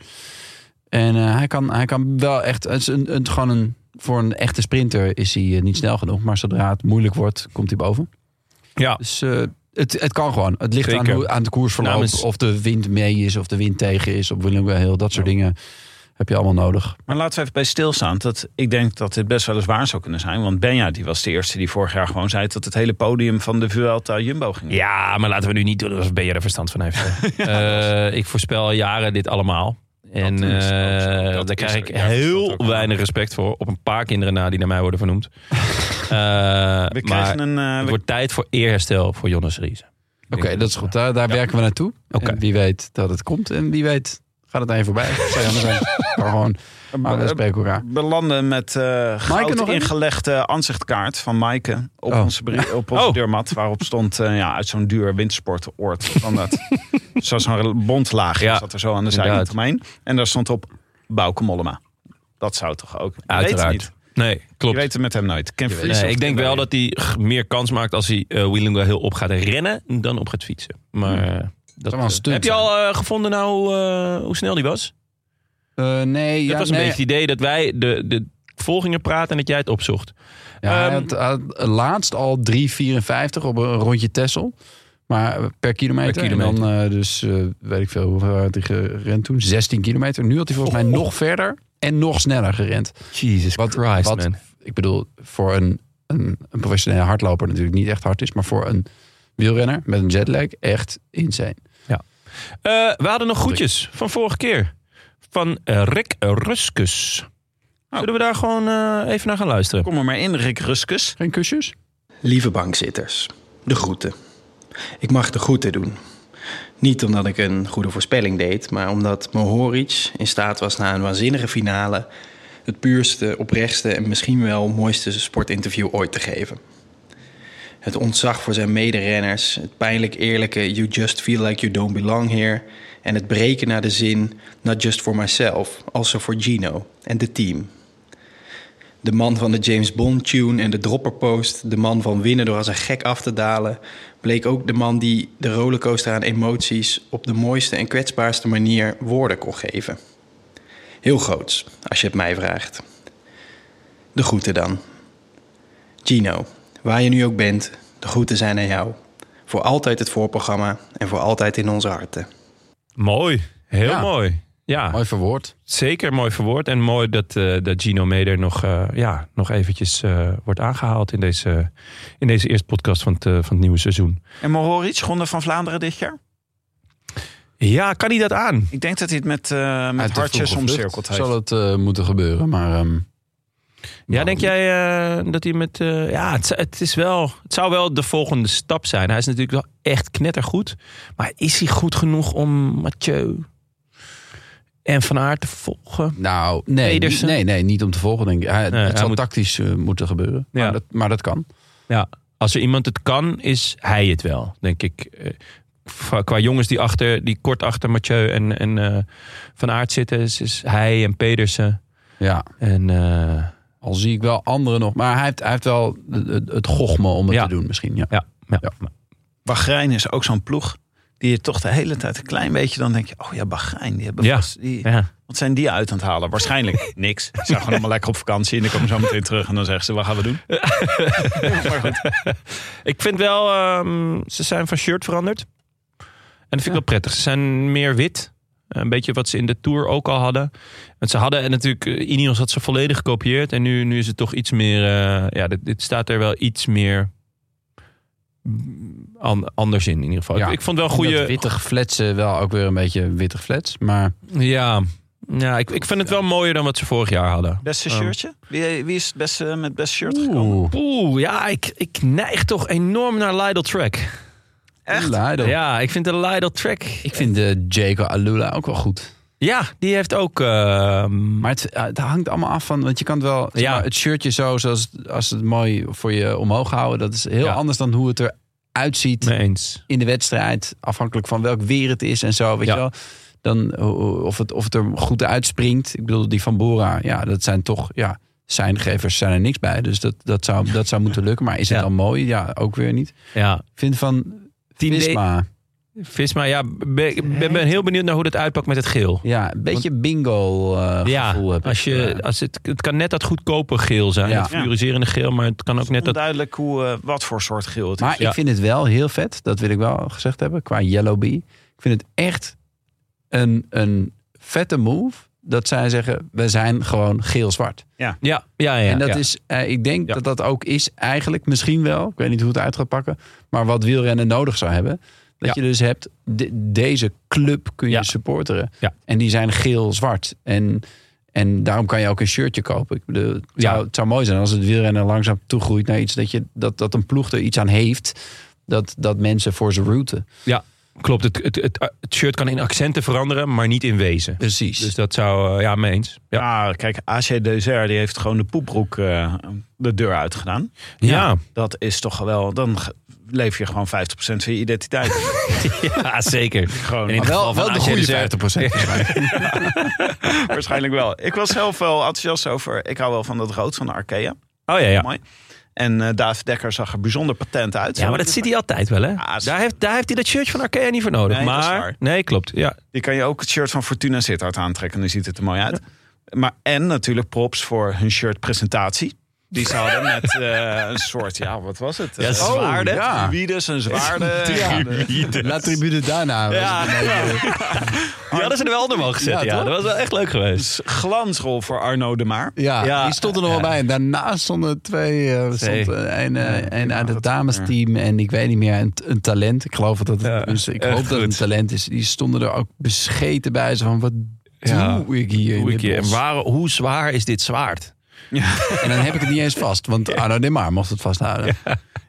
Speaker 3: En eh, hij, kan, hij kan wel echt... Het is een, een, gewoon een, voor een echte sprinter is hij eh, niet snel genoeg. Maar zodra het moeilijk wordt, komt hij boven.
Speaker 2: Ja.
Speaker 3: Dus eh, het, het kan gewoon. Het ligt aan,
Speaker 2: Zeker.
Speaker 3: hoe, aan de koersverloop.
Speaker 2: Namens-
Speaker 3: Of de wind mee is, of de wind tegen is. Op William Hill, dat soort dingen heb je allemaal nodig.
Speaker 4: Maar laten we even bij stilstaan. Dat, ik denk dat dit best wel eens waar zou kunnen zijn. Want Benja die was de eerste die vorig jaar gewoon zei... dat het hele podium van de Vuelta Jumbo ging.
Speaker 2: Ja, maar laten we nu niet doen alsof Ben je er verstand van heeft. Eh, ik voorspel al jaren dit allemaal. En
Speaker 4: Dat is ook zo.
Speaker 2: eh,
Speaker 4: Dat
Speaker 2: daar
Speaker 4: is
Speaker 2: krijg
Speaker 4: er.
Speaker 2: ik
Speaker 4: Ja, dat
Speaker 2: heel
Speaker 4: ook wel.
Speaker 2: weinig respect voor. Op een paar kinderen na die naar mij worden vernoemd. Eh,
Speaker 4: We
Speaker 2: maar
Speaker 4: krijgen een... eh,
Speaker 2: het
Speaker 4: we-
Speaker 2: wordt tijd voor eerherstel voor Jonas Riese.
Speaker 3: Oké, dat is goed. Daar, daar werken we naartoe.
Speaker 2: Oké.
Speaker 3: En wie weet dat het komt. En wie weet gaat het aan je voorbij. Dat zou jammer zijn. Maar gewoon, maar we spreken elkaar.
Speaker 4: belanden met eh goud
Speaker 3: nog een?
Speaker 4: ingelegde aanzichtkaart van Maaike op
Speaker 3: Oh.
Speaker 4: onze, brie- op onze
Speaker 2: Oh.
Speaker 4: deurmat. Waarop stond eh, ja, uit zo'n duur wintersportoord. standaard. Zo- Zo'n bondlaagje
Speaker 2: Ja,
Speaker 4: zat er zo aan de
Speaker 2: inderdaad.
Speaker 4: zijkant omheen. En daar stond op Bauke Mollema. Dat zou toch ook. Je Weet het
Speaker 2: Uiteraard.
Speaker 4: niet.
Speaker 2: Nee,
Speaker 4: Je
Speaker 2: klopt.
Speaker 4: weet het met hem nooit. Ken Vries
Speaker 2: Nee,
Speaker 4: of
Speaker 2: ik denk
Speaker 4: Ken
Speaker 2: wel
Speaker 4: Lee.
Speaker 2: dat hij g- meer kans maakt als hij eh Wielunga heel op gaat rennen dan op gaat fietsen. Maar eh, dat,
Speaker 3: wel een
Speaker 2: eh,
Speaker 3: stunt
Speaker 2: heb je al eh, gevonden nou eh, hoe snel die was?
Speaker 3: Eh, nee, ja,
Speaker 2: dat was een
Speaker 3: nee.
Speaker 2: beetje het idee dat wij de, de volgingen praten en dat jij het opzocht.
Speaker 3: Ja, hij
Speaker 2: ehm,
Speaker 3: had, had laatst al 3,54 op een rondje Tessel. Maar per kilometer.
Speaker 2: Per kilometer.
Speaker 3: En dan eh, dus, eh, weet ik veel, hoeveel had hij gerend toen? 16 kilometer. Nu had hij volgens
Speaker 2: Oh.
Speaker 3: mij nog verder en nog sneller gerend.
Speaker 2: Jesus
Speaker 3: Wat-
Speaker 2: Christ,
Speaker 3: wat-
Speaker 2: man.
Speaker 3: Ik bedoel, voor een, een, een professionele hardloper natuurlijk niet echt hard is. Maar voor een wielrenner met een jetlag echt insane.
Speaker 2: Eh, we hadden nog groetjes van vorige keer. Van eh, Rick Ruskus. Zullen we daar gewoon eh, even naar gaan luisteren?
Speaker 4: Kom er maar in, Rick Ruskus.
Speaker 3: Geen kusjes?
Speaker 5: Lieve bankzitters, de groeten. Ik mag de groeten doen. Niet omdat ik een goede voorspelling deed, maar omdat Mohoric in staat was na een waanzinnige finale het puurste, oprechtste en misschien wel mooiste sportinterview ooit te geven. Het ontzag voor zijn mederenners, het pijnlijk eerlijke You just feel like you don't belong here en het breken naar de zin Not just for myself, also for Gino en the team. De man van de James Bond tune en de dropperpost. De man van winnen door als een gek af te dalen. Bleek ook de man die de rollercoaster aan emoties op de mooiste en kwetsbaarste manier woorden kon geven. Heel groots, als je het mij vraagt. De groeten dan. Gino, waar je nu ook bent, de groeten zijn aan jou. Voor altijd het voorprogramma en voor altijd in onze harten.
Speaker 2: Mooi. Heel
Speaker 3: Ja.
Speaker 2: mooi. Ja,
Speaker 3: Mooi verwoord.
Speaker 2: zeker mooi verwoord. En mooi dat, eh, dat Gino Meder nog, eh, ja, nog eventjes eh, wordt aangehaald in deze, in deze eerste podcast van het, eh, van het nieuwe seizoen.
Speaker 4: En Mohoric, Ronde van Vlaanderen dit jaar?
Speaker 2: Ja, kan hij dat aan?
Speaker 4: Ik denk dat hij het met, eh met
Speaker 3: Uit de
Speaker 4: hartjes
Speaker 3: vroege vlucht
Speaker 4: omcirkeld heeft.
Speaker 3: Zal het eh, moeten gebeuren, maar... ehm,
Speaker 2: Ja,
Speaker 3: nou,
Speaker 2: denk jij eh, dat hij met... eh, ja, het, het, is wel, het zou wel de volgende stap zijn. Hij is natuurlijk wel echt knettergoed. Maar is hij goed genoeg om Mathieu en Van Aert te volgen?
Speaker 3: Nou, nee, niet,
Speaker 2: Pedersen?
Speaker 3: nee, nee, niet om te volgen, denk ik. Hij,
Speaker 2: Nee,
Speaker 3: het
Speaker 2: hij
Speaker 3: zal
Speaker 2: moet-
Speaker 3: tactisch eh, moeten gebeuren,
Speaker 2: Ja.
Speaker 3: maar, dat, maar dat kan.
Speaker 2: Ja, als er iemand het kan, is hij het wel, denk ik. Eh, qua- Qua jongens die, achter, die kort achter Mathieu en, en eh, Van Aert zitten, is, is hij en Pedersen.
Speaker 3: Ja,
Speaker 2: En eh,
Speaker 3: al zie ik wel anderen nog. Maar hij heeft, hij heeft wel het, het- het gochme om het
Speaker 2: Ja.
Speaker 3: te doen misschien, ja.
Speaker 2: ja, ja,
Speaker 4: Bahrein is ook zo'n ploeg die je toch de hele tijd een klein beetje dan denk je... Oh ja, Bahrein, die hebben
Speaker 2: Ja.
Speaker 4: vast- die,
Speaker 2: ja.
Speaker 4: Wat zijn die uit aan het halen? Waarschijnlijk niks. Ze zijn gewoon allemaal lekker op vakantie en dan komen ze zo meteen terug en dan zeggen ze, wat gaan we doen?
Speaker 2: Ik vind wel, ehm, ze zijn van shirt veranderd. En dat vind ik wel prettig. Ze zijn meer wit. Eh, Een beetje wat ze in de Tour ook al hadden. Want ze hadden en natuurlijk, eh, Ineos had ze volledig gekopieerd. En nu, nu is het toch iets meer, eh, ja, dit, dit staat er wel iets meer mm, an- anders in in ieder geval.
Speaker 3: Ja.
Speaker 2: Ik, ik vond wel
Speaker 3: Dat
Speaker 2: goede...
Speaker 3: Wittig fletsen, wel ook weer een beetje wittig flets. Maar
Speaker 2: Ja, ja ik, ik vind het wel mooier dan wat ze vorig jaar hadden.
Speaker 4: Beste
Speaker 2: Oh.
Speaker 4: shirtje? Wie, wie is het beste met het beste shirt gekomen?
Speaker 2: Oeh, ja, ik, ik neig toch enorm naar Lidl Track.
Speaker 4: Echt?
Speaker 3: Lidl.
Speaker 2: Ja, ik vind de Lidl Track...
Speaker 3: Ik vind de Jacob Alula ook wel goed.
Speaker 2: Ja, die heeft ook... ehm,
Speaker 3: Maar het, eh, het hangt allemaal af van, want je kan het wel, zeg
Speaker 2: Ja.
Speaker 3: maar, het shirtje zo, zoals het- als ze het mooi voor je omhoog houden, dat is heel
Speaker 2: Ja.
Speaker 3: anders dan hoe het eruit ziet
Speaker 2: Mee eens.
Speaker 3: in de wedstrijd, afhankelijk van welk weer het is en zo, weet
Speaker 2: Ja.
Speaker 3: je wel. Dan ho- ho- of het, of het er goed uitspringt. Ik bedoel, die van Bora, ja, dat zijn toch, ja, zijn gevers zijn er niks bij. Dus dat, dat, zou, dat zou moeten lukken. Maar is het
Speaker 2: Ja.
Speaker 3: dan mooi? Ja, ook weer niet.
Speaker 2: Ja.
Speaker 3: Ik vind van
Speaker 2: Team
Speaker 3: Visma,
Speaker 2: Visma, ja, ben, ik ben, ben heel benieuwd naar hoe dat uitpakt met het geel.
Speaker 3: ja, een beetje bingo eh,
Speaker 2: Ja,
Speaker 3: gevoel heb ik.
Speaker 2: als
Speaker 3: Ja.
Speaker 2: je, als het, het kan net dat goedkope geel zijn,
Speaker 3: Ja.
Speaker 2: dat fluoriserende geel, maar het kan ook net dat...
Speaker 4: Onduidelijk hoe, eh, wat voor soort geel het is.
Speaker 3: Maar
Speaker 2: Ja.
Speaker 3: ik vind het wel heel vet, dat wil ik wel gezegd hebben, qua Yellow Bee. Ik vind het echt een, een vette move dat zij zeggen, we zijn gewoon geel-zwart.
Speaker 2: Ja, ja, ja.
Speaker 3: en dat
Speaker 2: ja.
Speaker 3: is, eh, ik denk
Speaker 2: Ja.
Speaker 3: dat dat ook is eigenlijk, misschien wel, ik weet niet hoe het uit gaat pakken, maar wat wielrennen nodig zou hebben. Dat je dus hebt, de- deze club kun je
Speaker 2: Ja.
Speaker 3: supporteren.
Speaker 2: Ja.
Speaker 3: En die zijn geel-zwart. En, en daarom kan je ook een shirtje kopen. Ik bedoel, het,
Speaker 2: Ja.
Speaker 3: zou, het zou mooi zijn als het wielrennen langzaam toegroeit naar iets dat, je, dat, dat een ploeg er iets aan heeft. Dat, dat mensen voor ze routen.
Speaker 2: Klopt, het, het, het, het shirt kan in accenten veranderen, maar niet in wezen.
Speaker 3: Precies.
Speaker 2: Dus dat zou, eh, ja, mee eens. Ja.
Speaker 4: Ja, Ah, kijk, AC Deuzer die heeft gewoon de poepbroek eh, de deur uitgedaan.
Speaker 2: Ja.
Speaker 4: Dat is toch wel... Dan ge- leef je gewoon 50% van je identiteit.
Speaker 2: ja, zeker.
Speaker 4: gewoon,
Speaker 2: En in-
Speaker 3: maar wel,
Speaker 2: geval van
Speaker 3: wel de
Speaker 2: AZ
Speaker 3: goede
Speaker 2: is er-
Speaker 3: 50 waarschijnlijk.
Speaker 4: waarschijnlijk wel. Ik was zelf wel enthousiast over... Ik hou wel van dat rood van de Arkea.
Speaker 2: Oh ja, ja.
Speaker 4: Mooi. En eh, David Dekker zag er bijzonder patent uit.
Speaker 2: Ja, maar dat ziet hij altijd wel, hè?
Speaker 4: Ja,
Speaker 2: Daar heeft, daar heeft hij dat shirtje van Arkea niet voor nodig.
Speaker 4: Nee, dat is
Speaker 2: maar,
Speaker 4: waar.
Speaker 2: nee, klopt. Ja,
Speaker 4: Je kan je ook het shirt van Fortuna Sittard aantrekken. Dan ziet het er mooi uit. Maar en natuurlijk props voor hun shirtpresentatie. Die ze hadden met eh, een soort, ja, wat was het?
Speaker 2: Ja,
Speaker 4: Eh, zwaarden.
Speaker 3: oh, ja.
Speaker 4: Wiedes, een zwaarde. Ja, de-
Speaker 3: La tribune daarna. was
Speaker 4: Ja.
Speaker 3: het een beetje-
Speaker 2: die hadden ze er wel onder mogen zetten.
Speaker 3: Ja,
Speaker 2: Ja,
Speaker 3: toch?
Speaker 2: dat was wel echt leuk geweest.
Speaker 4: s- glansrol voor Arno de Maar.
Speaker 3: Ja,
Speaker 2: Ja.
Speaker 3: die stond er nog wel bij. En daarnaast stonden twee. eh,
Speaker 2: Twee.
Speaker 3: stond een, eh, een uit het damesteam en ik weet niet meer, een, een talent. Ik geloof dat het,
Speaker 2: Ja,
Speaker 3: dus ik
Speaker 2: echt
Speaker 3: hoop dat het een
Speaker 2: goed.
Speaker 3: talent is. Die stonden er ook bescheten bij. Zo van, wat
Speaker 2: Ja,
Speaker 3: doe ik hier in
Speaker 2: Hoe, ik
Speaker 3: dit
Speaker 2: je, en
Speaker 3: bos?
Speaker 2: waar, hoe zwaar is dit zwaard?
Speaker 3: En dan heb ik het niet eens vast. Want Arno Demar mocht het vasthouden.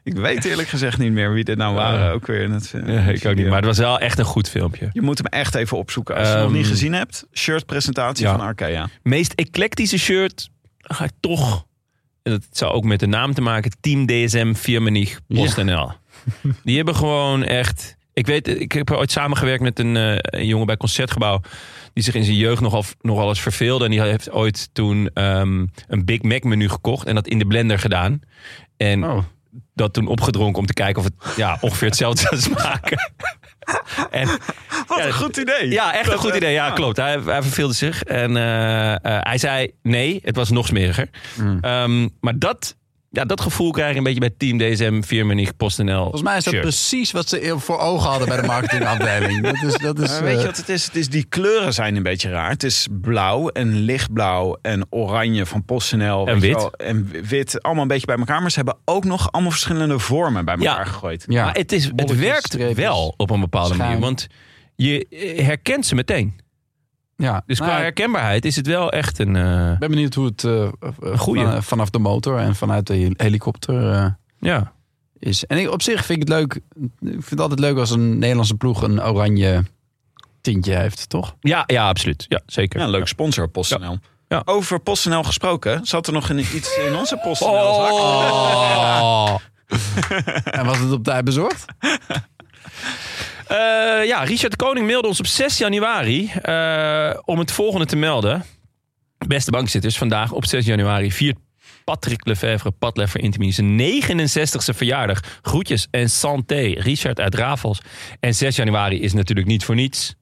Speaker 4: Ik weet eerlijk gezegd niet meer wie dit nou waren. Ook weer in het eh,
Speaker 2: Ja, ik ook niet.
Speaker 4: video.
Speaker 2: Maar het was wel echt een goed filmpje.
Speaker 4: Je moet hem echt even opzoeken. Als je hem
Speaker 2: Ehm,
Speaker 4: nog niet gezien hebt, shirtpresentatie
Speaker 2: ja.
Speaker 4: van Arkea.
Speaker 2: Meest eclectische shirt dan ga ik toch. En dat zou ook met de naam te maken. Team DSM Firmenich PostNL. Die hebben gewoon echt Ik weet, ik heb ooit samengewerkt met een, eh, een jongen bij Concertgebouw. Die zich in zijn jeugd nogal, nogal eens verveelde. En die heeft ooit toen ehm, een Big Mac menu gekocht. En dat in de blender gedaan. En
Speaker 3: Oh.
Speaker 2: dat toen opgedronken om te kijken of het ja, ongeveer hetzelfde zou smaken. en, Wat een goed idee. Ja, echt een
Speaker 4: eh,
Speaker 2: goed idee. Ja, klopt. Hij, hij verveelde zich. En eh, eh, hij zei nee, het was nog smeriger.
Speaker 3: Hmm.
Speaker 2: Ehm, maar dat, ja, dat gevoel krijg ik een beetje bij Team DSM, 4 Maniek, PostNL.
Speaker 3: Volgens mij is dat
Speaker 2: shirts.
Speaker 3: precies wat ze voor ogen hadden bij de marketingafdeling. dat is, dat is,
Speaker 4: Maar weet
Speaker 3: eh,
Speaker 4: je wat het is? Het is? Die kleuren zijn een beetje raar. Het is blauw en lichtblauw en oranje van PostNL.
Speaker 2: En
Speaker 4: weet je
Speaker 2: wit.
Speaker 4: wel. En wit. Allemaal een beetje bij elkaar. Maar ze hebben ook nog allemaal verschillende vormen bij elkaar
Speaker 2: Ja.
Speaker 4: gegooid.
Speaker 3: ja.
Speaker 2: Maar het, is, het
Speaker 3: Bolletjes,
Speaker 2: werkt
Speaker 3: streepjes,
Speaker 2: wel op een bepaalde
Speaker 3: schuim.
Speaker 2: manier. Want je eh, herkent ze meteen.
Speaker 3: ja.
Speaker 2: Dus
Speaker 3: Nou
Speaker 2: qua
Speaker 3: ja,
Speaker 2: herkenbaarheid is het wel echt een... eh,
Speaker 3: ik ben benieuwd hoe het eh, eh,
Speaker 2: goeie.
Speaker 3: van- vanaf de motor en vanuit de hel- helikopter eh,
Speaker 2: ja.
Speaker 3: is. En ik, op zich vind ik het leuk. Ik vind het altijd leuk als een Nederlandse ploeg een oranje tintje heeft, toch?
Speaker 2: Ja, ja, absoluut. Ja, zeker.
Speaker 4: Ja, leuk sponsor, PostNL.
Speaker 2: Ja.
Speaker 4: Over PostNL gesproken, zat er nog een- iets in onze PostNL-zak?
Speaker 2: Oh.
Speaker 3: Oh. en was het op tijd bezorgd?
Speaker 2: Eh, ja, Richard de Koning mailde ons op 6 januari eh, om het volgende te melden. Beste bankzitters, vandaag op 6 januari viert Patrick Lefevre, Patleffer Intimi, zijn 69ste verjaardag. Groetjes en santé, Richard uit Rafels. En 6 januari is natuurlijk niet voor niets.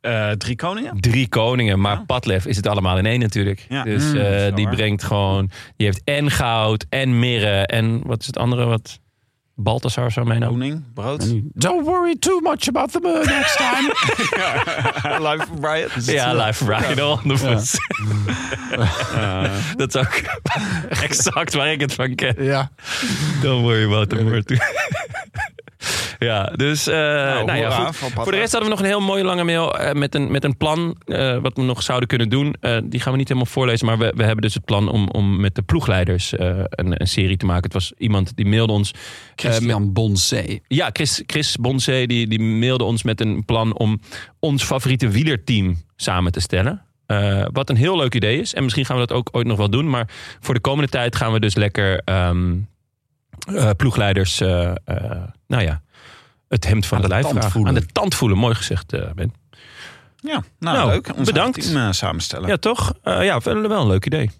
Speaker 4: Eh, drie koningen?
Speaker 2: Drie koningen, maar
Speaker 4: Ja.
Speaker 2: Patlef is het allemaal in één natuurlijk.
Speaker 4: Ja.
Speaker 2: Dus
Speaker 4: Mm,
Speaker 2: eh,
Speaker 4: dat is wel
Speaker 2: die
Speaker 4: waar.
Speaker 2: brengt gewoon, die heeft en goud en mirre en wat is het andere wat Baltasar zou meenemen?
Speaker 4: Koning, brood.
Speaker 3: Don't worry too much about the bird next time.
Speaker 4: Live from Riot.
Speaker 2: Ja, live Ryan al on the Foods. Dat is ook exact waar ik het van ken.
Speaker 3: ja.
Speaker 2: Don't worry about the word. ja, dus eh, nou, ja,
Speaker 4: hoera,
Speaker 2: goed.
Speaker 4: van Patrick.
Speaker 2: Voor de rest hadden we nog een heel mooie lange mail eh, met, een, met een plan eh, wat we nog zouden kunnen doen. Eh, die gaan we niet helemaal voorlezen, maar we, we hebben dus het plan om, om met de ploegleiders eh, een, een serie te maken. Het was iemand die mailde ons. eh, met-
Speaker 3: Christian Bonsé.
Speaker 2: ja, Chris, Chris Bonse die, die mailde ons met een plan om ons favoriete wielerteam samen te stellen. Eh, wat een heel leuk idee is. En misschien gaan we dat ook ooit nog wel doen. Maar voor de komende tijd gaan we dus lekker ehm, eh, ploegleiders, eh, eh, nou ja, het hemd van
Speaker 3: Aan
Speaker 2: de,
Speaker 3: de
Speaker 2: lijf
Speaker 3: tand
Speaker 2: vragen.
Speaker 3: voelen.
Speaker 2: Aan de tand voelen. Mooi gezegd, eh, Ben.
Speaker 4: Ja, nou,
Speaker 2: Nou,
Speaker 4: leuk. Ons
Speaker 2: bedankt.
Speaker 4: team eh, samenstellen.
Speaker 2: Ja, toch? Eh, ja, wel wel een leuk idee.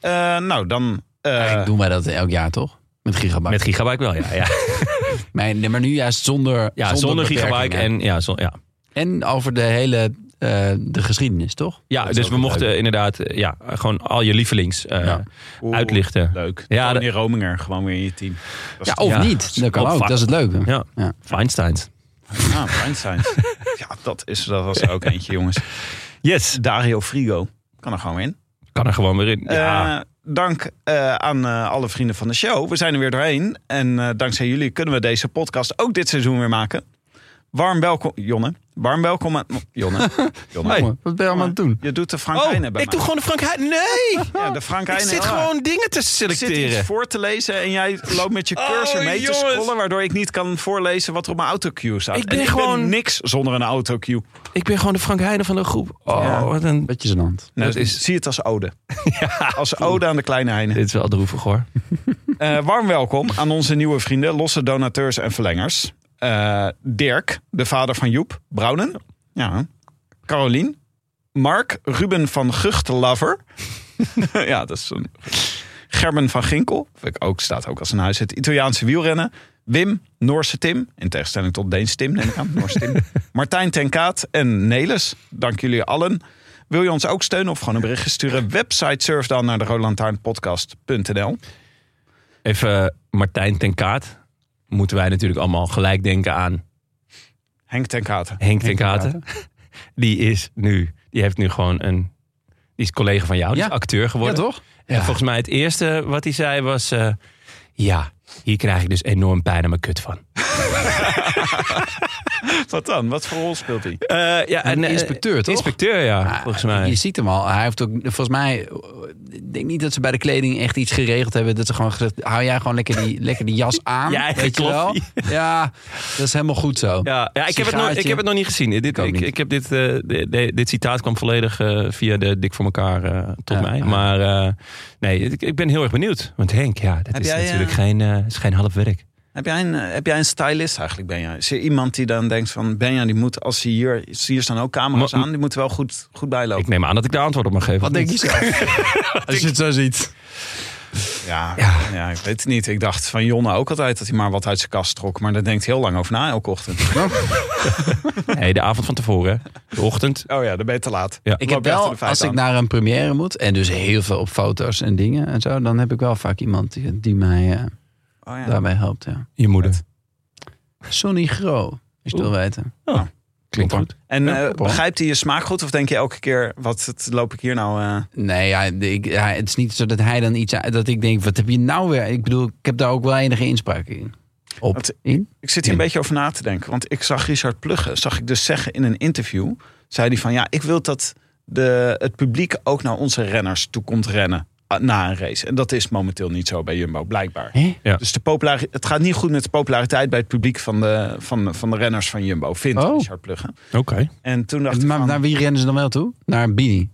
Speaker 4: Eh, nou, dan... eh,
Speaker 3: Eigenlijk doen wij dat elk jaar, toch? Met Gigabyte.
Speaker 2: Met Gigabyte wel, ja. Ja,
Speaker 3: Maar, nee, maar nu juist zonder
Speaker 2: ja zonder, Gigabyte.
Speaker 3: beperkingen.
Speaker 2: En, ja, zon- ja.
Speaker 3: En over de hele eh, de geschiedenis, toch?
Speaker 2: ja
Speaker 3: Dat is
Speaker 2: dus
Speaker 3: ook
Speaker 2: we
Speaker 3: leuk.
Speaker 2: mochten inderdaad eh, ja, gewoon al je lievelings eh,
Speaker 3: Ja.
Speaker 4: oeh,
Speaker 2: uitlichten.
Speaker 4: Leuk.
Speaker 2: Ja,
Speaker 4: Ja, Tony Rominger, gewoon weer in je team. Dat is
Speaker 3: Ja,
Speaker 4: toch-
Speaker 3: of
Speaker 2: Ja.
Speaker 3: niet. Dat kan
Speaker 2: Of
Speaker 3: ook.
Speaker 2: vaak.
Speaker 3: Dat is het leuke.
Speaker 2: Ja.
Speaker 3: Ja.
Speaker 2: Feinsteins.
Speaker 4: Ah, Feinstein. ja, dat, is, dat was er ook eentje, jongens.
Speaker 2: Yes.
Speaker 4: Dario Frigo. Kan er gewoon in.
Speaker 2: Kan er gewoon weer in. Ja.
Speaker 4: Eh, dank eh, aan eh, alle vrienden van de show. We zijn er weer doorheen. En eh, dankzij jullie kunnen we deze podcast ook dit seizoen weer maken. Warm welkom, Jonne. Warm welkom aan... Jonne. Jonne.
Speaker 2: Hey.
Speaker 3: Jongen, Wat ben je allemaal aan het doen?
Speaker 4: Je doet de Frank
Speaker 2: oh,
Speaker 4: Heijnen bij
Speaker 2: ik doe
Speaker 4: mij.
Speaker 2: gewoon de Frank Heijn. Nee!
Speaker 4: Ja, de Frank
Speaker 2: ik
Speaker 4: Heijnen.
Speaker 2: zit
Speaker 4: ja.
Speaker 2: gewoon dingen te
Speaker 4: Ik zit iets
Speaker 2: selecteren.
Speaker 4: voor te lezen en jij loopt met je
Speaker 2: Oh,
Speaker 4: cursor mee
Speaker 2: jongens.
Speaker 4: te scrollen... waardoor ik niet kan voorlezen wat er op mijn autocue staat.
Speaker 2: Ik
Speaker 4: En
Speaker 2: ben gewoon-
Speaker 4: niks zonder een autocue.
Speaker 2: Ik ben gewoon de Frank Heijnen van de groep. Oh,
Speaker 4: Ja.
Speaker 2: wat een...
Speaker 3: Beetje zijn hand.
Speaker 4: Nou,
Speaker 2: Dat is-
Speaker 4: Zie het als ode. Als ode aan de kleine Heijnen.
Speaker 2: Dit is wel droevig hoor.
Speaker 4: Eh, warm welkom aan onze nieuwe vrienden, losse donateurs en verlengers. Eh, Dirk, de vader van Joep, Brownen. Ja. Carolien. Mark, Ruben van Guchtelaver. ja, dat is een... Gerben van Ginkel, vind ik ook, staat ook als een huis. Het Italiaanse wielrennen. Wim, Noorse Tim. In tegenstelling tot Deens Tim, neem ik aan. Noorse Tim. Martijn ten Kaat en Nelis. Dank jullie allen. Wil je ons ook steunen of gewoon een berichtje sturen? Website surf dan naar de rolandtaarnpodcast.nl.
Speaker 2: Even eh, Martijn ten Kaat. Moeten wij natuurlijk allemaal gelijk denken aan
Speaker 4: Henk ten Katen.
Speaker 2: Henk ten Katen. Die is nu, die heeft nu gewoon een... Die is collega van jou, die
Speaker 3: Ja.
Speaker 2: is acteur
Speaker 3: Ja,
Speaker 2: geworden.
Speaker 3: toch?
Speaker 2: En volgens mij het eerste wat hij zei was... eh, ja, hier krijg ik dus enorm pijn aan mijn kut van.
Speaker 4: Wat dan? Wat voor rol speelt hij?
Speaker 2: Eh, ja,
Speaker 3: Een
Speaker 2: en, eh,
Speaker 3: inspecteur, toch?
Speaker 2: Inspecteur, ja,
Speaker 3: Ja,
Speaker 2: volgens
Speaker 3: Ah, Je
Speaker 2: mij.
Speaker 3: ziet hem al. Hij heeft ook, volgens mij, ik denk niet dat ze bij de kleding echt iets geregeld hebben. Dat ze gewoon gezegd, hou jij gewoon lekker die, lekker die jas aan.
Speaker 2: Je eigen
Speaker 3: weet je wel?
Speaker 2: kloffie.
Speaker 3: Ja, dat is helemaal goed zo.
Speaker 2: Ja, ja ik, heb het nog, ik
Speaker 3: Sigaartje.
Speaker 2: heb het nog niet gezien. Dit, ik,
Speaker 3: ook
Speaker 2: ik,
Speaker 3: niet.
Speaker 2: heb dit, eh, de- de- dit citaat kwam volledig eh, via de Dik voor elkaar eh, tot
Speaker 3: Ja,
Speaker 2: mij.
Speaker 3: ja.
Speaker 2: Maar eh, nee, ik, ik ben heel erg benieuwd. Want Henk, ja, dat is
Speaker 4: jij,
Speaker 2: natuurlijk
Speaker 4: eh,
Speaker 2: geen, eh, is geen half werk.
Speaker 4: Heb jij, een, eh, heb jij een stylist eigenlijk, Benja? Is er iemand die dan denkt van... Benja, die moet, als hij hier... Hier staan ook camera's
Speaker 2: Maar-
Speaker 4: aan. Die moeten wel goed, goed
Speaker 2: Ik
Speaker 4: bijlopen.
Speaker 2: neem aan dat ik daar antwoord op mag geven.
Speaker 3: Oh. Wat denk je zelf? Als je het zo ziet.
Speaker 4: Ja, ja. ik weet het niet. Ik dacht van Jonne ook altijd dat hij maar wat uit zijn kast trok. Maar daar denkt hij heel lang over na elke ochtend.
Speaker 2: Nee, de avond van tevoren. hè. De ochtend.
Speaker 4: Oh ja, dan ben je te laat.
Speaker 2: Ja.
Speaker 4: Dan
Speaker 3: Ik heb
Speaker 4: loop je achter
Speaker 3: wel,
Speaker 4: de feiten
Speaker 3: als ik
Speaker 4: aan.
Speaker 3: naar een première moet en dus heel veel op foto's en dingen en zo, dan heb ik wel vaak iemand die, die mij eh,
Speaker 4: Oh ja.
Speaker 3: daarbij helpt. Ja.
Speaker 2: Je moeder.
Speaker 3: Sonny Gro, is het wel weten.
Speaker 2: Klinkt goed.
Speaker 4: En eh,
Speaker 3: klopt wel.
Speaker 4: begrijpt hij je smaak goed? Of denk je elke keer, wat het, loop ik hier nou... eh,
Speaker 3: Nee, ja, ik, ja, het is niet zo dat hij dan iets... Dat ik denk, wat heb je nou weer? Ik bedoel, ik heb daar ook wel enige inspraak in. Op.
Speaker 4: Wat-
Speaker 3: in?
Speaker 4: Ik zit hier een
Speaker 3: Nee.
Speaker 4: beetje over na te denken. Want ik zag Richard Plugge, zag ik dus zeggen in een interview. Zei hij van, ja, ik wil dat de, het publiek ook naar onze renners toe komt rennen. ah, Na een race. En dat is momenteel niet zo bij Jumbo, blijkbaar.
Speaker 3: Hè?
Speaker 2: Ja.
Speaker 4: Dus de populari- het gaat niet goed met de populariteit bij het publiek van de, van, van de renners van Jumbo. Vindt
Speaker 3: Oh.
Speaker 4: Richard Plugge.
Speaker 2: Oké.
Speaker 4: En toen dacht ik
Speaker 3: Maar
Speaker 4: van,
Speaker 3: naar wie rennen ze dan wel toe? Naar Bini.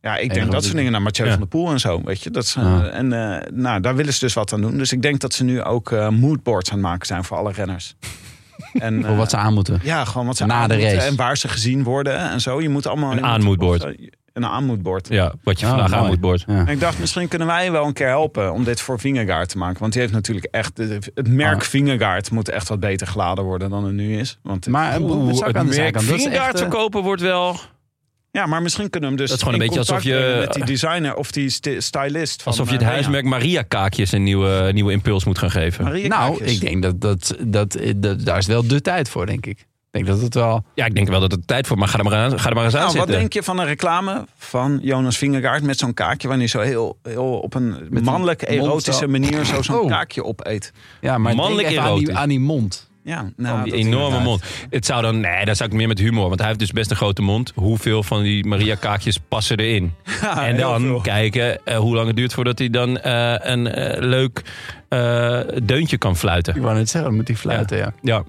Speaker 4: ja, ik
Speaker 3: Even
Speaker 4: denk dat
Speaker 3: wat-
Speaker 4: soort dingen naar Mathieu
Speaker 2: Ja.
Speaker 4: van der Poel en zo. Weet je? Dat is, eh,
Speaker 3: Ja.
Speaker 4: En eh, nou, daar willen ze dus wat aan doen. Dus ik denk dat ze nu ook eh, moodboards aan het maken zijn voor alle renners. en,
Speaker 3: Voor wat
Speaker 4: eh,
Speaker 3: ze aan moeten.
Speaker 4: Ja, gewoon wat ze
Speaker 3: Na
Speaker 4: aan
Speaker 3: de
Speaker 4: moeten
Speaker 3: race.
Speaker 4: en waar ze gezien worden en zo. Je moet allemaal eh,
Speaker 2: Een
Speaker 4: je moet-
Speaker 2: aanmoedbord.
Speaker 4: Een aanmoedbord.
Speaker 2: Ja, wat je
Speaker 3: Ah,
Speaker 2: vandaag aan
Speaker 3: mooi.
Speaker 2: moet bord.
Speaker 3: Ja.
Speaker 4: En ik dacht, misschien kunnen wij wel een keer helpen om dit voor Vingegaard te maken. Want die heeft natuurlijk echt... Het merk
Speaker 3: Ah.
Speaker 4: Vingegaard moet echt wat beter geladen worden dan het nu is. Want,
Speaker 3: Maar eh,
Speaker 2: Oeh,
Speaker 3: het zou
Speaker 2: het
Speaker 3: ik aan
Speaker 2: merk
Speaker 3: de zijkant. Dat is
Speaker 2: vingerkaart
Speaker 3: echt, eh,
Speaker 2: verkopen wordt wel...
Speaker 4: ja, maar misschien kunnen we hem dus
Speaker 2: Dat is gewoon een
Speaker 4: in
Speaker 2: beetje
Speaker 4: contact
Speaker 2: alsof je-
Speaker 4: brengen met die designer of die sti- stylist. Van,
Speaker 2: Alsof je het
Speaker 4: eh,
Speaker 2: huismerk Maria Kaakjes een nieuwe, nieuwe impuls moet gaan geven.
Speaker 4: Maria
Speaker 3: nou,
Speaker 4: Kaakjes.
Speaker 3: ik denk dat, dat, dat, eh, dat daar is wel de tijd voor, denk ik. Ik denk dat het wel...
Speaker 2: Ja, ik denk wel dat het tijd voor... Maar ga er maar, aan, ga er maar eens aan
Speaker 4: Nou, wat
Speaker 2: zitten.
Speaker 4: denk je van een reclame van Jonas Vingegaard met zo'n kaakje... wanneer hij zo heel, heel op een mannelijke,
Speaker 3: mond zo.
Speaker 4: erotische manier zo zo'n
Speaker 3: Oh.
Speaker 4: kaakje opeet?
Speaker 3: Ja, maar denk
Speaker 2: Mannelijk
Speaker 3: even aan die,
Speaker 2: erotisch.
Speaker 3: aan die mond.
Speaker 4: Ja, nou,
Speaker 2: Van die
Speaker 4: dat
Speaker 2: enorme
Speaker 4: inderdaad.
Speaker 2: mond. Het zou dan... Nee, dat zou ik meer met humor. Want hij heeft dus best een grote mond. Hoeveel van die Maria Kaakjes passen erin?
Speaker 4: Ja,
Speaker 2: en
Speaker 4: heel veel.
Speaker 2: dan kijken eh, hoe lang het duurt voordat hij dan eh, een eh, leuk eh, deuntje kan
Speaker 3: Ik
Speaker 2: fluiten.
Speaker 3: wou net zeggen, dan moet die fluiten, ja.
Speaker 2: Ja.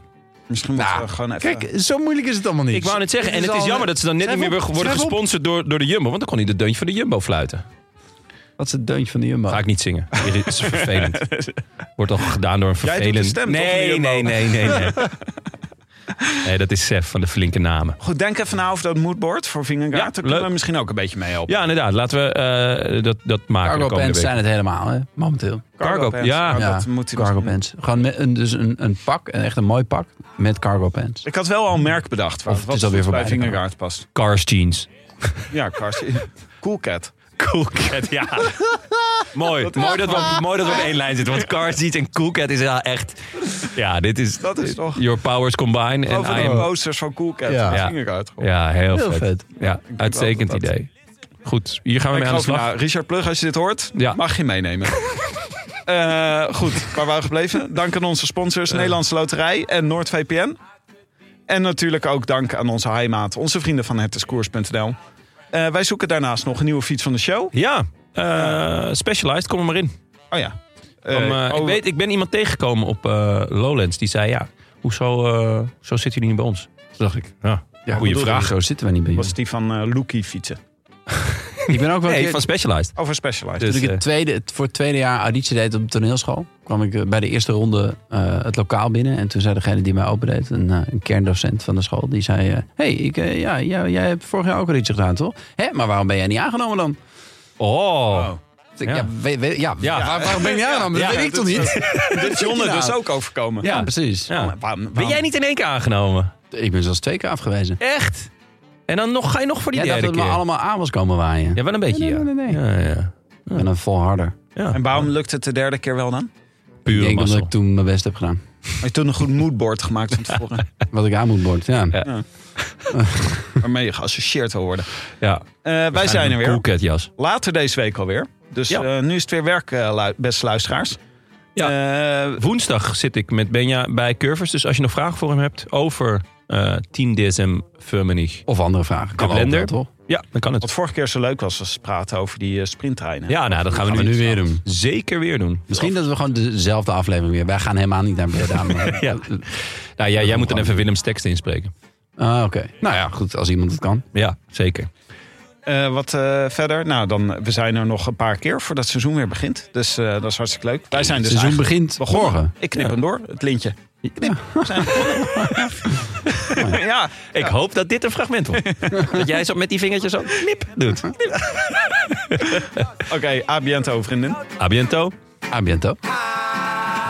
Speaker 4: Misschien
Speaker 3: Nou,
Speaker 4: moeten we gewoon even...
Speaker 3: Kijk, zo moeilijk is het allemaal niet.
Speaker 2: Ik wou net zeggen, en
Speaker 3: Dit
Speaker 2: het is
Speaker 3: al-
Speaker 2: jammer dat ze
Speaker 4: eh,
Speaker 2: dan net
Speaker 3: Schrijf
Speaker 2: niet meer
Speaker 3: op,
Speaker 2: worden
Speaker 3: schrijf op.
Speaker 2: gesponsord door, door de Jumbo. Want dan kon hij de deuntje van de Jumbo fluiten.
Speaker 3: Wat is het deuntje van de Jumbo?
Speaker 2: Ga ik niet zingen. Het is vervelend. Wordt al gedaan door een
Speaker 4: Jij doet
Speaker 2: vervelend...
Speaker 4: de stem, toch, van de
Speaker 2: nee,
Speaker 4: Jumbo?
Speaker 2: nee, nee, nee, nee. Nee, dat is Sef van de flinke namen.
Speaker 4: Goed, denk even na over dat moodboard voor Vingegaard.
Speaker 2: Ja,
Speaker 4: Daar kunnen
Speaker 2: leuk.
Speaker 4: we misschien ook een beetje mee helpen.
Speaker 2: Ja, inderdaad. Laten we eh, dat, dat maken
Speaker 3: Cargo
Speaker 2: de komende
Speaker 3: pants
Speaker 2: week.
Speaker 3: zijn het helemaal, hè, momenteel.
Speaker 2: cargo, ja.
Speaker 4: nou,
Speaker 3: ja,
Speaker 4: dat moet hij
Speaker 3: cargo
Speaker 4: misschien-
Speaker 3: pants. Gewoon met een, dus een, een pak, een, echt een mooi pak met cargo pants.
Speaker 4: Ik had wel al een merk bedacht waar
Speaker 3: Of
Speaker 4: wat
Speaker 3: het is alweer
Speaker 4: goed bij
Speaker 3: voorbij.
Speaker 4: Vingegaard past.
Speaker 2: Cars jeans.
Speaker 4: Ja, Karsten. cool Cat.
Speaker 2: Cool Cat, ja. mooi. Mooi dat, we, mooi dat we op één lijn zitten. Want Cars jeans en Cool Cat is ja, echt... Ja, dit is...
Speaker 4: Dat is toch-
Speaker 2: Your powers combine. En
Speaker 4: Over
Speaker 2: I
Speaker 4: de
Speaker 2: am...
Speaker 4: posters van Cool Cat.
Speaker 3: Ja.
Speaker 4: Ja.
Speaker 2: Ja.
Speaker 4: Vingegaard. Ja.
Speaker 2: Ja, heel,
Speaker 3: Heel
Speaker 2: vet.
Speaker 3: vet.
Speaker 2: Ja, uitstekend
Speaker 4: dat dat-
Speaker 2: idee. Goed, hier gaan we
Speaker 4: Ik
Speaker 2: mee aan de
Speaker 4: geloof,
Speaker 2: slag.
Speaker 4: nou, Richard Plug, als je dit hoort,
Speaker 2: Ja.
Speaker 4: mag je meenemen. Eh, goed, waar waren we gebleven? Dank aan onze sponsors, Nederlandse Loterij en NoordVPN. En natuurlijk ook dank aan onze heimaat, onze vrienden van hetdiscours.nl. Eh wij zoeken daarnaast nog een nieuwe fiets van de show.
Speaker 2: Ja, eh, Specialized, kom er maar in.
Speaker 4: Oh ja.
Speaker 2: Om,
Speaker 4: Eh,
Speaker 2: eh, ik,
Speaker 4: oh,
Speaker 2: weet, ik ben iemand tegengekomen op eh, Lowlands die zei: Ja, hoezo, eh hoezo zit jullie niet bij ons? Toen dacht ik: Ja, goede
Speaker 3: bedoel,
Speaker 2: vraag.
Speaker 3: Zo zitten we niet bij jullie.
Speaker 4: was die van eh Loekie fietsen.
Speaker 3: Ik ben ook wel een
Speaker 2: Nee,
Speaker 3: keer-
Speaker 2: van Specialized.
Speaker 4: Over Specialized.
Speaker 2: Dus,
Speaker 3: Toen ik
Speaker 2: eh,
Speaker 3: het tweede, het- voor het tweede jaar auditie deed op de toneelschool, kwam ik eh, bij de eerste ronde eh, het lokaal binnen. En toen zei degene die mij opendeed, een, eh, een kerndocent van de school, die zei: Hé, hey, ik, eh, ja, ja, jij hebt vorig jaar ook auditie gedaan, toch? Hé, maar waarom ben jij niet aangenomen dan?
Speaker 2: oh,
Speaker 3: Ik,
Speaker 2: Ja.
Speaker 3: ja. we- we- ja,
Speaker 2: Ja.
Speaker 3: waar- waarom ben je niet aangenomen? Dat
Speaker 2: Ja,
Speaker 3: weet ik toch
Speaker 4: dat is-
Speaker 3: niet?
Speaker 4: dit is Jonne
Speaker 3: nou?
Speaker 4: dus ook overkomen.
Speaker 3: Ja, precies.
Speaker 2: ja.
Speaker 4: Maar waarom-
Speaker 2: Ben
Speaker 4: waarom-
Speaker 2: jij niet in één keer aangenomen?
Speaker 3: Ik ben zelfs twee keer afgewezen.
Speaker 2: Echt? En dan nog, ga je nog voor die
Speaker 3: Jij dacht
Speaker 2: derde
Speaker 3: dat we
Speaker 2: keer?
Speaker 3: allemaal aan was komen waaien.
Speaker 2: Ja, wel een beetje, ja.
Speaker 3: Nee, nee, nee, nee.
Speaker 2: Ja, ja.
Speaker 3: En dan volharder.
Speaker 2: ja.
Speaker 4: En waarom lukt het de derde keer wel dan?
Speaker 3: Ik
Speaker 2: Pure
Speaker 3: denk
Speaker 2: mazzel.
Speaker 3: dat ik toen mijn best heb gedaan.
Speaker 4: Had je toen een goed moodboard gemaakt van tevoren.
Speaker 3: Wat ik aan moet bord, ja.
Speaker 4: waarmee je geassocieerd wil worden.
Speaker 2: Ja.
Speaker 4: Eh, wij zijn er weer.
Speaker 2: Cool cat jas.
Speaker 4: Later deze week alweer. Dus
Speaker 2: Ja.
Speaker 4: eh, nu is het weer werk, eh, lu- beste luisteraars.
Speaker 2: Ja.
Speaker 4: Eh,
Speaker 2: Woensdag zit ik met Benja bij Curvers. Dus als je nog vragen voor hem hebt over eh 10 DSM Firmenich.
Speaker 3: Of andere vragen. Kan
Speaker 2: blender.
Speaker 3: altijd, toch?
Speaker 2: Ja, dan kan het.
Speaker 4: wat vorige keer zo leuk was, was praten over die eh, sprinttreinen.
Speaker 2: Ja, nou, dat gaan we,
Speaker 3: Gaan we
Speaker 2: nu,
Speaker 3: nu weer doen.
Speaker 2: zeker weer doen.
Speaker 3: Misschien dat we gewoon dezelfde aflevering weer. Wij gaan helemaal niet naar Breda. maar-
Speaker 2: Ja. Nou, jij, jij moet dan even Willems tekst inspreken.
Speaker 3: Ah, oké. Nou ja, goed, als iemand het kan.
Speaker 2: Ja, zeker.
Speaker 4: Eh, wat eh, verder? Nou, dan, we zijn er nog een paar keer voordat het seizoen weer begint. Dus eh, dat is hartstikke leuk. Wij zijn
Speaker 3: Het
Speaker 4: dus
Speaker 3: seizoen
Speaker 4: eigenlijk
Speaker 3: begint
Speaker 4: begonnen.
Speaker 3: morgen.
Speaker 4: Ik knip hem door, het lintje. Ja,
Speaker 2: Ik hoop dat dit een fragment wordt. dat jij zo met die vingertjes zo knip doet.
Speaker 4: oké. a biento, vrienden.
Speaker 2: A biento.
Speaker 3: A biento.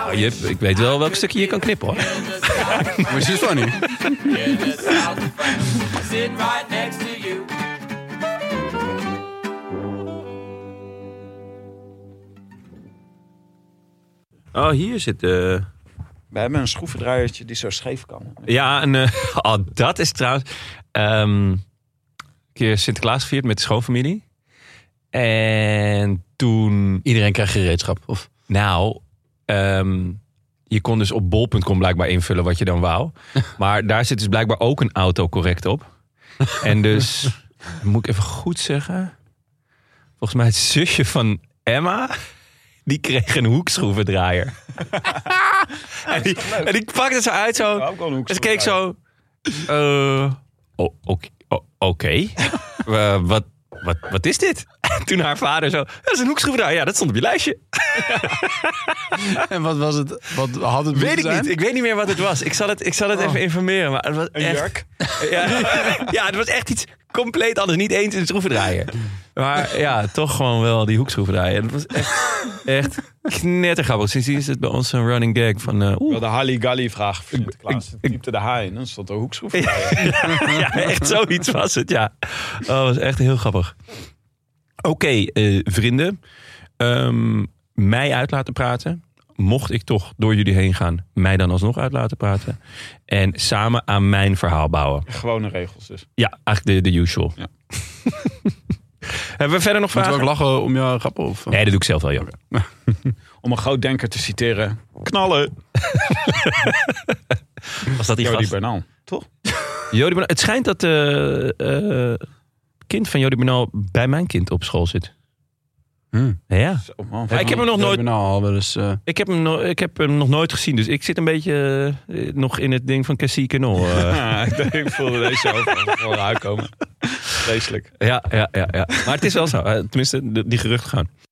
Speaker 2: Oh, je, ik weet wel welk stukje je kan knippen hoor.
Speaker 3: Maar is funny.
Speaker 6: in the south of France, sitting right next to you.
Speaker 2: Oh, hier zit... eh,
Speaker 4: We hebben een schroevendraaiertje die zo scheef kan.
Speaker 2: Ja, en eh, oh, dat is trouwens. ehm, een keer Sinterklaas gevierd met de schoonfamilie. En toen,
Speaker 3: Iedereen krijgt gereedschap. Of
Speaker 2: nou, ehm, je kon dus op bol.com blijkbaar invullen wat je dan wou. Maar daar zit dus blijkbaar ook een autocorrect op. En dus, moet ik even goed zeggen. Volgens mij het zusje van Emma, die kreeg een hoekschroevendraaier. en, die, en die pakte ze uit zo.
Speaker 4: Oh,
Speaker 2: Dus ik keek zo. eh, oh, Oké. oh, oké. Eh, wat, wat, wat is dit? En toen haar vader zo. Dat is een hoekschroevendraaier. Ja, dat stond op je lijstje.
Speaker 3: En wat was het? Wat had het Oh.
Speaker 2: Weet ik niet. Ik weet niet meer wat het was. Ik zal het, ik zal het even informeren. Maar het was
Speaker 4: Een
Speaker 2: echt,
Speaker 4: jurk.
Speaker 2: Ja, ja, het was echt iets compleet anders. Niet eens een schroevendraaier. Maar ja, toch gewoon wel die hoekschroevendraaier. Het was echt, echt knettergrappig. Sindsdien is het bij ons een running gag van... eh, oeh,
Speaker 4: Wel de Harley Galli vraag voor Sinterklaas. Ik, typte de H in, dan stond er hoekschroevendraaier.
Speaker 2: ja, echt zoiets was het, ja. Oh, dat was echt heel grappig. Oké, eh, vrienden. Ehm, mij uit laten praten. Mocht ik toch door jullie heen gaan, mij dan alsnog uit laten praten. En samen aan mijn verhaal bouwen.
Speaker 4: Gewone regels dus.
Speaker 2: Ja, eigenlijk de, de usual.
Speaker 4: Ja.
Speaker 2: Hebben we verder nog
Speaker 3: Moeten we
Speaker 2: vragen?
Speaker 3: ook lachen om jouw grappen? Of?
Speaker 2: Nee, dat doe ik zelf wel, joh.
Speaker 4: Om een groot denker te citeren. Knallen.
Speaker 2: Was dat die
Speaker 4: Jody
Speaker 2: gast?
Speaker 4: Bernal. Toch?
Speaker 2: Jody Bernal. Het schijnt dat het kind van Jody Bernal bij mijn kind op school zit.
Speaker 3: Hmm.
Speaker 2: Ja.
Speaker 4: Zo, man.
Speaker 2: Ik heb hem nog nooit
Speaker 3: Nou, al wel eens. eh,
Speaker 2: Ik heb, hem no- ik heb hem nog nooit gezien, dus ik zit een beetje eh, nog in het ding van Cassie eh. Canol.
Speaker 4: Ja, ik, denk, ik voelde deze ook al gewoon aankomen. Vreselijk.
Speaker 2: ja, ja, ja, ja. Maar het is wel zo. eh, tenminste, de- die geruchten gaan.